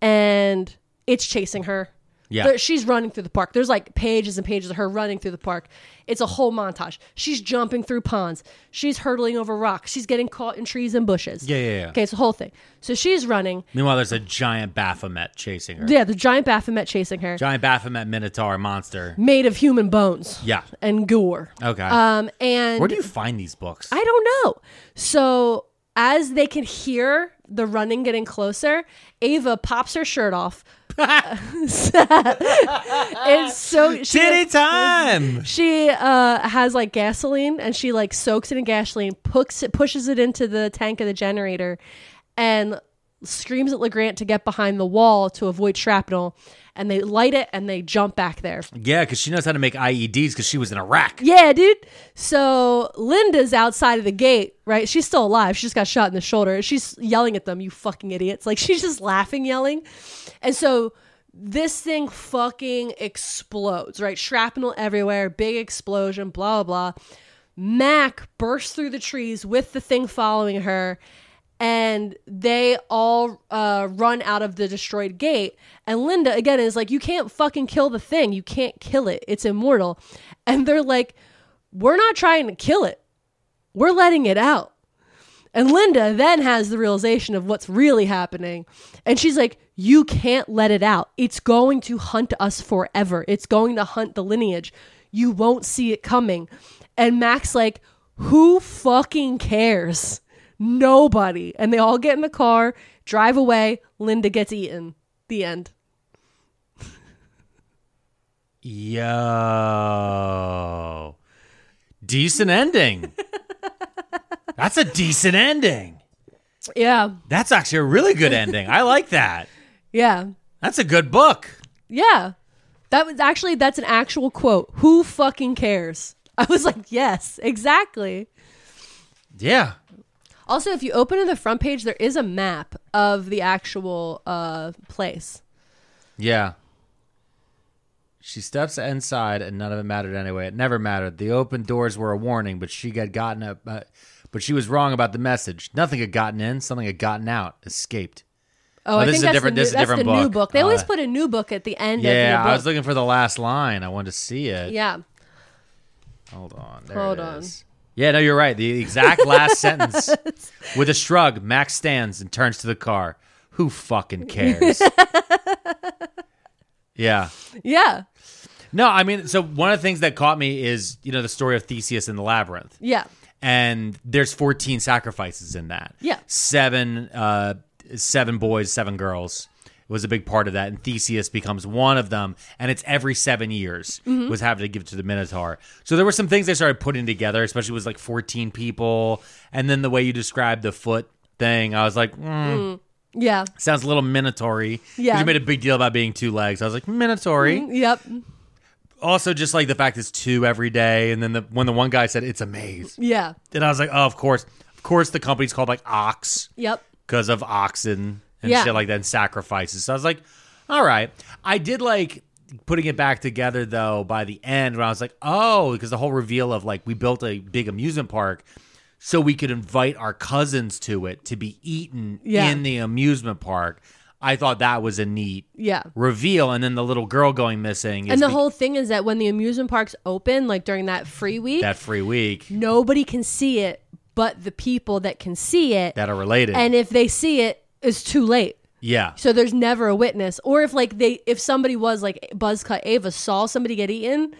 C: and it's chasing her.
D: Yeah.
C: There- she's running through the park. There's like pages and pages of her running through the park. It's a whole montage. She's jumping through ponds. She's hurtling over rocks. She's getting caught in trees and bushes.
D: Yeah, yeah, yeah.
C: Okay, it's a whole thing. So she's running.
D: Meanwhile, there's a giant Baphomet chasing her.
C: Yeah, the giant Baphomet chasing her,
D: Giant Baphomet Minotaur monster.
C: made of human bones
D: Yeah.
C: and gore.
D: Okay.
C: Um, and
D: Where do you find these books?
C: I don't know. So as they can hear the running getting closer, Ava pops her shirt off. and so she
D: Titty time!
C: she uh, has like gasoline and she like soaks it in gasoline, pucks it, pushes it into the tank of the generator, and screams at LeGrant to get behind the wall to avoid shrapnel. And they light it and they jump back there.
D: Yeah, because she knows how to make IEDs because she was in Iraq.
C: Yeah, dude. So Linda's outside of the gate, right? She's still alive. She just got shot in the shoulder. She's yelling at them, you fucking idiots. Like she's just laughing, yelling. And so this thing fucking explodes, right? Shrapnel everywhere, big explosion, blah, blah, blah. Mac bursts through the trees with the thing following her, and they all uh, run out of the destroyed gate. And Linda, again, is like, You can't fucking kill the thing. You can't kill it. It's immortal. And they're like, We're not trying to kill it, we're letting it out. And Linda then has the realization of what's really happening. And she's like, You can't let it out. It's going to hunt us forever. It's going to hunt the lineage. You won't see it coming. And Mac's like, Who fucking cares? Nobody. And they all get in the car, drive away. Linda gets eaten. The end.
D: Yo. Decent ending. That's a decent ending.
C: Yeah.
D: That's actually a really good ending. I like that.
C: Yeah.
D: That's a good book.
C: Yeah. That was actually that's an actual quote. Who fucking cares? I was like, yes, exactly.
D: Yeah.
C: Also, if you open to the front page, there is a map of the actual uh, place.
D: Yeah. She steps inside, and none of it mattered anyway. It never mattered. The open doors were a warning, but she had gotten up. Uh, but she was wrong about the message. Nothing had gotten in. Something had gotten out. Escaped.
C: Oh,
D: Oh,
C: I
D: this
C: think
D: is a
C: that's
D: different-
C: The new,
D: this is a
C: that's
D: different
C: the new
D: book.
C: book. They always
D: Uh,
C: put a new book at the end.
D: yeah,
C: of the
D: I
C: book.
D: was looking for the last line. I wanted to see it.
C: yeah,
D: Hold on. There
C: Hold
D: it
C: on.
D: is. Yeah, no, you're right. The exact last sentence. With a shrug, Max stands and turns to the car. Who fucking cares? yeah.
C: yeah,
D: No, I mean, so one of the things that caught me is, you know, the story of Theseus in the labyrinth.
C: yeah,
D: And there's 14 sacrifices in that.
C: Yeah.
D: Seven uh seven boys, seven girls was a big part of that and Theseus becomes one of them and it's every 7 years
C: Mm-hmm.
D: was having to give to the Minotaur. So there were some things they started putting together, especially with like 14 people and then the way you described the foot thing, I was like, mm,
C: yeah.
D: sounds a little minotaury. 'Cause
C: Yeah. Mm-hmm.
D: You made a big deal about being two legs. I was like, minotaury
C: Yep.
D: also just like the fact it's two every day and then the when the one guy said it's a maze
C: Yeah.
D: then i was like oh of course of course the company's called like ox
C: Yep.
D: because of oxen and
C: Yeah.
D: shit like that and sacrifices so i was like all right i did like putting it back together though by the end when i was like oh because the whole reveal of like we built a big amusement park so we could invite our cousins to it to be eaten
C: Yeah.
D: in the amusement park i thought that was a neat
C: Yeah.
D: reveal and then the little girl going missing is
C: And the
D: be-
C: whole thing is that when the amusement parks open, like during that free week,
D: that free week
C: nobody can see it but the people that can see it.
D: that are related.
C: and if they see it, it's too late.
D: yeah,
C: So there's never a witness. Or if like they if somebody was like Buzzcut Ava saw somebody get eaten,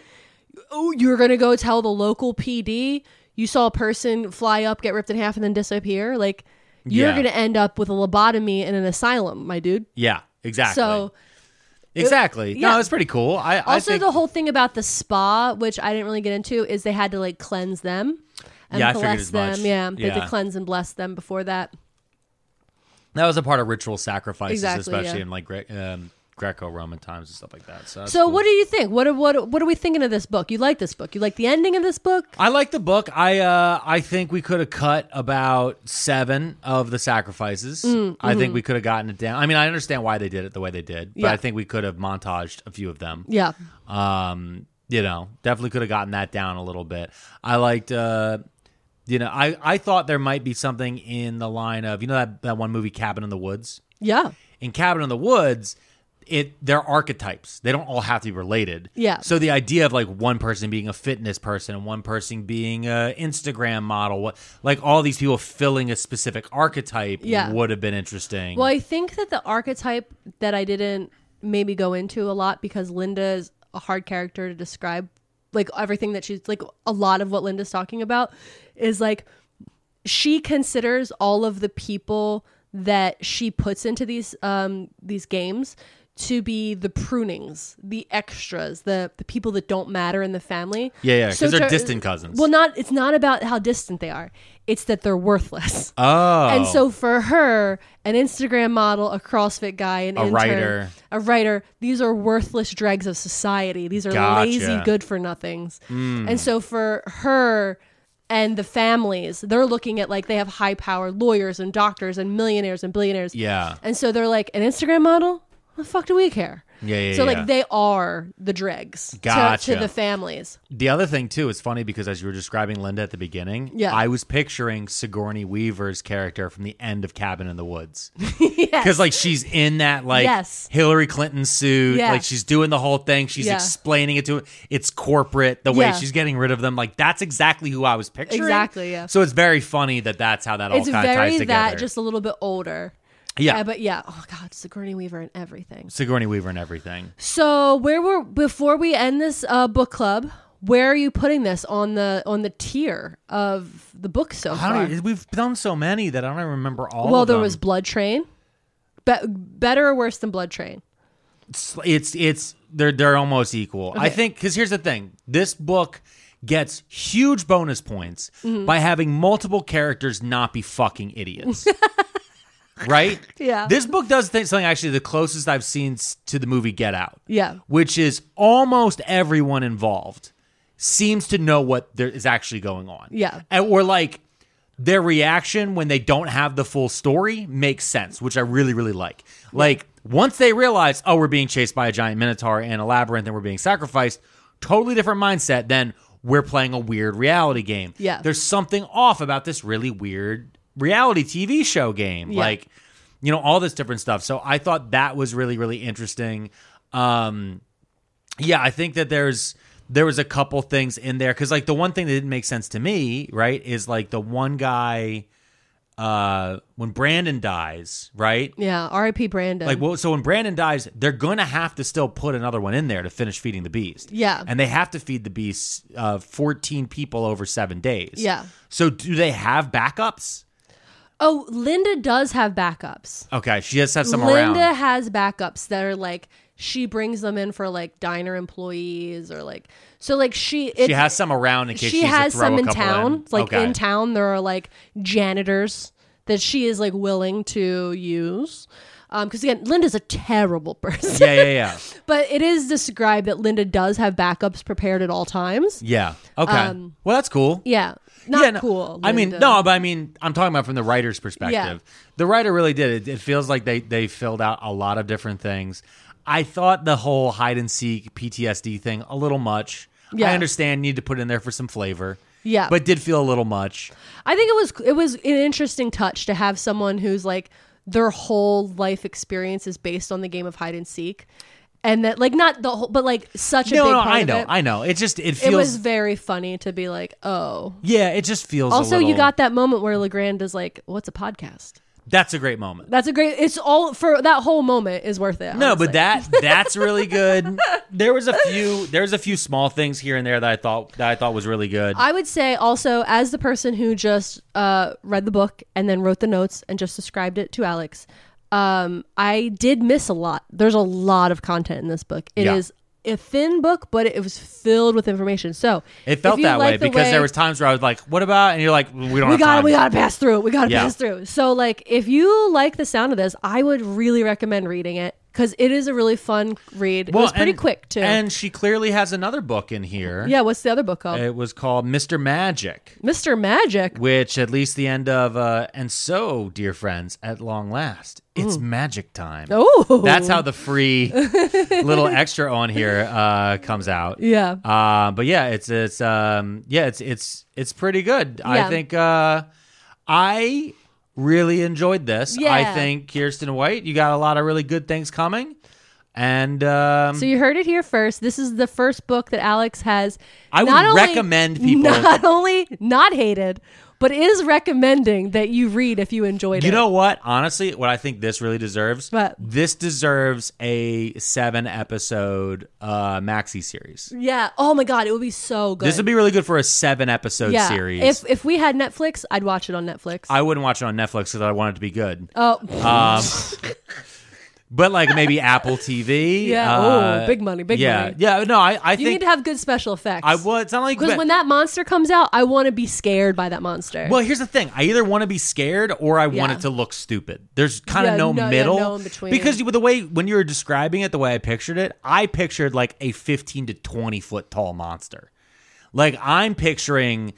C: oh, you're gonna go tell the local PD you saw a person fly up, get ripped in half, and then disappear. Like you're
D: Yeah.
C: gonna end up with a lobotomy in an asylum, my dude.
D: yeah, exactly.
C: So
D: exactly.
C: yeah.
D: No, it's pretty cool. I
C: also
D: I think,
C: the whole thing about the spa, which I didn't really get into, is they had to like cleanse them and
D: Yeah, I figured
C: bless
D: as
C: them.
D: much.
C: Yeah, they had
D: Yeah.
C: to cleanse and bless them before that.
D: that was a part of ritual sacrifices,
C: Exactly,
D: especially
C: yeah.
D: in like Gre- um, Greco-Roman times and stuff like that. So, that's
C: So
D: cool.
C: what do you think? What are, what are- what are we thinking of this book? You like this book? You like the ending of this book?
D: I like the book. I uh, I think we could have cut about seven of the sacrifices.
C: Mm,
D: I think we could have gotten it down. I mean, I understand why they did it the way they did, but
C: mm-hmm. Yeah.
D: I think we could have montaged a few of them.
C: Yeah.
D: um you know definitely could have gotten that down a little bit i liked uh you know i i thought there might be something in the line of you know that that one movie cabin in the woods
C: Yeah.
D: in cabin in the woods it they're archetypes. They don't all have to be related.
C: Yeah.
D: So the idea of like one person being a fitness person and one person being a Instagram model, what like all these people filling a specific archetype
C: Yeah.
D: would have been interesting.
C: Well, I think that the archetype that I didn't maybe go into a lot because Linda is a hard character to describe. Like everything that she's like, a lot of what Linda's talking about is like she considers all of the people that she puts into these um these games to be the prunings, the extras, the the people that don't matter in the family.
D: Yeah, yeah, 'cause they're
C: to-
D: distant cousins.
C: Well, not it's not about how distant they are. It's that they're worthless.
D: oh.
C: And so for her, an Instagram model, a CrossFit guy, an
D: A
C: intern,
D: writer.
C: a writer, these are worthless dregs of society. These are
D: Gotcha. Hmm.
C: lazy good for nothings. And so for her and the families, they're looking at like they have high power lawyers and doctors and millionaires and billionaires.
D: Yeah.
C: And so they're like, an Instagram model? The fuck do we care?
D: Yeah, yeah,
C: so
D: yeah.
C: like they are the dregs to-
D: Gotcha.
C: to the families.
D: The other thing too is funny because as you were describing Linda at the beginning,
C: Yeah.
D: I was picturing Sigourney Weaver's character from the end of Cabin in the Woods
C: yes.
D: because like she's in that like
C: Yes.
D: Hillary Clinton suit,
C: Yeah.
D: like she's doing the whole thing, she's
C: Yeah.
D: explaining it to it's corporate the
C: Yeah.
D: way she's getting rid of them, like that's exactly who I was picturing.
C: Exactly, yeah.
D: So it's very funny that that's how that all
C: it's
D: kind of ties
C: very
D: together.
C: that just a little bit older.
D: yeah,
C: Uh, but yeah, oh god, Sigourney Weaver and everything.
D: Sigourney Weaver and everything.
C: So where were before we end this uh, book club? Where are you putting this on the on the tier of the book so
D: I
C: far?
D: don't, even- we've done so many that I don't even remember all.
C: well,
D: of
C: there
D: them.
C: was Blood Train. Be- better or worse than Blood Train?
D: it's it's, it's they're they're almost equal. I think because here's the thing: this book gets huge bonus points
C: Mm-hmm.
D: by having multiple characters not be fucking idiots. right?
C: Yeah.
D: This book does th- something actually the closest I've seen s- to the movie Get Out.
C: Yeah.
D: Which is almost everyone involved seems to know what there is actually going on.
C: Yeah.
D: And or like their reaction when they don't have the full story makes sense, which I really, really like. Like once they realize, oh, we're being chased by a giant minotaur and a labyrinth and we're being sacrificed, totally different mindset than we're playing a weird reality game.
C: Yeah.
D: There's something off about this really weird reality TV show game.
C: Yeah.
D: Like, you know, all this different stuff. So I thought that was really, really interesting. Um yeah, I think that there's there was a couple things in there because like the one thing that didn't make sense to me, right, is like the one guy uh when Brandon dies, right?
C: Yeah, R.I.P. Brandon.
D: Like well, so when Brandon dies, they're gonna have to still put another one in there to finish feeding the beast.
C: Yeah.
D: and they have to feed the beast uh, fourteen people over seven days.
C: Yeah.
D: So do they have backups?
C: oh, Linda does have backups.
D: Okay, she has to have some
C: Linda
D: around.
C: has backups that are like she brings them in for like diner employees or like so like she
D: She has some around in case she, needs to
C: has
D: throw
C: some
D: a
C: in
D: couple
C: town.
D: In.
C: Like
D: okay.
C: in town, there are like janitors that she is like willing to use. Because again, Linda's a terrible person,
D: Yeah, yeah, yeah,
C: but it is described that Linda does have backups prepared at all times.
D: yeah. Okay.
C: Um,
D: well, that's cool.
C: Yeah, not
D: Yeah, no,
C: cool.
D: I mean,
C: Linda.
D: no, but I mean, I'm talking about from the writer's perspective.
C: Yeah.
D: The writer really did. It, it feels like they they filled out a lot of different things. I thought the whole hide and seek PTSD thing a little much.
C: Yeah.
D: I understand need to put in there for some flavor.
C: Yeah.
D: but did feel a little much.
C: I think it was it was an interesting touch to have someone who's like their whole life experience is based on the game of hide and seek, and that like not the whole, but like such a
D: no,
C: big
D: no,
C: part
D: I
C: of
D: know,
C: it.
D: I know. It just it
C: it
D: feels.
C: was very funny to be like, oh,
D: yeah, it just feels. a
C: Also, you
D: little-
C: got that moment where Legrand is like, "What's a podcast?"
D: That's a great moment.
C: That's a great. It's all for that whole moment is worth it.
D: No,
C: honestly.
D: but that that's really good. There was a few there was a few small things here and there that I thought that I thought was really good.
C: I would say also as the person who just uh, read the book and then wrote the notes and just described it to Alex, um, I did miss a lot. There's a lot of content in this book. It
D: Yeah.
C: is a thin book, but it was filled with information. So
D: It
C: if
D: felt
C: you
D: that way
C: like the
D: because there was times where I was like, "What about?" and you're like, "We don't
C: we
D: have
C: got
D: time."
C: we got to pass through. We got to
D: Yeah.
C: pass through. So like if you like the sound of this, I would really recommend reading it cuz it is a really fun read. it was pretty
D: and-
C: quick too.
D: And she clearly has another book in here.
C: yeah, what's the other book called?
D: It was called Mr. Magic,
C: Mr. Magic.
D: which at least the end of uh and so, dear friends, at long last, it's magic time.
C: Mm. Oh.
D: That's how the free little extra on here uh comes out.
C: Yeah.
D: Uh, but yeah, it's it's um yeah, it's it's it's pretty good.
C: Yeah.
D: I think uh I really enjoyed this. I
C: Yeah.
D: think Kirsten White, you got a lot of really good things coming. And um,
C: So you heard it here first. This is the first book that Alex has.
D: I would
C: not only-
D: recommend people-
C: not only not hated, but is recommending that you read if you enjoyed
D: you
C: it.
D: know what? Honestly, what I think this really deserves,
C: What?
D: this deserves a seven episode uh, maxi series.
C: yeah. Oh my god, it would be so good.
D: This would be really good for a seven episode
C: yeah.
D: series.
C: If if we had Netflix, I'd watch it on Netflix.
D: I wouldn't watch it on Netflix because I want it to be good.
C: oh
D: Um, but like maybe Apple TV.
C: Yeah,
D: uh,
C: oh, big money, big
D: yeah,
C: money.
D: Yeah. No, I, I
C: you
D: think
C: need to have good special effects.
D: I well, it's not like
C: because when that monster comes out, I want to be scared by that monster.
D: Well, here's the thing. I either want to be scared or I want
C: Yeah.
D: it to look stupid. There's kind of
C: Yeah,
D: no,
C: no- yeah,
D: middle.
C: no in between.
D: Because with the way when you were describing it, the way I pictured it, I pictured like a 15 to 20 foot tall monster. Like I'm picturing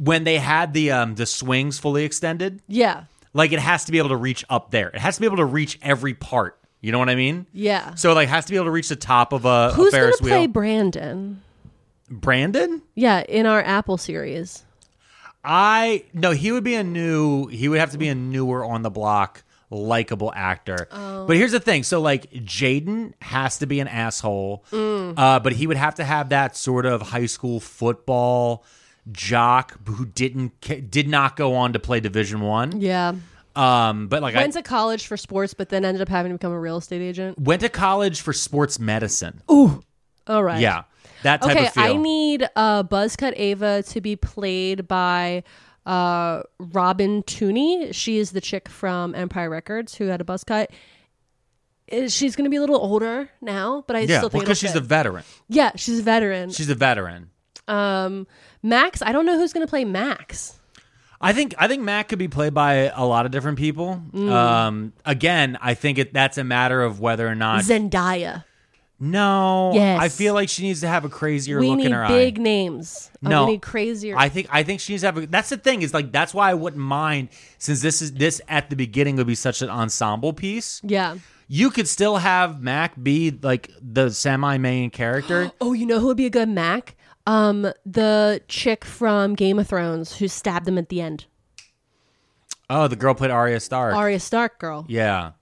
D: when they had the um the swings fully extended,
C: yeah,
D: like it has to be able to reach up there. It has to be able to reach every part. You know what I mean?
C: yeah.
D: So like has to be able to reach the top of a, a
C: Who's gonna
D: Ferris
C: play
D: wheel.
C: Brandon?
D: Brandon?
C: Yeah, in our Apple series.
D: I no, he would be a new. He would have to be a newer on the block, likable actor.
C: Oh.
D: But here's the thing: so like Jaden has to be an asshole,
C: Mm.
D: uh, but he would have to have that sort of high school football jock who didn't ca- did not go on to play Division One.
C: Yeah.
D: Um, but like
C: Went
D: I
C: to college for sports, but then ended up having to become a real estate agent.
D: went to college for sports medicine.
C: All right.
D: Yeah, that type
C: Okay,
D: of feel.
C: I need uh, Buzzcut Ava to be played by uh, Robin Tooney. She is the chick from Empire Records who had a buzz cut. Uh, She's going to be a little older now, but I
D: yeah,
C: still think
D: because
C: it'll
D: she's a
C: fit.
D: veteran.
C: yeah, she's a veteran.
D: She's a veteran.
C: um, Max, I don't know who's going to play Max.
D: I think I think Matt could be played by a lot of different people.
C: Mm.
D: Um, again, I think it, that's a matter of whether or not.
C: Zendaya.
D: no,
C: Yes.
D: I feel like she needs to have a crazier
C: we
D: look
C: need
D: in her
C: big
D: eye.
C: names. Oh,
D: No,
C: we need crazier.
D: I think I think she needs to have. A, that's the thing is like that's why I wouldn't mind since this is this at the beginning would be such an ensemble piece.
C: yeah.
D: You could still have Mac be like the semi main character.
C: Oh, you know who would be a good Mac? Um, the chick from Game of Thrones who stabbed him at the end.
D: oh, the girl played Arya Stark.
C: Arya Stark girl.
D: Yeah.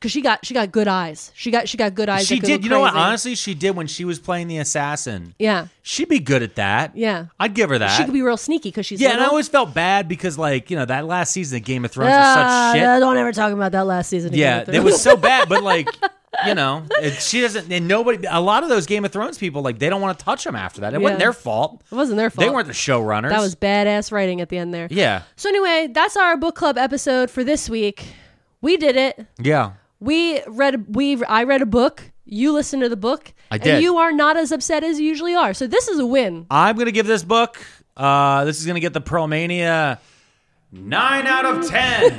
C: Cuz she got she got good eyes. She got she got good eyes.
D: She
C: that could
D: did.
C: go
D: You know what?
C: crazy.
D: Honestly, she did when she was playing the assassin.
C: Yeah.
D: She'd be good at that.
C: Yeah.
D: I'd give her that.
C: She could be real sneaky cuz she's
D: Yeah, and
C: little.
D: I always felt bad because, like, you know, that last season of Game of Thrones
C: Ah,
D: was such shit.
C: Don't ever talk about that last season. of
D: yeah,
C: Game of
D: it
C: Thrones.
D: was so bad, but like, you know, it, she doesn't. And nobody, a lot of those Game of Thrones people, like, they don't want to touch them after that. It wasn't
C: Yeah.
D: their fault.
C: It wasn't their fault.
D: They weren't the showrunners.
C: That was badass writing at the end there.
D: yeah,
C: So anyway, that's our book club episode for this week. We did it.
D: yeah.
C: We read we I read a book. You listened to the book.
D: I did.
C: And you are not as upset as you usually are. So this is a win.
D: I'm gonna give this book. Uh, this is gonna get the Pearlmania nine out of ten.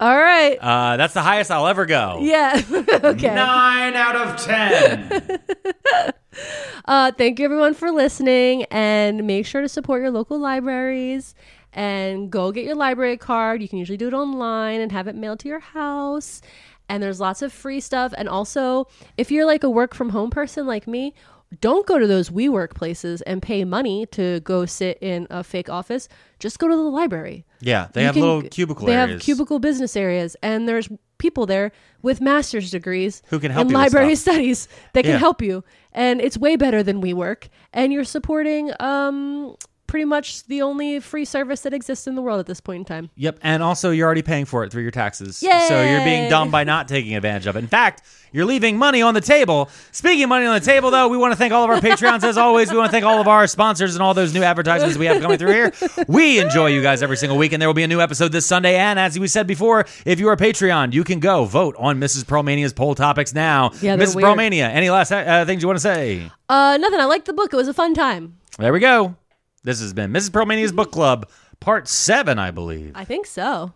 C: All right.
D: uh, that's the highest I'll ever go.
C: Yeah. okay.
D: Nine out of ten.
C: Uh, thank you everyone for listening and make sure to support your local libraries and go get your library card. You can usually do it online and have it mailed to your house. And there's lots of free stuff. And also, if you're like a work from home person like me, don't go to those WeWork places and pay money to go sit in a fake office. Just go to the library.
D: yeah, they
C: You
D: have
C: can-
D: little cubicle
C: They
D: areas.
C: have cubicle business areas, and there's people there with master's degrees
D: Who can help
C: in
D: you with
C: library
D: stuff.
C: studies that can
D: Yeah.
C: help you, and it's way better than we work. And you're supporting um pretty much the only free service that exists in the world at this point in time.
D: Yep, and also you're already paying for it through your taxes. So you're being
C: Yay!
D: dumb by not taking advantage of it. In fact, you're leaving money on the table. Speaking of money on the table, though, we want to thank all of our Patreons as always. We want to thank all of our sponsors and all those new advertisements we have coming through here. We enjoy you guys every single week, and there will be a new episode this Sunday. And as we said before, if you are a Patreon, you can go vote on Mrs. Pearlmania's poll topics now.
C: Yeah, they're
D: Mrs.
C: weird.
D: Pearlmania, any last uh, things you want to say?
C: Uh, nothing. I liked the book. It was a fun time.
D: There we go. This has been Mrs. Pearlmania's Book Club, Part 7, I believe.
C: I think so.